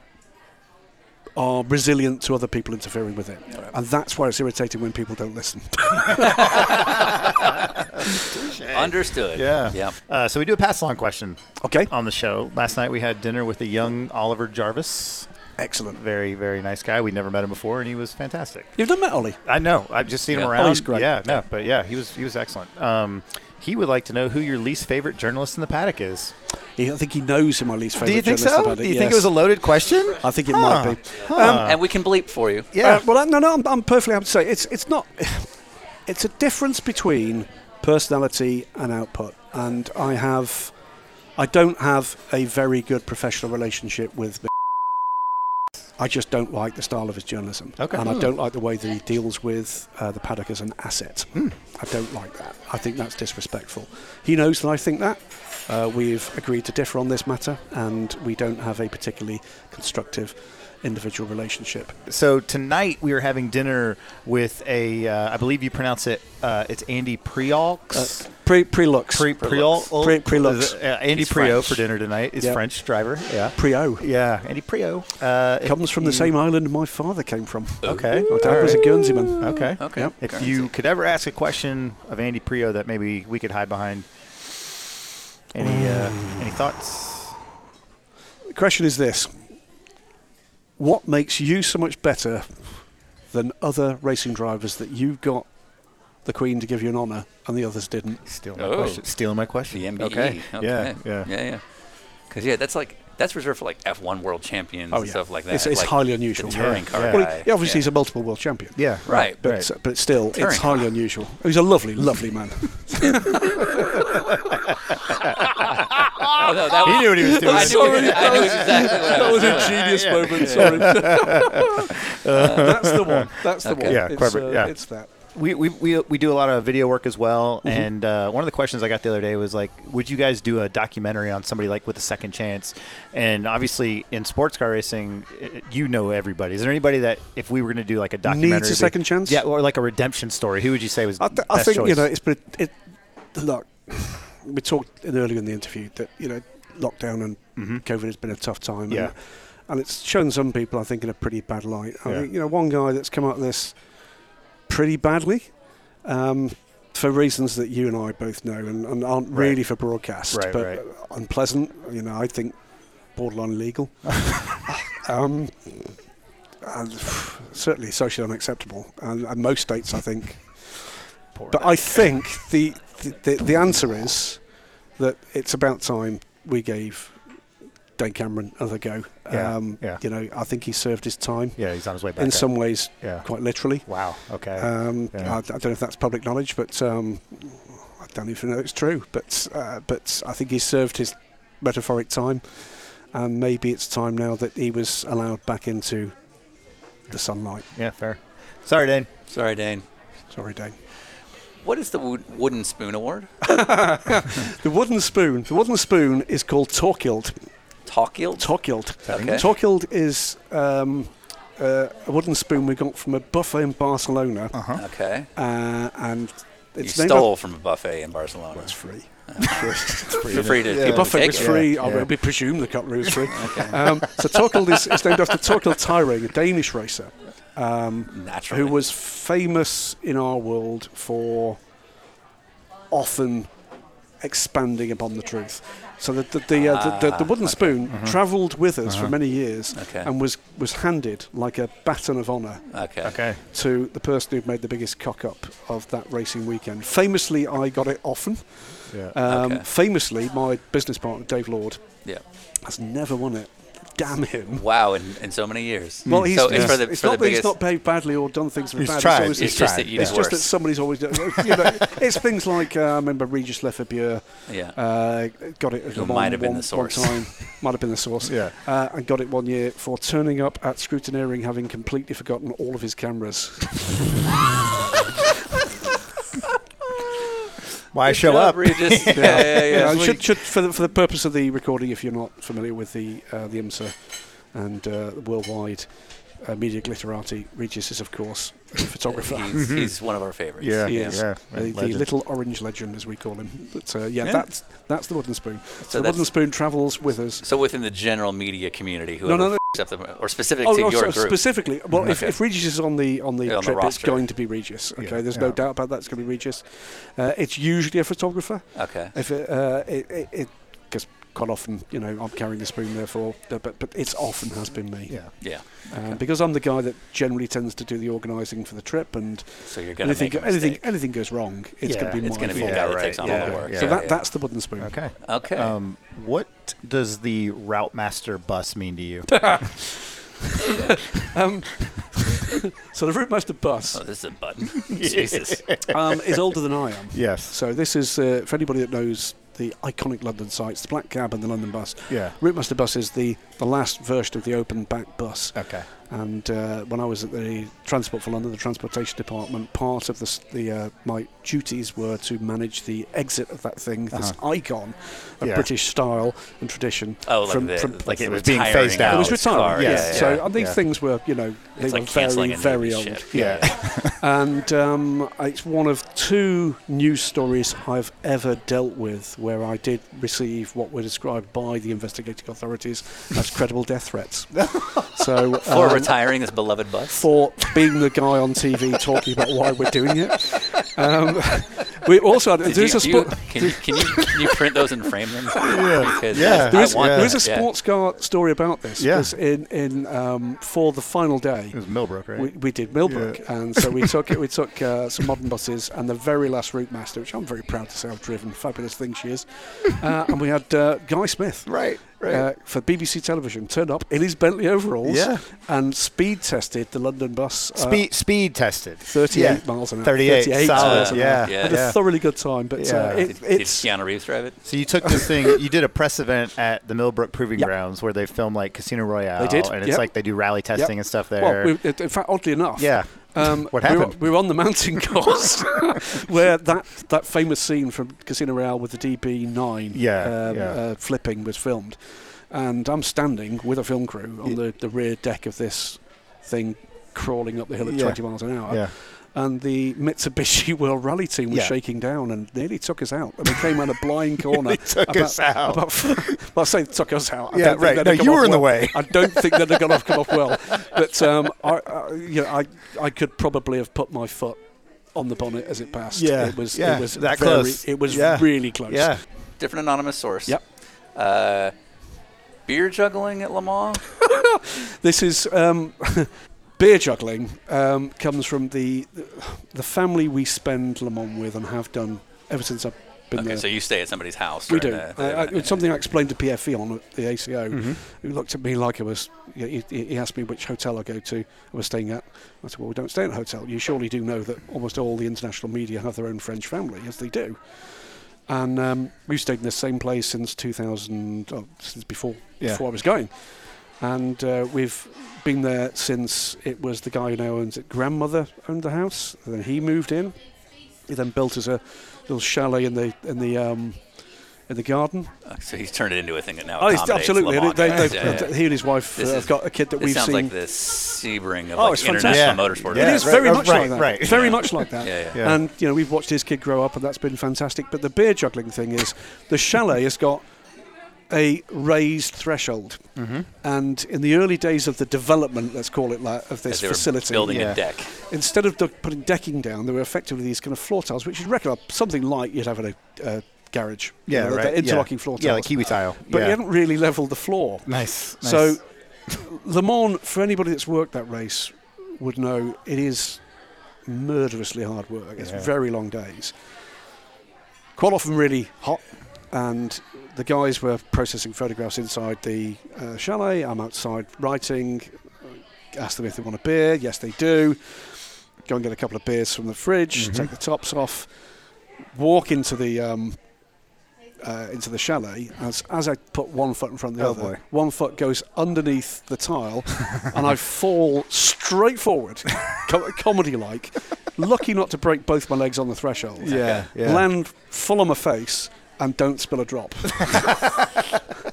Speaker 1: are resilient to other people interfering with it. And that's why it's irritating when people don't listen. [LAUGHS]
Speaker 2: Understood.
Speaker 3: Yeah.
Speaker 2: Yep.
Speaker 3: Uh, so we do a pass along question
Speaker 1: okay?
Speaker 3: on the show. Last night we had dinner with a young Oliver Jarvis.
Speaker 1: Excellent.
Speaker 3: Very, very nice guy. We'd never met him before, and he was fantastic.
Speaker 1: You've done that, Ollie.
Speaker 3: I know. I've just seen
Speaker 2: Yeah.
Speaker 3: him
Speaker 2: Oh,
Speaker 3: around.
Speaker 1: he's great.
Speaker 3: Yeah, no, but yeah, he was he was excellent. Um, he would like to know who your least favorite journalist in the paddock is.
Speaker 1: He, I think he knows who my least favourite journalist about it. yes. Uh,
Speaker 3: loaded question?
Speaker 1: I think it
Speaker 3: Huh.
Speaker 1: might be.
Speaker 2: and we can bleep for you.
Speaker 3: Yeah.
Speaker 1: Uh, well, I- no, no, I'm, I'm perfectly happy to say it's it's not. [SIGHS] It's a difference between personality and output, and I have, I don't have a very good professional relationship with. [LAUGHS] I just don't like the style of his journalism,
Speaker 3: Okay.
Speaker 1: and I
Speaker 3: Hmm.
Speaker 1: don't like the way that he deals with uh, the paddock as an asset.
Speaker 3: Hmm.
Speaker 1: I don't like that. I think that's disrespectful. He knows that I think that. Uh, we've agreed to differ on this matter, and we don't have a particularly constructive individual relationship.
Speaker 3: So tonight we are having dinner with a, uh, I believe you pronounce it, uh, it's Andy Preaux.
Speaker 1: Pre pre looks.
Speaker 3: Pre Priol
Speaker 1: Uh, Pre- Prelux.
Speaker 3: Uh, Andy
Speaker 1: He's
Speaker 3: Prio
Speaker 1: French.
Speaker 3: for dinner tonight. He's
Speaker 1: Yep.
Speaker 3: French driver. Yeah.
Speaker 1: Prio.
Speaker 3: Yeah. Andy Prio. Uh, if
Speaker 1: Comes from the
Speaker 3: you-
Speaker 1: same island my father came from.
Speaker 3: Okay.
Speaker 1: My dad was a Guernseyman.
Speaker 3: Okay.
Speaker 2: Okay.
Speaker 1: Yep.
Speaker 3: If
Speaker 2: Okay.
Speaker 3: you could ever ask a question of Andy Prio that maybe we could hide behind. Any uh,
Speaker 1: Mm.
Speaker 3: any thoughts?
Speaker 1: The question is this What makes you so much better than other racing drivers that you got the Queen to give you an honour and the others didn't?
Speaker 3: Stealing my
Speaker 2: Oh.
Speaker 3: question. Stealing my
Speaker 2: The
Speaker 3: question.
Speaker 2: MBE.
Speaker 3: Okay. Yeah. Yeah.
Speaker 2: Yeah. Yeah. Because yeah, that's like that's reserved for like F1 world champions
Speaker 1: Oh,
Speaker 2: and
Speaker 1: yeah.
Speaker 2: stuff like that.
Speaker 1: It's- it's
Speaker 2: like
Speaker 1: highly unusual.
Speaker 2: The touring
Speaker 3: Yeah.
Speaker 2: car
Speaker 3: Yeah.
Speaker 1: Well,
Speaker 2: guy.
Speaker 1: he, he obviously,
Speaker 2: Yeah.
Speaker 1: he's a multiple world champion.
Speaker 3: Yeah.
Speaker 2: right.
Speaker 1: But,
Speaker 3: Right.
Speaker 1: but still,
Speaker 2: Very
Speaker 1: it's highly unusual. He's a lovely, lovely
Speaker 3: [LAUGHS]
Speaker 1: man.
Speaker 2: Oh, no, that
Speaker 3: He
Speaker 2: was,
Speaker 3: knew what he was doing.
Speaker 2: I knew, I knew exactly what I was doing.
Speaker 1: genius moment. Sorry. that's the one. That's the one.
Speaker 3: Yeah,
Speaker 1: it's, uh,
Speaker 3: clever, yeah.
Speaker 1: it's that.
Speaker 3: we, we, we, we do a lot of video work as well.
Speaker 1: Mm-hmm.
Speaker 3: And uh, one of the questions I got the other day was like, would you guys do a documentary on somebody like with a second chance? And obviously in sports car racing, i- you know everybody. Is there anybody that if we were going to do like a documentary,
Speaker 1: Needs a second chance?
Speaker 3: Yeah, or like a redemption story, who would you say was
Speaker 1: I, th- I
Speaker 3: best
Speaker 1: think you
Speaker 3: choice?
Speaker 1: know it's but it, look. We talked earlier in the interview that you know lockdown and COVID has been a tough time.
Speaker 3: Mm-hmm. Yeah.
Speaker 1: And, and it's shown some people I think in a pretty bad light. I
Speaker 3: Yeah.
Speaker 1: think you know one guy that's come out of this pretty badly. Um, for reasons that you and I both know and, and aren't
Speaker 3: Right.
Speaker 1: really for broadcast,
Speaker 3: Right,
Speaker 1: but
Speaker 3: right.
Speaker 1: unpleasant, you know, I think borderline
Speaker 3: [LAUGHS]
Speaker 1: illegal. um, and certainly socially unacceptable. And, and most states, I think,
Speaker 3: Poor
Speaker 1: but I think the, the, the, the answer is that it's about time we gave Dan Cameron another go. Um,
Speaker 3: Yeah, yeah.
Speaker 1: You know, I think he served his time
Speaker 3: yeah, he's on his way back.
Speaker 1: in
Speaker 3: up.
Speaker 1: some ways,
Speaker 3: Yeah.
Speaker 1: quite literally.
Speaker 3: Wow. Okay.
Speaker 1: Um,
Speaker 3: Yeah.
Speaker 1: I, I don't know if that's public knowledge, but um, I don't even know it's true. But uh, but I think he served his metaphoric time, and maybe it's time now that he was allowed back into the sunlight.
Speaker 3: Yeah, fair. Sorry, Dane.
Speaker 2: [LAUGHS] Sorry, Dane.
Speaker 1: Sorry, Dane.
Speaker 2: What is the wo- wooden spoon award?
Speaker 1: The wooden spoon. The wooden spoon is called Torkild.
Speaker 2: Talkield?
Speaker 1: Torkild.
Speaker 2: Okay.
Speaker 1: Torkild is um, uh, a wooden spoon we got from a buffet in Barcelona, uh
Speaker 2: okay.
Speaker 1: and it's
Speaker 2: Uh-huh. you
Speaker 1: named
Speaker 2: stole from a buffet in Barcelona.
Speaker 1: after- It's free.
Speaker 2: Feel free to
Speaker 1: The
Speaker 2: people
Speaker 1: buffet
Speaker 2: take
Speaker 1: was
Speaker 2: it.
Speaker 1: free. I mean, we presume the cutlery was
Speaker 2: [LAUGHS]
Speaker 1: free. um, so Torkild is, is named after Torkild Tyring, a Danish racer.
Speaker 2: Naturally.
Speaker 1: who was famous in our world for often expanding upon the truth. So the the, the, uh, the, the, the
Speaker 2: Ah,
Speaker 1: wooden spoon travelled with us for many years
Speaker 2: Mm-hmm. Uh-huh. Okay.
Speaker 1: and was, was handed like a baton of honour
Speaker 2: okay.
Speaker 3: Okay.
Speaker 1: to the person who'd made the biggest cock up of that racing weekend. Famously, I got it often.
Speaker 3: Yeah.
Speaker 1: Um,
Speaker 2: Okay.
Speaker 1: Famously, my business partner Dave Lord
Speaker 2: Yeah.
Speaker 1: has never won it. Damn him.
Speaker 2: Wow, in, in so many years.
Speaker 1: Well, he's,
Speaker 2: so it's for the,
Speaker 1: it's
Speaker 2: for
Speaker 1: not
Speaker 2: the
Speaker 1: that
Speaker 2: biggest.
Speaker 1: he's not behaved badly or done things that are
Speaker 3: Hmm. He's
Speaker 1: bad. It's
Speaker 3: tried.
Speaker 1: always-
Speaker 3: He's
Speaker 2: it's just that
Speaker 3: tried.
Speaker 2: you did
Speaker 1: It's just that
Speaker 2: worse.
Speaker 1: somebody's always. You know, it's things like uh, I remember Regis Lefebvre
Speaker 2: yeah.
Speaker 1: uh, got it. at
Speaker 2: Who
Speaker 1: Le Mans
Speaker 2: might have been
Speaker 1: one-
Speaker 2: the source.
Speaker 1: One time, might have been the source.
Speaker 3: [LAUGHS] Yeah.
Speaker 1: uh, and got it one year for turning up at scrutineering having completely forgotten all of his cameras.
Speaker 3: Why show
Speaker 2: Job,
Speaker 3: up? [LAUGHS]
Speaker 2: Regis. yeah, yeah, yeah.
Speaker 1: Uh, should, should, for, the, for the purpose of the recording, if you're not familiar with the uh, the IMSA and uh, the worldwide uh, media glitterati, Regis is of course a photographer.
Speaker 2: He's, he's one of our
Speaker 3: [LAUGHS]
Speaker 2: favorites.
Speaker 3: Mm-hmm. Yeah.
Speaker 1: He is.
Speaker 3: Yeah.
Speaker 1: the, the
Speaker 3: Legend.
Speaker 1: little orange legend, as we call him. But uh, yeah,
Speaker 2: Yeah.
Speaker 1: that's that's the wooden spoon. So the
Speaker 2: that's-
Speaker 1: wooden spoon travels with us.
Speaker 2: So within the general media community, who
Speaker 1: No, no, no.
Speaker 2: up the, or specific
Speaker 1: Oh,
Speaker 2: to
Speaker 1: no, so
Speaker 2: your group.
Speaker 1: specifically. Well, if,
Speaker 2: Okay.
Speaker 1: if Regis is on the on the
Speaker 2: Yeah, on the
Speaker 1: trip, it's
Speaker 2: roster.
Speaker 1: going to be Regis. Okay,
Speaker 3: Yeah.
Speaker 1: there's
Speaker 3: Yeah.
Speaker 1: no doubt about that. It's going to be Regis. Uh, it's usually a photographer.
Speaker 2: okay.
Speaker 1: If it, uh, it, it, it cause quite often, you know, I'm carrying the spoon, therefore, uh, but but it's often has been me.
Speaker 3: Yeah.
Speaker 2: Yeah.
Speaker 1: Um, because I'm the guy that generally tends to do the organising for the trip, and
Speaker 2: So you're going to
Speaker 1: anything
Speaker 2: make a
Speaker 1: anything
Speaker 2: mistake.
Speaker 1: anything goes wrong, it's
Speaker 3: Yeah,
Speaker 1: going to be
Speaker 2: It's
Speaker 1: my
Speaker 2: going to be the
Speaker 1: fault.
Speaker 2: guy
Speaker 3: Yeah,
Speaker 2: that takes on
Speaker 3: right,
Speaker 2: all the
Speaker 3: yeah,
Speaker 2: work.
Speaker 3: yeah.
Speaker 1: So that
Speaker 2: yeah.
Speaker 1: that's the wooden spoon.
Speaker 3: Okay.
Speaker 2: okay.
Speaker 3: Um, what does the route master bus mean to
Speaker 1: [LAUGHS]
Speaker 3: you?
Speaker 1: Um, so the route master bus
Speaker 2: [LAUGHS] oh, this is
Speaker 3: [LAUGHS]
Speaker 2: a button. Jesus.
Speaker 1: um, is older than I am.
Speaker 3: yes.
Speaker 1: So this is uh, for anybody that knows the iconic London sites, the Black Cab and the London Bus.
Speaker 3: Yeah.
Speaker 1: Route Master Bus is the, the last version of the open back bus.
Speaker 3: Okay.
Speaker 1: And uh, when I was at the Transport for London, the Transportation Department, part of the, s- the uh, my duties were to manage the exit of that thing, this icon of
Speaker 3: Uh-huh. Yeah.
Speaker 1: British style and tradition.
Speaker 2: Oh, like, the,
Speaker 3: like it
Speaker 2: the
Speaker 3: was being
Speaker 2: retiring
Speaker 3: phased
Speaker 2: of
Speaker 3: out.
Speaker 1: it was
Speaker 2: his
Speaker 1: retired.
Speaker 2: car.
Speaker 1: yeah.
Speaker 3: yeah,
Speaker 1: So
Speaker 3: yeah,
Speaker 1: and these
Speaker 3: yeah.
Speaker 1: things were, you know, they
Speaker 2: It's
Speaker 1: were
Speaker 2: like canceling
Speaker 1: very,
Speaker 2: a new
Speaker 1: very old.
Speaker 2: ship.
Speaker 3: Yeah. Um, [LAUGHS]
Speaker 1: And um, it's one of two news stories I've ever dealt with where I did receive what were described by the investigating authorities as credible death threats.
Speaker 2: [LAUGHS]
Speaker 1: so
Speaker 2: For
Speaker 1: um,
Speaker 2: retiring this beloved bus.
Speaker 1: for being the guy on TV talking about why we're doing it. Um, [LAUGHS] we also had,
Speaker 2: Did
Speaker 1: there's
Speaker 2: you-
Speaker 1: a
Speaker 2: do you-
Speaker 1: sport.
Speaker 2: can, you, can, you, can you print those and frame them? Yeah.
Speaker 3: [LAUGHS] Yeah.
Speaker 1: There is,
Speaker 2: I want
Speaker 1: there is a
Speaker 2: that, yeah.
Speaker 1: sports car story about this.
Speaker 3: Yeah.
Speaker 1: 'cause In, in, um, for the final day,
Speaker 3: It was Millbrook, right?
Speaker 1: We, we did Millbrook, and so we
Speaker 3: [LAUGHS]
Speaker 1: took it. We took uh, some modern buses and the very last route master, which I'm very proud to say I've driven. Fabulous thing she
Speaker 3: [LAUGHS]
Speaker 1: is. Uh, and we had uh, Guy Smith,
Speaker 3: Right, right.
Speaker 1: uh, for BBC Television, turned up in his Bentley overalls,
Speaker 3: Yeah.
Speaker 1: and speed tested the London bus. uh,
Speaker 3: speed speed tested.
Speaker 1: 38
Speaker 3: Yeah.
Speaker 1: miles an hour.
Speaker 3: 38,
Speaker 1: miles
Speaker 3: solid.
Speaker 1: an
Speaker 3: yeah.
Speaker 1: hour.
Speaker 2: Yeah.
Speaker 1: Had a thoroughly good time, but uh,
Speaker 3: Yeah.
Speaker 1: it,
Speaker 2: Did, did
Speaker 1: it's
Speaker 2: Keanu Reeves drive it?
Speaker 3: So you took this thing. You did a press event at the Millbrook Proving
Speaker 1: Yep.
Speaker 3: Grounds where they film like Casino Royale.
Speaker 1: They did,
Speaker 3: and it's
Speaker 1: yep.
Speaker 3: like they do rally testing and stuff there.
Speaker 1: Well, we, in fact, oddly enough, [LAUGHS]
Speaker 3: Yeah.
Speaker 1: Um,
Speaker 3: What
Speaker 1: we were-
Speaker 3: happened?
Speaker 1: We were, on the mountain course, [LAUGHS] where that, that famous scene from Casino Royale with the DB9
Speaker 3: Yeah,
Speaker 1: um,
Speaker 3: yeah.
Speaker 1: Uh, flipping was filmed, and I'm standing with a film crew on the, the rear deck of this thing, crawling up the hill at
Speaker 3: Yeah.
Speaker 1: 20 miles an hour.
Speaker 3: yeah.
Speaker 1: And the Mitsubishi [LAUGHS] World Rally team was
Speaker 3: Yeah.
Speaker 1: shaking down and nearly took us out. And we came around a
Speaker 3: [LAUGHS]
Speaker 1: blind corner.
Speaker 3: took
Speaker 1: about,
Speaker 3: us out.
Speaker 1: About, [LAUGHS] well, I say took us out. I
Speaker 3: Yeah,
Speaker 1: don't think
Speaker 3: right.
Speaker 1: they'd
Speaker 3: No,
Speaker 1: have
Speaker 3: you
Speaker 1: come
Speaker 3: were
Speaker 1: off
Speaker 3: in the
Speaker 1: well.
Speaker 3: way.
Speaker 1: I don't think that they're going to come off well. But um, I, I, you know, I, I could probably have put my foot on the bonnet as it passed.
Speaker 3: Yeah,
Speaker 1: it was,
Speaker 3: yeah,
Speaker 1: it was
Speaker 3: that
Speaker 1: very,
Speaker 3: close.
Speaker 1: It was
Speaker 3: Yeah.
Speaker 1: really close.
Speaker 3: [LAUGHS] Yeah. [LAUGHS]
Speaker 2: Different anonymous source.
Speaker 1: Yep.
Speaker 2: Uh, beer juggling at Le Mans.
Speaker 1: This is um, [LAUGHS] beer juggling um, comes from the the family we spend Le Mans with and have done ever since I've been
Speaker 2: Okay,
Speaker 1: there.
Speaker 2: so you stay at somebody's house.
Speaker 1: We do.
Speaker 2: during
Speaker 1: Uh,
Speaker 2: the-
Speaker 1: I, it's something I explained to PFE on at the ACO, who looked at me like I was. He, he he asked me which hotel I go to. I was staying at. I said, "Well, we don't stay at a hotel. You surely do know that almost all the international media have their own French family, as they do." And um, we've stayed in the same place since 2000, oh, since before
Speaker 3: Yeah.
Speaker 1: before I was going. and uh, we've been there since it was the guy who now owns it. Grandmother owned the house, and then he moved in. He then built us a little chalet in the in the um, in the garden.
Speaker 2: So he's turned it into a thing that now.
Speaker 1: Oh, it's
Speaker 2: accommodates
Speaker 1: absolutely.
Speaker 2: Le Mans
Speaker 1: they,
Speaker 2: cars.
Speaker 1: they've-
Speaker 2: Yeah, yeah.
Speaker 1: He and his wife uh,
Speaker 2: This
Speaker 1: have
Speaker 2: is-
Speaker 1: got a kid that
Speaker 2: this
Speaker 1: we've
Speaker 2: sounds
Speaker 1: seen.
Speaker 2: like the Sebring of
Speaker 1: Oh,
Speaker 2: like
Speaker 1: it's
Speaker 2: international
Speaker 1: fantastic.
Speaker 2: motorsport.
Speaker 1: It
Speaker 2: events.
Speaker 1: is very
Speaker 3: right,
Speaker 1: much
Speaker 3: right,
Speaker 1: like that.
Speaker 3: right.
Speaker 1: Very much like that.
Speaker 2: [LAUGHS] Yeah, yeah.
Speaker 3: Yeah.
Speaker 1: And you know, we've watched his kid grow up, and that's been fantastic. But the beer juggling thing is, the chalet has got a raised threshold,
Speaker 2: Mm-hmm.
Speaker 1: and in the early days of the development, let's call it that, of
Speaker 2: As
Speaker 1: this
Speaker 2: they were
Speaker 1: facility,
Speaker 2: building
Speaker 3: yeah.
Speaker 2: a deck.
Speaker 1: instead of the- putting decking down, there were effectively these kind of floor tiles, which you'd reckon are something like you'd have in a uh, garage. You
Speaker 3: Yeah,
Speaker 1: know,
Speaker 3: right.
Speaker 1: they're
Speaker 3: yeah.
Speaker 1: interlocking floor tiles.
Speaker 3: Yeah, like kiwi tile.
Speaker 1: but
Speaker 3: yeah.
Speaker 1: you haven't really leveled the floor.
Speaker 3: nice, nice.
Speaker 1: So, [LAUGHS] Le Mans, for anybody that's worked that race, would know it is murderously hard work. It's
Speaker 3: Yeah.
Speaker 1: very long days. Quite often, really hot. And the guys were processing photographs inside the uh, chalet. I'm outside writing. Uh, Ask them if they want a beer. Yes, they do. Go and get a couple of beers from the fridge.
Speaker 3: Mm-hmm.
Speaker 1: Take the tops off. Walk into the um, uh, into the chalet as, as I put one foot in front of the
Speaker 3: Oh,
Speaker 1: other.
Speaker 3: boy.
Speaker 1: One foot goes underneath the
Speaker 3: [LAUGHS]
Speaker 1: tile, and I fall straight forward, com- comedy like. Lucky not to break both my legs on the threshold.
Speaker 3: yeah, yeah.
Speaker 1: Land full on my face and don't spill a drop.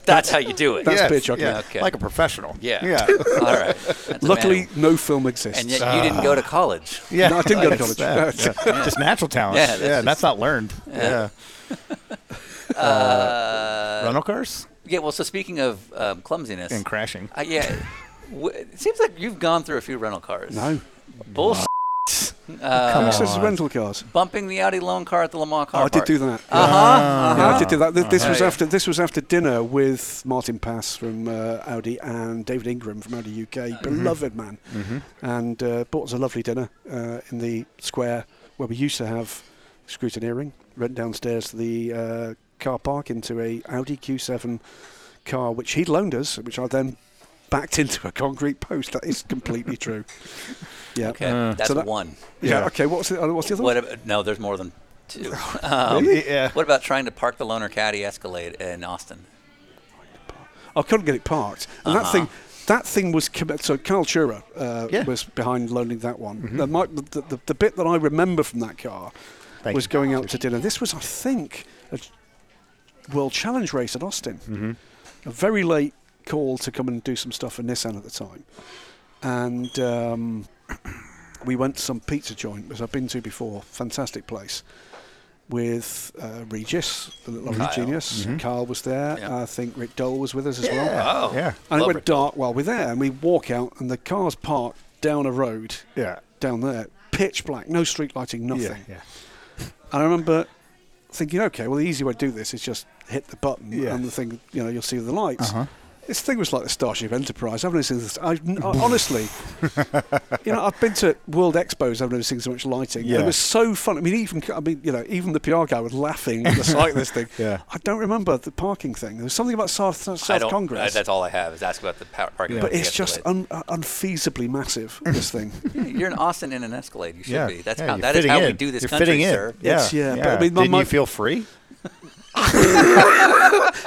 Speaker 2: That's how you do it.
Speaker 1: That's
Speaker 3: Yes,
Speaker 1: beer juggling.
Speaker 3: yeah.
Speaker 2: Okay.
Speaker 3: like a professional.
Speaker 2: yeah. [LAUGHS]
Speaker 3: yeah,
Speaker 2: All right. That's
Speaker 1: Luckily,
Speaker 2: amazing.
Speaker 1: no film exists.
Speaker 2: and yet you didn't go to college.
Speaker 3: yeah.
Speaker 1: No, I didn't go to
Speaker 3: That's
Speaker 1: college.
Speaker 3: that. Yeah. Just natural talent.
Speaker 2: Yeah,
Speaker 3: Yeah, that's,
Speaker 2: that's just-
Speaker 3: not learned. Yeah,
Speaker 2: [LAUGHS] Uh,
Speaker 3: rental cars
Speaker 2: yeah. Well, so speaking of um, clumsiness,
Speaker 3: and crashing.
Speaker 2: uh, yeah, w- it seems like you've gone through a few rental cars.
Speaker 1: no.
Speaker 2: Bullshit.
Speaker 1: How
Speaker 2: Uh,
Speaker 1: much does rental cars?
Speaker 2: bumping the Audi loan car at the Lamar car.
Speaker 1: Oh, I did
Speaker 2: park.
Speaker 1: do that.
Speaker 2: Uh-huh. uh-huh.
Speaker 1: Yeah, I did do that. Th- This was
Speaker 2: Yeah.
Speaker 1: after this was after dinner with Martin Pass from uh, Audi and David Ingram from Audi UK,
Speaker 2: Mm-hmm.
Speaker 1: beloved man, and uh, bought us a lovely dinner uh, in the square where we used to have scrutineering. Went downstairs to the uh, car park into a Audi Q7 car, which he'd loaned us, which I then backed [LAUGHS] into a concrete post. That is completely true. Yeah.
Speaker 2: Okay, that's
Speaker 1: Uh, So that-
Speaker 2: one.
Speaker 1: Yeah.
Speaker 3: Yeah.
Speaker 1: Okay. What's the other? What's the other?
Speaker 2: What?
Speaker 1: one?
Speaker 2: About, no, there's more than
Speaker 1: [LAUGHS]
Speaker 2: two. Um,
Speaker 3: Yeah,
Speaker 2: What about trying to park the loaner caddy Escalade in Austin?
Speaker 1: I couldn't get it parked. And that thing, that thing was commi- so Carl Chura uh,
Speaker 3: Uh-huh. Yeah. Mm-hmm.
Speaker 1: was behind loaning that one. The, my, the, the, the bit that I remember from that car
Speaker 3: Thank
Speaker 1: was
Speaker 3: you.
Speaker 1: going out to dinner. This was, I think, a ch- World Challenge race at Austin.
Speaker 3: Mm-hmm.
Speaker 1: A very late call to come and do some stuff for Nissan at the time, and. Um, [CLEARS THROAT] we went to some pizza joint, which I've been to before, fantastic place, with uh, Regis, the lovely
Speaker 3: Mm-hmm.
Speaker 2: Kyle.
Speaker 1: genius. Carl was there. Uh,
Speaker 2: Yeah.
Speaker 1: I think Rick Dole was with us as well.
Speaker 2: Oh,
Speaker 3: yeah,
Speaker 1: And it
Speaker 2: Love
Speaker 1: went
Speaker 2: Rick
Speaker 1: dark while we're there, and we walk out, and the cars parked down a road
Speaker 3: yeah,
Speaker 1: down there, pitch black, no street lighting, nothing.
Speaker 3: yeah, yeah.
Speaker 1: And I remember thinking, okay, well, the easy way to do this is just hit the button,
Speaker 3: Yeah.
Speaker 1: and the thing, you know, you'll see the lights. This thing was like the Starship Enterprise. I've never seen this. I, I- honestly, you know, I've been to World Expos. I've never seen so much lighting.
Speaker 3: Yeah.
Speaker 1: It was so fun. I mean, even I mean, you know, even the PR guy was laughing at the sight of this thing.
Speaker 3: Yeah.
Speaker 1: I don't remember the parking thing. There was something about South,
Speaker 2: I
Speaker 1: South
Speaker 2: don't,
Speaker 1: Congress.
Speaker 2: uh, that's all I have is ask about the power parking. lot
Speaker 1: But
Speaker 2: at the
Speaker 1: it's just un-
Speaker 2: Escalade.
Speaker 1: uh, unfeasibly massive. This thing.
Speaker 2: you're in Austin in an Escalade. You should
Speaker 3: yeah.
Speaker 2: be. That's
Speaker 3: yeah,
Speaker 2: how
Speaker 3: you're
Speaker 2: that is
Speaker 3: fitting
Speaker 2: how we
Speaker 3: in.
Speaker 2: do this
Speaker 3: You're
Speaker 2: country,
Speaker 3: fitting in.
Speaker 2: sir.
Speaker 1: It's-
Speaker 3: Yeah,
Speaker 1: yeah, but I mean, my-
Speaker 3: Didn't
Speaker 1: my-
Speaker 3: you feel free?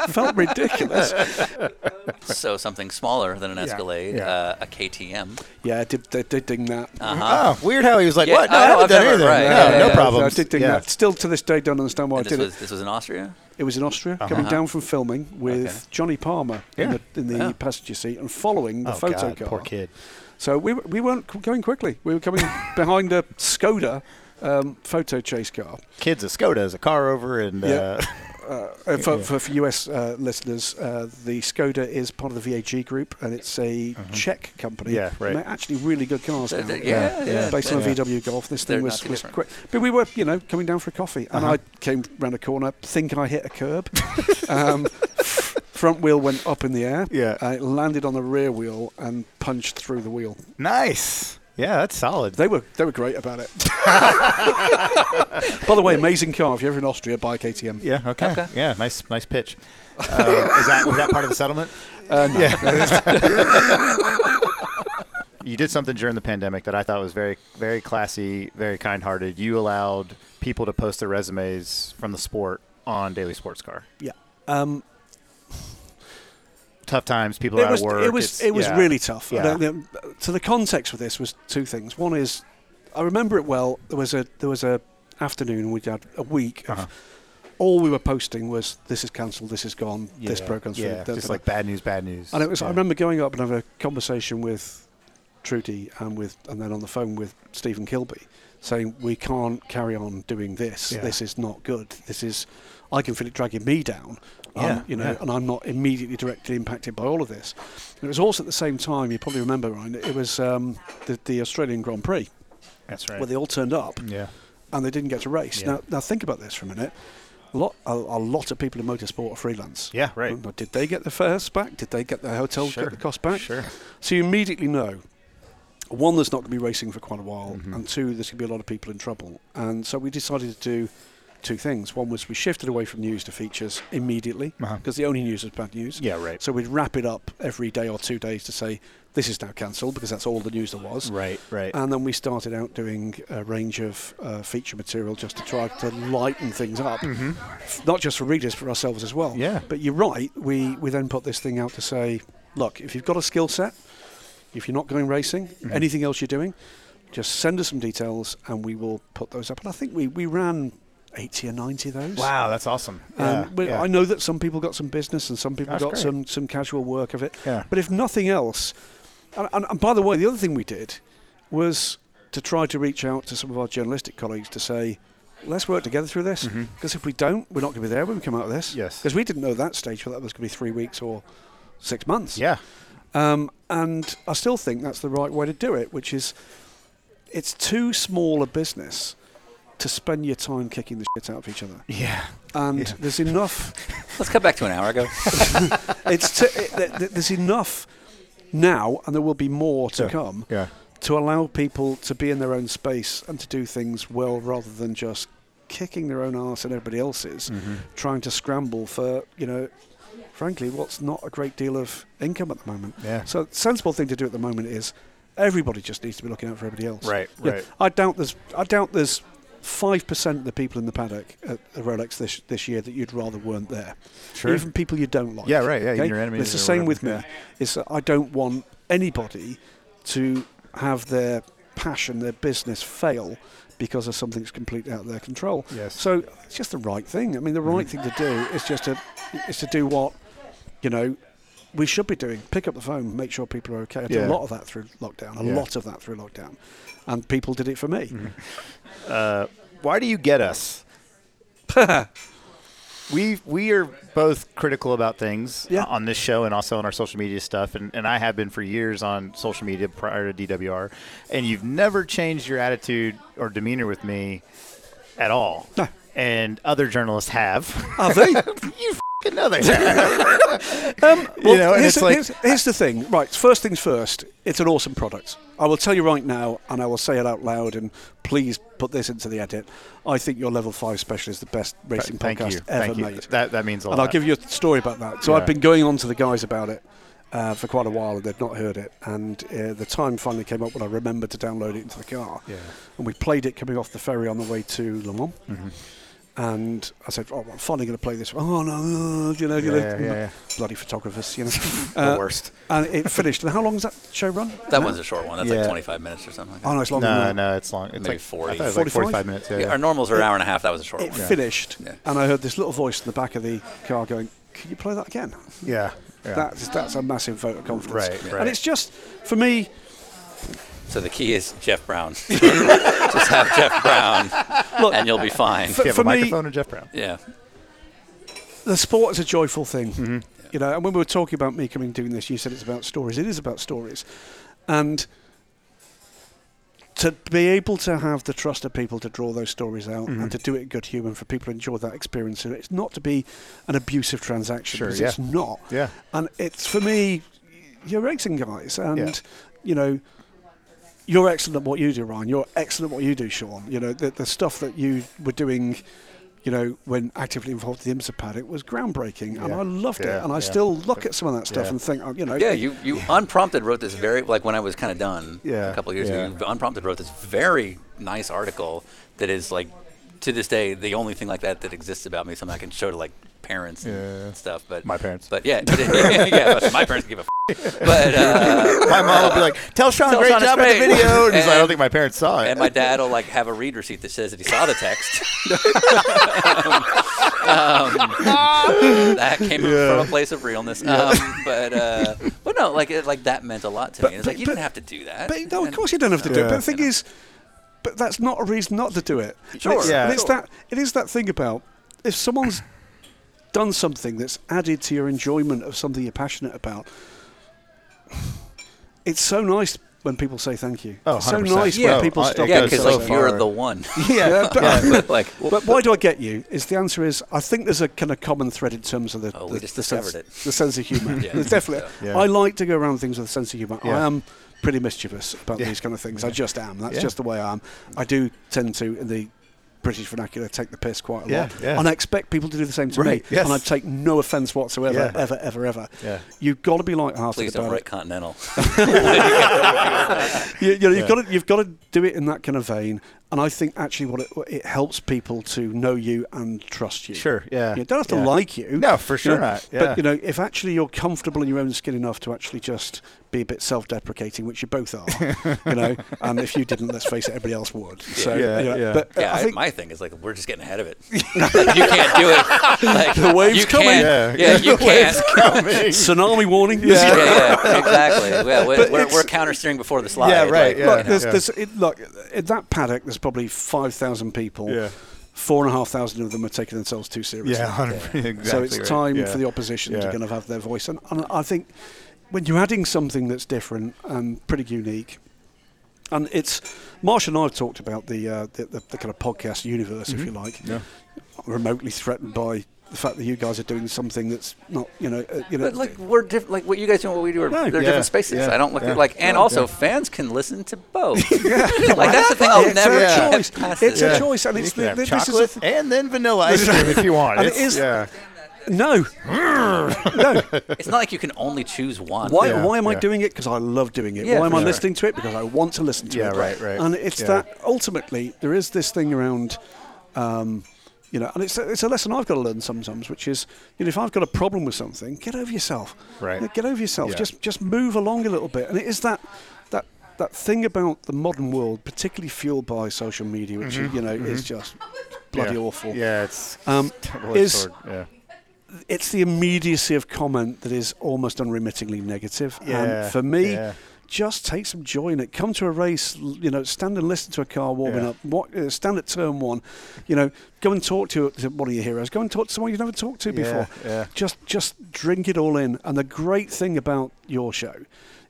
Speaker 1: felt ridiculous.
Speaker 2: So something smaller than an Escalade,
Speaker 3: yeah.
Speaker 2: Uh, a KTM.
Speaker 1: Yeah, I did, they did ding that.
Speaker 3: Oh, weird how he was like,
Speaker 2: Uh-huh. Yeah,
Speaker 3: "What? No, I,
Speaker 2: I know,
Speaker 3: haven't
Speaker 2: I've
Speaker 3: done
Speaker 2: never-
Speaker 3: anything.
Speaker 2: right,
Speaker 3: no,
Speaker 2: yeah, yeah,
Speaker 3: no
Speaker 2: yeah.
Speaker 3: problem."
Speaker 1: I did ding
Speaker 3: yeah.
Speaker 1: that. Still to this day, don't understand why I
Speaker 2: And
Speaker 1: did
Speaker 2: this was
Speaker 1: it.
Speaker 2: this was in Austria.
Speaker 1: It was in Austria, coming down from filming with
Speaker 2: Okay.
Speaker 1: Johnny Palmer in
Speaker 3: Yeah.
Speaker 1: the, in the
Speaker 2: Yeah.
Speaker 1: passenger seat and following the
Speaker 3: Oh,
Speaker 1: photo
Speaker 3: God,
Speaker 1: car.
Speaker 3: poor kid.
Speaker 1: So we, w- we weren't c- going quickly. We were coming
Speaker 3: [LAUGHS]
Speaker 1: behind a Skoda um, photo chase car.
Speaker 3: Kids, a Skoda is a car over, and
Speaker 1: Yeah. [LAUGHS]
Speaker 3: uh,
Speaker 1: Uh, for, for, for US uh, listeners, uh, the Skoda is part of the VAG group, and it's a Czech company.
Speaker 3: Yeah, right.
Speaker 1: And they're actually really good cars
Speaker 2: So
Speaker 1: now.
Speaker 2: th- yeah, yeah, yeah.
Speaker 1: Based on a
Speaker 2: Yeah.
Speaker 1: VW Golf, this
Speaker 2: They're
Speaker 1: thing
Speaker 2: not
Speaker 1: was,
Speaker 2: too
Speaker 1: was
Speaker 2: different.
Speaker 1: quick. But we were, you know, coming down for a coffee, and I came round a corner, think I hit a curb. [LAUGHS] um, f- front wheel went up in the air.
Speaker 3: Yeah.
Speaker 1: And it landed on the rear wheel and punched through the wheel.
Speaker 3: nice. Yeah, that's solid.
Speaker 1: They were they were great about it. By the way, amazing car. If you're ever in Austria, buy a KTM.
Speaker 3: yeah. Okay. Yeah. Nice. Nice pitch. Uh, is that was that part of the settlement?
Speaker 1: Uh,
Speaker 3: Yeah. [LAUGHS] you did something during the pandemic that I thought was very, very classy, very kind-hearted. You allowed people to post their resumes from the sport on Daily Sports Car.
Speaker 1: Yeah. Um,
Speaker 3: tough times. People are
Speaker 1: It
Speaker 3: out
Speaker 1: was,
Speaker 3: of work.
Speaker 1: it was,
Speaker 3: it's-
Speaker 1: it was
Speaker 3: yeah.
Speaker 1: really tough.
Speaker 3: Yeah.
Speaker 1: The- the- so the context for this was two things. One is, I remember it well. There was a there was a afternoon we had a week
Speaker 3: Uh-huh.
Speaker 1: of all we were posting was this is cancelled, this is gone, this
Speaker 3: Yeah.
Speaker 1: program's
Speaker 3: yeah,
Speaker 1: finished.
Speaker 3: just like bad news, bad news.
Speaker 1: And it was. I
Speaker 3: Yeah.
Speaker 1: remember going up and having a conversation with Trudy and with, and then on the phone with Stephen Kilby, saying we can't carry on doing this.
Speaker 3: Yeah.
Speaker 1: This is not good. This is. I can feel it dragging me down. Um,
Speaker 3: Yeah,
Speaker 1: you know,
Speaker 3: yeah.
Speaker 1: and I'm not immediately directly impacted by all of this. And it was also at the same time. You probably remember, Ryan. It was um, the, the Australian Grand Prix
Speaker 3: That's right.
Speaker 1: where they all turned up
Speaker 3: yeah.
Speaker 1: and they didn't get to race.
Speaker 3: Yeah.
Speaker 1: Now, now think about this for a minute. A lot, a, a lot of people in motorsport are freelance.
Speaker 3: Yeah, right.
Speaker 1: But did they get their fares back? Did they get their hotel
Speaker 3: Sure,
Speaker 1: get the cost back?
Speaker 3: sure.
Speaker 1: So you immediately know one, there's not going to be racing for quite a while,
Speaker 3: Mm-hmm.
Speaker 1: and two, there's going to be a lot of people in trouble. And so we decided to do two things. One was we shifted away from news to features immediately because
Speaker 3: Uh-huh.
Speaker 1: the only news was bad news.
Speaker 3: Yeah, right.
Speaker 1: So we'd wrap it up every day or two days to say this is now cancelled because that's all the news there was.
Speaker 3: Right, right.
Speaker 1: And then we started out doing a range of uh, feature material just to try to lighten things up, F- not just for readers, for ourselves as well.
Speaker 3: Mm-hmm. Yeah.
Speaker 1: But you're right. We we then put this thing out to say, look, if you've got a skill set, if you're not going racing,
Speaker 3: Mm-hmm.
Speaker 1: anything else you're doing, just send us some details and we will put those up. And I think we we ran 80 or 90 of those.
Speaker 3: wow, that's awesome.
Speaker 1: Um,
Speaker 3: yeah,
Speaker 1: but
Speaker 3: yeah.
Speaker 1: I know that some people got some business and some people
Speaker 3: That's
Speaker 1: got
Speaker 3: great.
Speaker 1: some some casual work of it.
Speaker 3: Yeah.
Speaker 1: But if nothing else, and, and, and by the way, the other thing we did was to try to reach out to some of our journalistic colleagues to say, let's work together through this because if we don't, we're not going to be there when we come out of this.
Speaker 3: Mm-hmm. Yes.
Speaker 1: Because we didn't know at that stage whether that was going to be three weeks or six months.
Speaker 3: Yeah.
Speaker 1: Um, and I still think that's the right way to do it, which is it's too small a business to spend your time kicking the shit out of each other.
Speaker 3: Yeah.
Speaker 1: And
Speaker 3: Yeah.
Speaker 1: there's enough
Speaker 2: Let's cut back to an hour
Speaker 1: [LAUGHS]
Speaker 2: ago.
Speaker 1: it's t- it, th- th- there's enough now, and there will be more to
Speaker 3: Yeah.
Speaker 1: come
Speaker 3: Yeah.
Speaker 1: to allow people to be in their own space and to do things well, rather than just kicking their own arse and everybody else's,
Speaker 3: Mm-hmm.
Speaker 1: trying to scramble for you know, frankly, what's not a great deal of income at the moment.
Speaker 3: Yeah.
Speaker 1: So sensible thing to do at the moment is everybody just needs to be looking out for everybody else.
Speaker 3: Right, right.
Speaker 1: I doubt there's I doubt there's five percent of the people in the paddock at the Rolex this this year that you'd rather weren't there.
Speaker 3: Sure.
Speaker 1: Even people you don't like.
Speaker 3: Yeah, right, yeah, your enemies
Speaker 1: It's the
Speaker 3: or
Speaker 1: same with
Speaker 3: whatever.
Speaker 1: me. It's that I don't want anybody to have their passion, their business fail because of something that's completely out of their control.
Speaker 3: Yes.
Speaker 1: So it's just the right thing. I mean, the right thing to do is just to is to do what you know we should be doing. Pick up the phone, make sure people are okay. I did
Speaker 3: Yeah.
Speaker 1: a lot of that through lockdown. A
Speaker 3: Yeah. Mm-hmm.
Speaker 1: lot of that through lockdown, and people did it for me.
Speaker 3: Why do you
Speaker 1: [LAUGHS]
Speaker 3: get us? we we are both critical about things uh,
Speaker 1: Yeah.
Speaker 3: on this show and also on our social media stuff, and, and I have been for years on social media prior to DWR, and you've never changed your attitude or demeanor with me at all.
Speaker 1: No.
Speaker 3: And other
Speaker 1: [LAUGHS]
Speaker 3: journalists have.
Speaker 1: Are
Speaker 3: [LAUGHS]
Speaker 1: they?
Speaker 3: you f***ing know [LAUGHS] they have.
Speaker 1: Um,
Speaker 3: [LAUGHS]
Speaker 1: Well,
Speaker 3: know, and
Speaker 1: here's,
Speaker 3: it's
Speaker 1: the,
Speaker 3: like-
Speaker 1: here's, here's the thing. Right, first things first. It's an awesome product. I will tell you right now, and I will say it out loud. And please put this into the edit. I think your level five special is the best racing
Speaker 3: Thank
Speaker 1: podcast
Speaker 3: you.
Speaker 1: ever
Speaker 3: Thank you.
Speaker 1: made.
Speaker 3: That, that means a
Speaker 1: and
Speaker 3: lot.
Speaker 1: I'll give you a story about that. So
Speaker 3: Yeah.
Speaker 1: I've been going on to the guys about it uh, for quite a while, and they've not heard it. And uh, the time finally came up when I remembered to download it into the car.
Speaker 3: Yeah.
Speaker 1: And we played it coming off the ferry on the way to Le Mans.
Speaker 3: Mm-hmm.
Speaker 1: And I said, "Oh, I'm finally going to play this." Oh no, you know, you know,
Speaker 3: Yeah, yeah, yeah.
Speaker 1: bloody photographers, you know,
Speaker 3: [LAUGHS] the
Speaker 1: Uh,
Speaker 3: worst.
Speaker 1: And it finished. And how long does that show run?
Speaker 2: That one's a short one. That's
Speaker 3: Yeah.
Speaker 2: like 25 minutes or something. Like that.
Speaker 1: Oh no, it's longer.
Speaker 3: No,
Speaker 1: than that.
Speaker 3: no, it's long. It's
Speaker 2: Maybe
Speaker 3: like
Speaker 2: 40.
Speaker 3: I thought it was like
Speaker 1: 45?
Speaker 3: forty-five minutes. Yeah,
Speaker 2: Yeah,
Speaker 3: yeah.
Speaker 2: Our normals are an hour and a half. That was a short
Speaker 1: It
Speaker 2: one.
Speaker 1: finished,
Speaker 2: Yeah.
Speaker 1: and I heard this little voice in the back of the car going, "Can you play that again?"
Speaker 3: yeah, yeah.
Speaker 1: That's that's a massive vote of confidence.
Speaker 3: Right, right.
Speaker 1: And it's just for me.
Speaker 2: So the key is Jeff Brown. [LAUGHS] Just have Jeff Brown,
Speaker 1: Look,
Speaker 2: and you'll be fine.
Speaker 1: for,
Speaker 3: Do you have
Speaker 1: for
Speaker 3: a
Speaker 1: me,
Speaker 3: microphone or Jeff Brown?
Speaker 2: Yeah.
Speaker 1: the sport is a joyful thing.
Speaker 3: Mm-hmm.
Speaker 1: You know, and when we were talking about me coming and doing this, you said it's about stories. It is about stories, and to be able to have the trust of people to draw those stories out
Speaker 3: Mm-hmm.
Speaker 1: and to do it in good humour and for people to enjoy that experience, and it's not to be an abusive transaction
Speaker 3: Sure,
Speaker 1: because
Speaker 3: yeah.
Speaker 1: it's not.
Speaker 3: Yeah.
Speaker 1: and it's for me, you're racing guys, and
Speaker 3: Yeah.
Speaker 1: you know. You're excellent at what you do, Ryan. You're excellent at what you do, Sean. You know, the, the stuff that you were doing you know, when actively involved in the IMSA paddock was groundbreaking, and
Speaker 3: Yeah.
Speaker 1: I loved it.
Speaker 3: Yeah,
Speaker 1: And I
Speaker 3: yeah.
Speaker 1: still look at some of that stuff
Speaker 3: Yeah.
Speaker 1: and think, oh, you know,
Speaker 2: Yeah, you, you unprompted wrote this very, like when I was kind of done
Speaker 3: Yeah,
Speaker 2: a couple of years
Speaker 3: yeah.
Speaker 2: ago, you unprompted wrote this very nice article that is like to this day the only thing like that that exists about me. Something I can show to like parents and stuff. But
Speaker 3: My parents.
Speaker 2: But yeah, [LAUGHS] yeah. but My parents give a. F- but uh,
Speaker 3: My mom will be like, "Tell Sean,
Speaker 2: Tell
Speaker 3: great
Speaker 2: Sean it's
Speaker 3: job at the
Speaker 2: great."
Speaker 3: video." And, he's like, "I don't
Speaker 2: And-
Speaker 3: think my parents saw it."
Speaker 2: and my dad will like have a read receipt that says that he saw the text. um, um, that came from a place of realness. Um, but uh, but no, like it, like that meant a lot to
Speaker 1: But-
Speaker 2: me. It's like
Speaker 1: but-
Speaker 2: you didn't
Speaker 1: but-
Speaker 2: have to do that.
Speaker 1: But no, of
Speaker 2: And-
Speaker 1: course you don't have to do it. But the thing
Speaker 2: You know.
Speaker 1: is, but that's not a reason not to do it. And
Speaker 2: Sure.
Speaker 1: It's, and
Speaker 3: Yeah.
Speaker 1: it's that it is that thing about if someone's done something that's added to your enjoyment of something you're passionate about. It's so nice when people say thank you.
Speaker 3: Oh,
Speaker 1: It's so
Speaker 3: 100%.
Speaker 1: nice
Speaker 2: Yeah.
Speaker 1: when people
Speaker 3: Oh, it
Speaker 1: stop.
Speaker 2: yeah,
Speaker 1: and
Speaker 3: goes
Speaker 2: because
Speaker 1: say
Speaker 3: so
Speaker 2: like
Speaker 1: thank you.
Speaker 2: you're
Speaker 3: far.
Speaker 1: [LAUGHS]
Speaker 2: the one.
Speaker 1: yeah, but,
Speaker 2: like
Speaker 1: [LAUGHS] but why do I get you? Is the answer is I think there's a kind of common thread in terms of the
Speaker 2: Oh,
Speaker 1: the,
Speaker 2: we just
Speaker 1: the sense,
Speaker 2: discovered it.
Speaker 1: the sense of humour.
Speaker 2: [LAUGHS] Yeah.
Speaker 1: There's definitely.
Speaker 3: Yeah.
Speaker 1: I like to go around things with a sense of humour.
Speaker 3: Yeah.
Speaker 1: I am pretty mischievous about these kind of things. I just am. That's
Speaker 3: Yeah.
Speaker 1: just the way I am. I do tend to in the British vernacular take the piss quite a
Speaker 3: Yeah,
Speaker 1: lot,
Speaker 3: yeah.
Speaker 1: and I expect people to do the same to me.
Speaker 3: Right, yes.
Speaker 1: And I take no offence whatsoever,
Speaker 3: Yeah.
Speaker 1: ever, ever, ever.
Speaker 3: Yeah.
Speaker 1: You've got to be light-hearted
Speaker 2: Please don't
Speaker 1: about
Speaker 2: write
Speaker 1: it.
Speaker 2: Continental.
Speaker 1: [LAUGHS] You, you know, you've
Speaker 3: Yeah.
Speaker 1: got to you've got to do it in that kind of vein. And I think actually, what it, what it helps people to know you and trust you.
Speaker 3: Sure, yeah,
Speaker 1: You don't have to
Speaker 3: yeah.
Speaker 1: like you.
Speaker 3: No, for
Speaker 1: you
Speaker 3: sure
Speaker 1: know,
Speaker 3: not, yeah.
Speaker 1: But you know, if actually you're comfortable in your own skin enough to actually just be a bit self-deprecating, which you both are, you
Speaker 3: [LAUGHS]
Speaker 1: know, and if you didn't, let's face it, everybody else would. So
Speaker 3: Yeah,
Speaker 1: you know,
Speaker 3: yeah.
Speaker 1: But uh,
Speaker 2: Yeah,
Speaker 1: I think
Speaker 2: my thing is like we're just getting ahead
Speaker 1: [LAUGHS]
Speaker 2: of it. Like, you can't do it. Like, the waves coming. Yeah,
Speaker 3: Yeah,
Speaker 2: you
Speaker 1: [LAUGHS]
Speaker 2: can't.
Speaker 1: tsunami warning.
Speaker 2: Yeah, yeah, exactly. Yeah, we're, we're, we're countersteering before the slide.
Speaker 3: Yeah, right,
Speaker 2: Like,
Speaker 3: yeah.
Speaker 1: Look, there's,
Speaker 3: yeah.
Speaker 1: there's, it, look, in that paddock, there's probably 5,000 people.
Speaker 3: Yeah.
Speaker 1: Four and a half thousand of them are taking themselves too seriously.
Speaker 3: yeah, 100%, [LAUGHS] exactly.
Speaker 1: So it's
Speaker 3: right.
Speaker 1: time
Speaker 3: Yeah.
Speaker 1: for the opposition to
Speaker 3: Yeah.
Speaker 1: kind of have their voice. And, and I think when you're adding something that's different and pretty unique, and it's Marsh and I have talked about the uh, the, the, the kind of podcast universe,
Speaker 3: Mm-hmm.
Speaker 1: if you like, remotely threatened by the fact that you guys are doing something that's not, you know, uh, you know,
Speaker 2: But like we're different. Like what you guys do and what we do are
Speaker 1: No,
Speaker 2: they're
Speaker 1: yeah,
Speaker 2: different spaces.
Speaker 3: yeah,
Speaker 2: I don't look
Speaker 3: yeah.
Speaker 2: like, and
Speaker 3: Yeah,
Speaker 2: also
Speaker 3: yeah.
Speaker 2: fans can listen
Speaker 3: [LAUGHS]
Speaker 2: to both. [LAUGHS] Like that's the thing I'll
Speaker 1: it's
Speaker 2: never
Speaker 1: a
Speaker 2: get
Speaker 1: choice.
Speaker 2: past
Speaker 1: It's
Speaker 2: it.
Speaker 1: a choice, and it's
Speaker 3: You can
Speaker 1: the,
Speaker 3: have
Speaker 1: the, this is a
Speaker 3: chocolate and then vanilla ice cream if you want.
Speaker 1: And it
Speaker 3: It's-
Speaker 1: is-
Speaker 3: yeah.
Speaker 1: no.
Speaker 2: It's not like you can only choose one.
Speaker 1: Why,
Speaker 3: Yeah,
Speaker 1: why am I
Speaker 3: yeah.
Speaker 1: doing it? Because I love doing it.
Speaker 2: Yeah,
Speaker 1: why am
Speaker 2: for
Speaker 1: I
Speaker 2: sure.
Speaker 1: listening to it? Because I want to listen to
Speaker 3: Yeah,
Speaker 1: it.
Speaker 3: right, right.
Speaker 1: And it's
Speaker 3: Yeah.
Speaker 1: that ultimately there is this thing around, um, you know, and it's a, it's a lesson I've got to learn sometimes, which is, you know, if I've got a problem with something, get over yourself.
Speaker 3: Right.
Speaker 1: You know, Get over yourself.
Speaker 3: Yeah.
Speaker 1: Just just move along a little bit. And it is that that that thing about the modern world, particularly fueled by social media, which you know is just bloody
Speaker 3: Mm-hmm. yeah.
Speaker 1: awful.
Speaker 3: Yeah, it's
Speaker 1: Um,
Speaker 3: double-edged
Speaker 1: is
Speaker 3: sword. Yeah.
Speaker 1: it's the immediacy of comment that is almost unremittingly negative.
Speaker 3: Yeah,
Speaker 1: and for me,
Speaker 3: yeah.
Speaker 1: just take some joy in it. Come to a race, l- you know, stand and listen to a car warming
Speaker 3: Yeah.
Speaker 1: up. What, uh, stand at turn one, you know, go and talk to, to one of your heroes. Go and talk to someone you've never talked to
Speaker 3: Yeah,
Speaker 1: before.
Speaker 3: yeah.
Speaker 1: Just just drink it all in. And the great thing about your show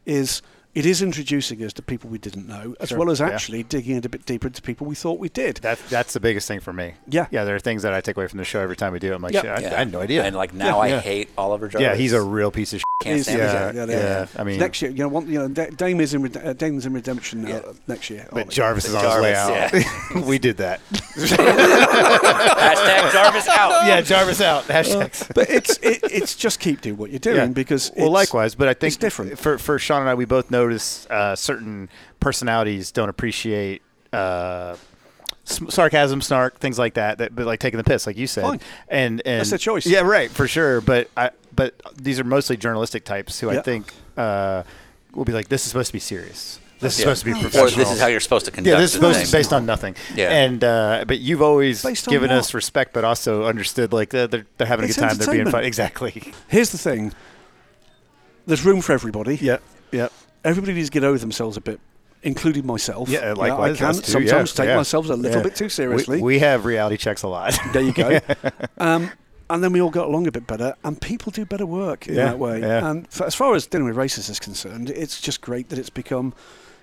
Speaker 1: is. It is introducing us to people we didn't know, as
Speaker 3: Sure,
Speaker 1: well as
Speaker 3: yeah.
Speaker 1: actually digging it a bit deeper into people we thought we did.
Speaker 3: That, that's the biggest thing for me.
Speaker 1: Yeah.
Speaker 3: Yeah, there are things that I take away from the show every time we do it. I'm like,
Speaker 1: Yeah.
Speaker 3: shit, I,
Speaker 2: Yeah.
Speaker 3: I had no idea.
Speaker 2: And like now, I
Speaker 3: Yeah.
Speaker 2: hate Oliver Jarvis.
Speaker 3: yeah, he's a real piece of shit.
Speaker 2: can't stand
Speaker 3: yeah,
Speaker 2: him.
Speaker 1: yeah,
Speaker 3: yeah. I mean-
Speaker 1: next year, you know, one, you know, Da- Dame is in Red- uh, Dame's in redemption now, uh, next year.
Speaker 3: But
Speaker 1: aren't they?
Speaker 3: Jarvis is on
Speaker 2: Jarvis,
Speaker 3: his way out. [LAUGHS] we did that.
Speaker 2: Hashtag Jarvis out. [LAUGHS]
Speaker 3: yeah, Jarvis out.
Speaker 2: Uh,
Speaker 3: Hashtags.
Speaker 1: but it's it, it's just keep doing what you're doing because
Speaker 3: well,
Speaker 1: it's-
Speaker 3: likewise, but I think
Speaker 1: it's different.
Speaker 3: for for Sean and I. We both notice uh, certain personalities don't appreciate uh, sm- sarcasm, snark, things like that. That but like taking the piss, like you said,
Speaker 1: Fine.
Speaker 3: and and
Speaker 1: That's a choice.
Speaker 3: Yeah, right, for sure. But I but these are mostly journalistic types who I
Speaker 1: Yeah.
Speaker 3: think uh, will be like, this is supposed to be serious. This is
Speaker 2: Yeah.
Speaker 3: supposed to be professional.
Speaker 2: Or this is how you're supposed to conduct.
Speaker 3: yeah, this is
Speaker 2: the
Speaker 3: supposed to
Speaker 2: thing.
Speaker 3: be based on nothing.
Speaker 2: Yeah.
Speaker 3: And uh, but you've always
Speaker 1: Based on
Speaker 3: given
Speaker 1: what?
Speaker 3: us respect, but also understood like uh, they're they're having
Speaker 1: It's
Speaker 3: a good time. They're being fun. [LAUGHS]
Speaker 1: entertainment.
Speaker 3: Exactly.
Speaker 1: Here's the thing: there's room for everybody.
Speaker 3: Yeah. Yeah.
Speaker 1: everybody needs to get over themselves a bit, including myself.
Speaker 3: Yeah,
Speaker 1: You know,
Speaker 3: likewise,
Speaker 1: I can
Speaker 3: us too, yeah,
Speaker 1: sometimes take
Speaker 3: yeah.
Speaker 1: myself a little
Speaker 3: Yeah.
Speaker 1: bit too
Speaker 3: We-
Speaker 1: seriously.
Speaker 3: We, have reality checks a lot.
Speaker 1: [LAUGHS] there you go. um, and then we all got along a bit better, and people do better work in
Speaker 3: Yeah,
Speaker 1: that way.
Speaker 3: yeah.
Speaker 1: And f as far as dealing with races is concerned, it's just great that it's become.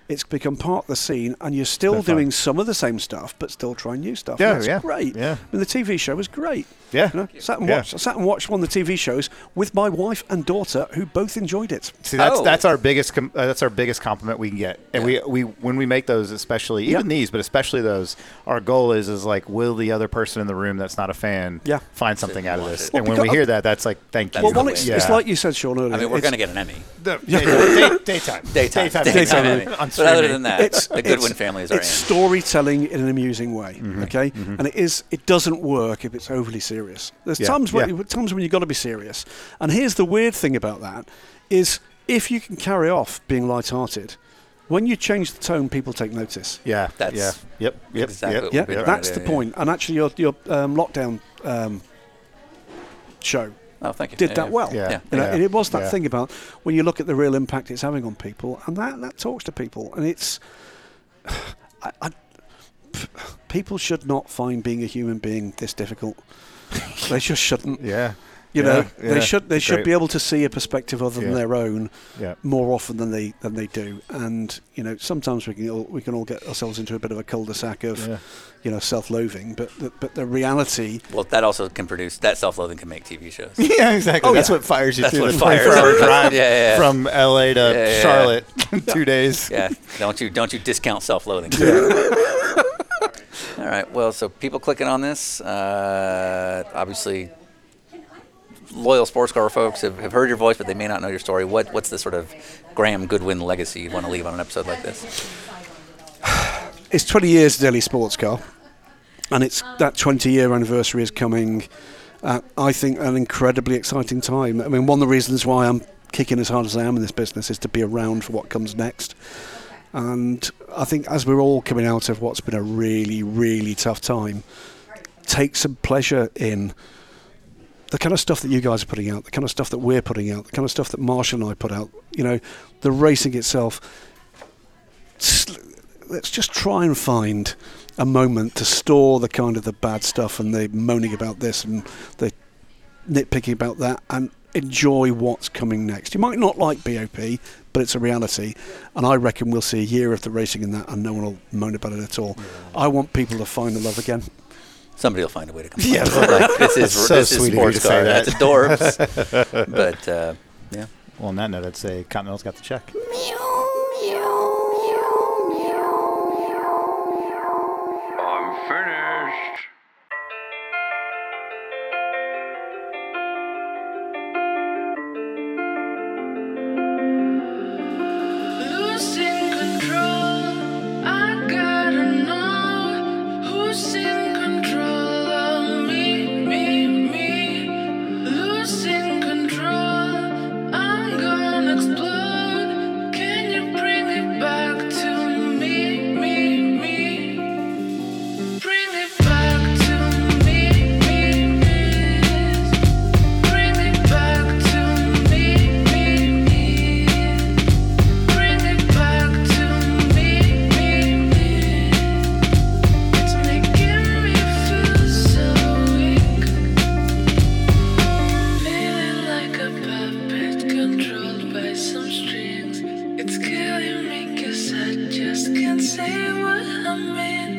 Speaker 1: It's become part of the scene, and you're still
Speaker 3: They're fun.
Speaker 1: doing some of the same stuff, but still trying new stuff.
Speaker 3: Yeah,
Speaker 1: That's
Speaker 3: yeah,
Speaker 1: great.
Speaker 3: yeah.
Speaker 1: I mean, the TV show was great.
Speaker 3: Yeah.
Speaker 1: You know, sat and
Speaker 3: Yeah.
Speaker 1: watched. I sat and watched one of the TV shows with my wife and daughter, who both enjoyed it.
Speaker 3: [LAUGHS] See, that's
Speaker 2: Oh.
Speaker 3: that's our biggest com- uh, that's our biggest compliment we can get, and we we when we make those, especially even
Speaker 1: Yeah.
Speaker 3: these, but especially those, our goal is is like, will the other person in the room that's not a fan
Speaker 1: Yeah.
Speaker 3: find something out of
Speaker 2: watch
Speaker 3: this?
Speaker 2: it.
Speaker 3: and when we
Speaker 1: because-
Speaker 3: hear that, that's like, thank you.
Speaker 1: Well,
Speaker 2: the
Speaker 1: one,
Speaker 2: way.
Speaker 1: it's,
Speaker 3: yeah.
Speaker 1: it's like you said, Sean earlier.
Speaker 2: I mean, we're
Speaker 1: it's-
Speaker 2: going to get an Emmy.
Speaker 3: No, day- day- daytime,
Speaker 2: Daytime.
Speaker 3: daytime,
Speaker 2: Daytime.
Speaker 3: on
Speaker 2: But other than that,
Speaker 1: it's
Speaker 2: the
Speaker 1: it's-
Speaker 2: Goodwin family is our
Speaker 1: it's
Speaker 2: aunt.
Speaker 1: storytelling in an amusing way, okay? And it is it doesn't work if it's overly serious. There's
Speaker 3: Yeah,
Speaker 1: times when
Speaker 3: yeah.
Speaker 1: times when you've got to be serious. And here's the weird thing about that is if you can carry off being light-hearted, when you change the tone, people take notice.
Speaker 3: Yeah.
Speaker 2: That's
Speaker 3: yeah. Yep. Yep.
Speaker 2: exactly
Speaker 3: Yep.
Speaker 2: what
Speaker 1: Yeah,
Speaker 2: we've been
Speaker 1: that's
Speaker 2: trying
Speaker 1: the
Speaker 2: to do,
Speaker 1: point. And actually, your your um, lockdown um, show
Speaker 2: Oh, thank you.
Speaker 1: did
Speaker 2: Yeah,
Speaker 1: that
Speaker 2: yeah.
Speaker 1: well.
Speaker 3: Yeah.
Speaker 2: Yeah.
Speaker 1: You know,
Speaker 3: yeah,
Speaker 1: and it was that
Speaker 3: yeah.
Speaker 1: thing about when you look at the real impact it's having on people, and that, that talks to people, and it's. [SIGHS] I, I, [SIGHS] people should not find being a human being this difficult. they just shouldn't.
Speaker 3: Yeah.
Speaker 1: You
Speaker 3: Yeah,
Speaker 1: know,
Speaker 3: yeah.
Speaker 1: they should they should
Speaker 3: Great.
Speaker 1: be able to see a perspective other than
Speaker 3: Yeah.
Speaker 1: their own
Speaker 3: Yeah.
Speaker 1: more often than they than they do. And you know, sometimes we can all, we can all get ourselves into a bit of a cul-de-sac of
Speaker 3: Yeah.
Speaker 1: you know self-loathing, but the, but the reality.
Speaker 2: Well, that also can produce that self-loathing can make TV shows.
Speaker 3: [LAUGHS] Yeah, exactly.
Speaker 1: Oh,
Speaker 3: That's
Speaker 1: yeah.
Speaker 3: what fires you
Speaker 2: That's
Speaker 3: [LAUGHS] through
Speaker 2: what
Speaker 3: the
Speaker 2: fires
Speaker 3: 24 hour
Speaker 2: everybody.
Speaker 3: drive
Speaker 2: [LAUGHS] Yeah, yeah, yeah.
Speaker 3: from LA to
Speaker 2: yeah, yeah.
Speaker 3: Charlotte [LAUGHS] in two days.
Speaker 2: yeah, don't you don't you discount self-loathing. All right. Well, so people clicking on this, uh, obviously, loyal sports car folks have, have heard your voice, but they may not know your story. What what's the sort of Graham Goodwin legacy you want to leave on an episode like this?
Speaker 1: It's 20 years Daily Sports Car, and it's that 20 year anniversary is coming. At, I think an incredibly exciting time. I mean, one of the reasons why I'm kicking as hard as I am in this business is to be around for what comes next. And I think as we're all coming out of what's been a really, really tough time, take some pleasure in the kind of stuff that you guys are putting out, the kind of stuff that we're putting out, the kind of stuff that Marshall and I put out. You know, the racing itself. S- Let's just try and find a moment to store the kind of the bad stuff and the moaning about this and the nitpicking about that and enjoy what's coming next. You might not like BOP, but it's a reality. And I reckon we'll see a year of the racing in that and no one will moan about it at all. I want people to find the love again.
Speaker 2: Somebody will find a way to come.
Speaker 3: Yeah,
Speaker 2: like, this is
Speaker 3: That's so
Speaker 2: this is
Speaker 3: sweet of you
Speaker 2: sports
Speaker 3: to say
Speaker 2: car.
Speaker 3: that.
Speaker 2: That's
Speaker 3: [LAUGHS]
Speaker 2: adorbs. but uh, yeah,
Speaker 3: Well, on that note, I'd say Continental's got the check.
Speaker 6: I'm finished.
Speaker 11: Losing control, I gotta know who's in control of me, me, me. Losing control, I'm gonna explode. Can you bring it back to me, me, me? Bring it back to me, me, me. Bring it back to me, me, me. Bring it back to me, me, me. It's making me feel so weak, feeling like a puppet controlled by some strings. It's killing me 'cause I just can't say what I mean,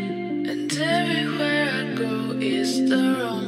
Speaker 11: and everywhere I go is the wrong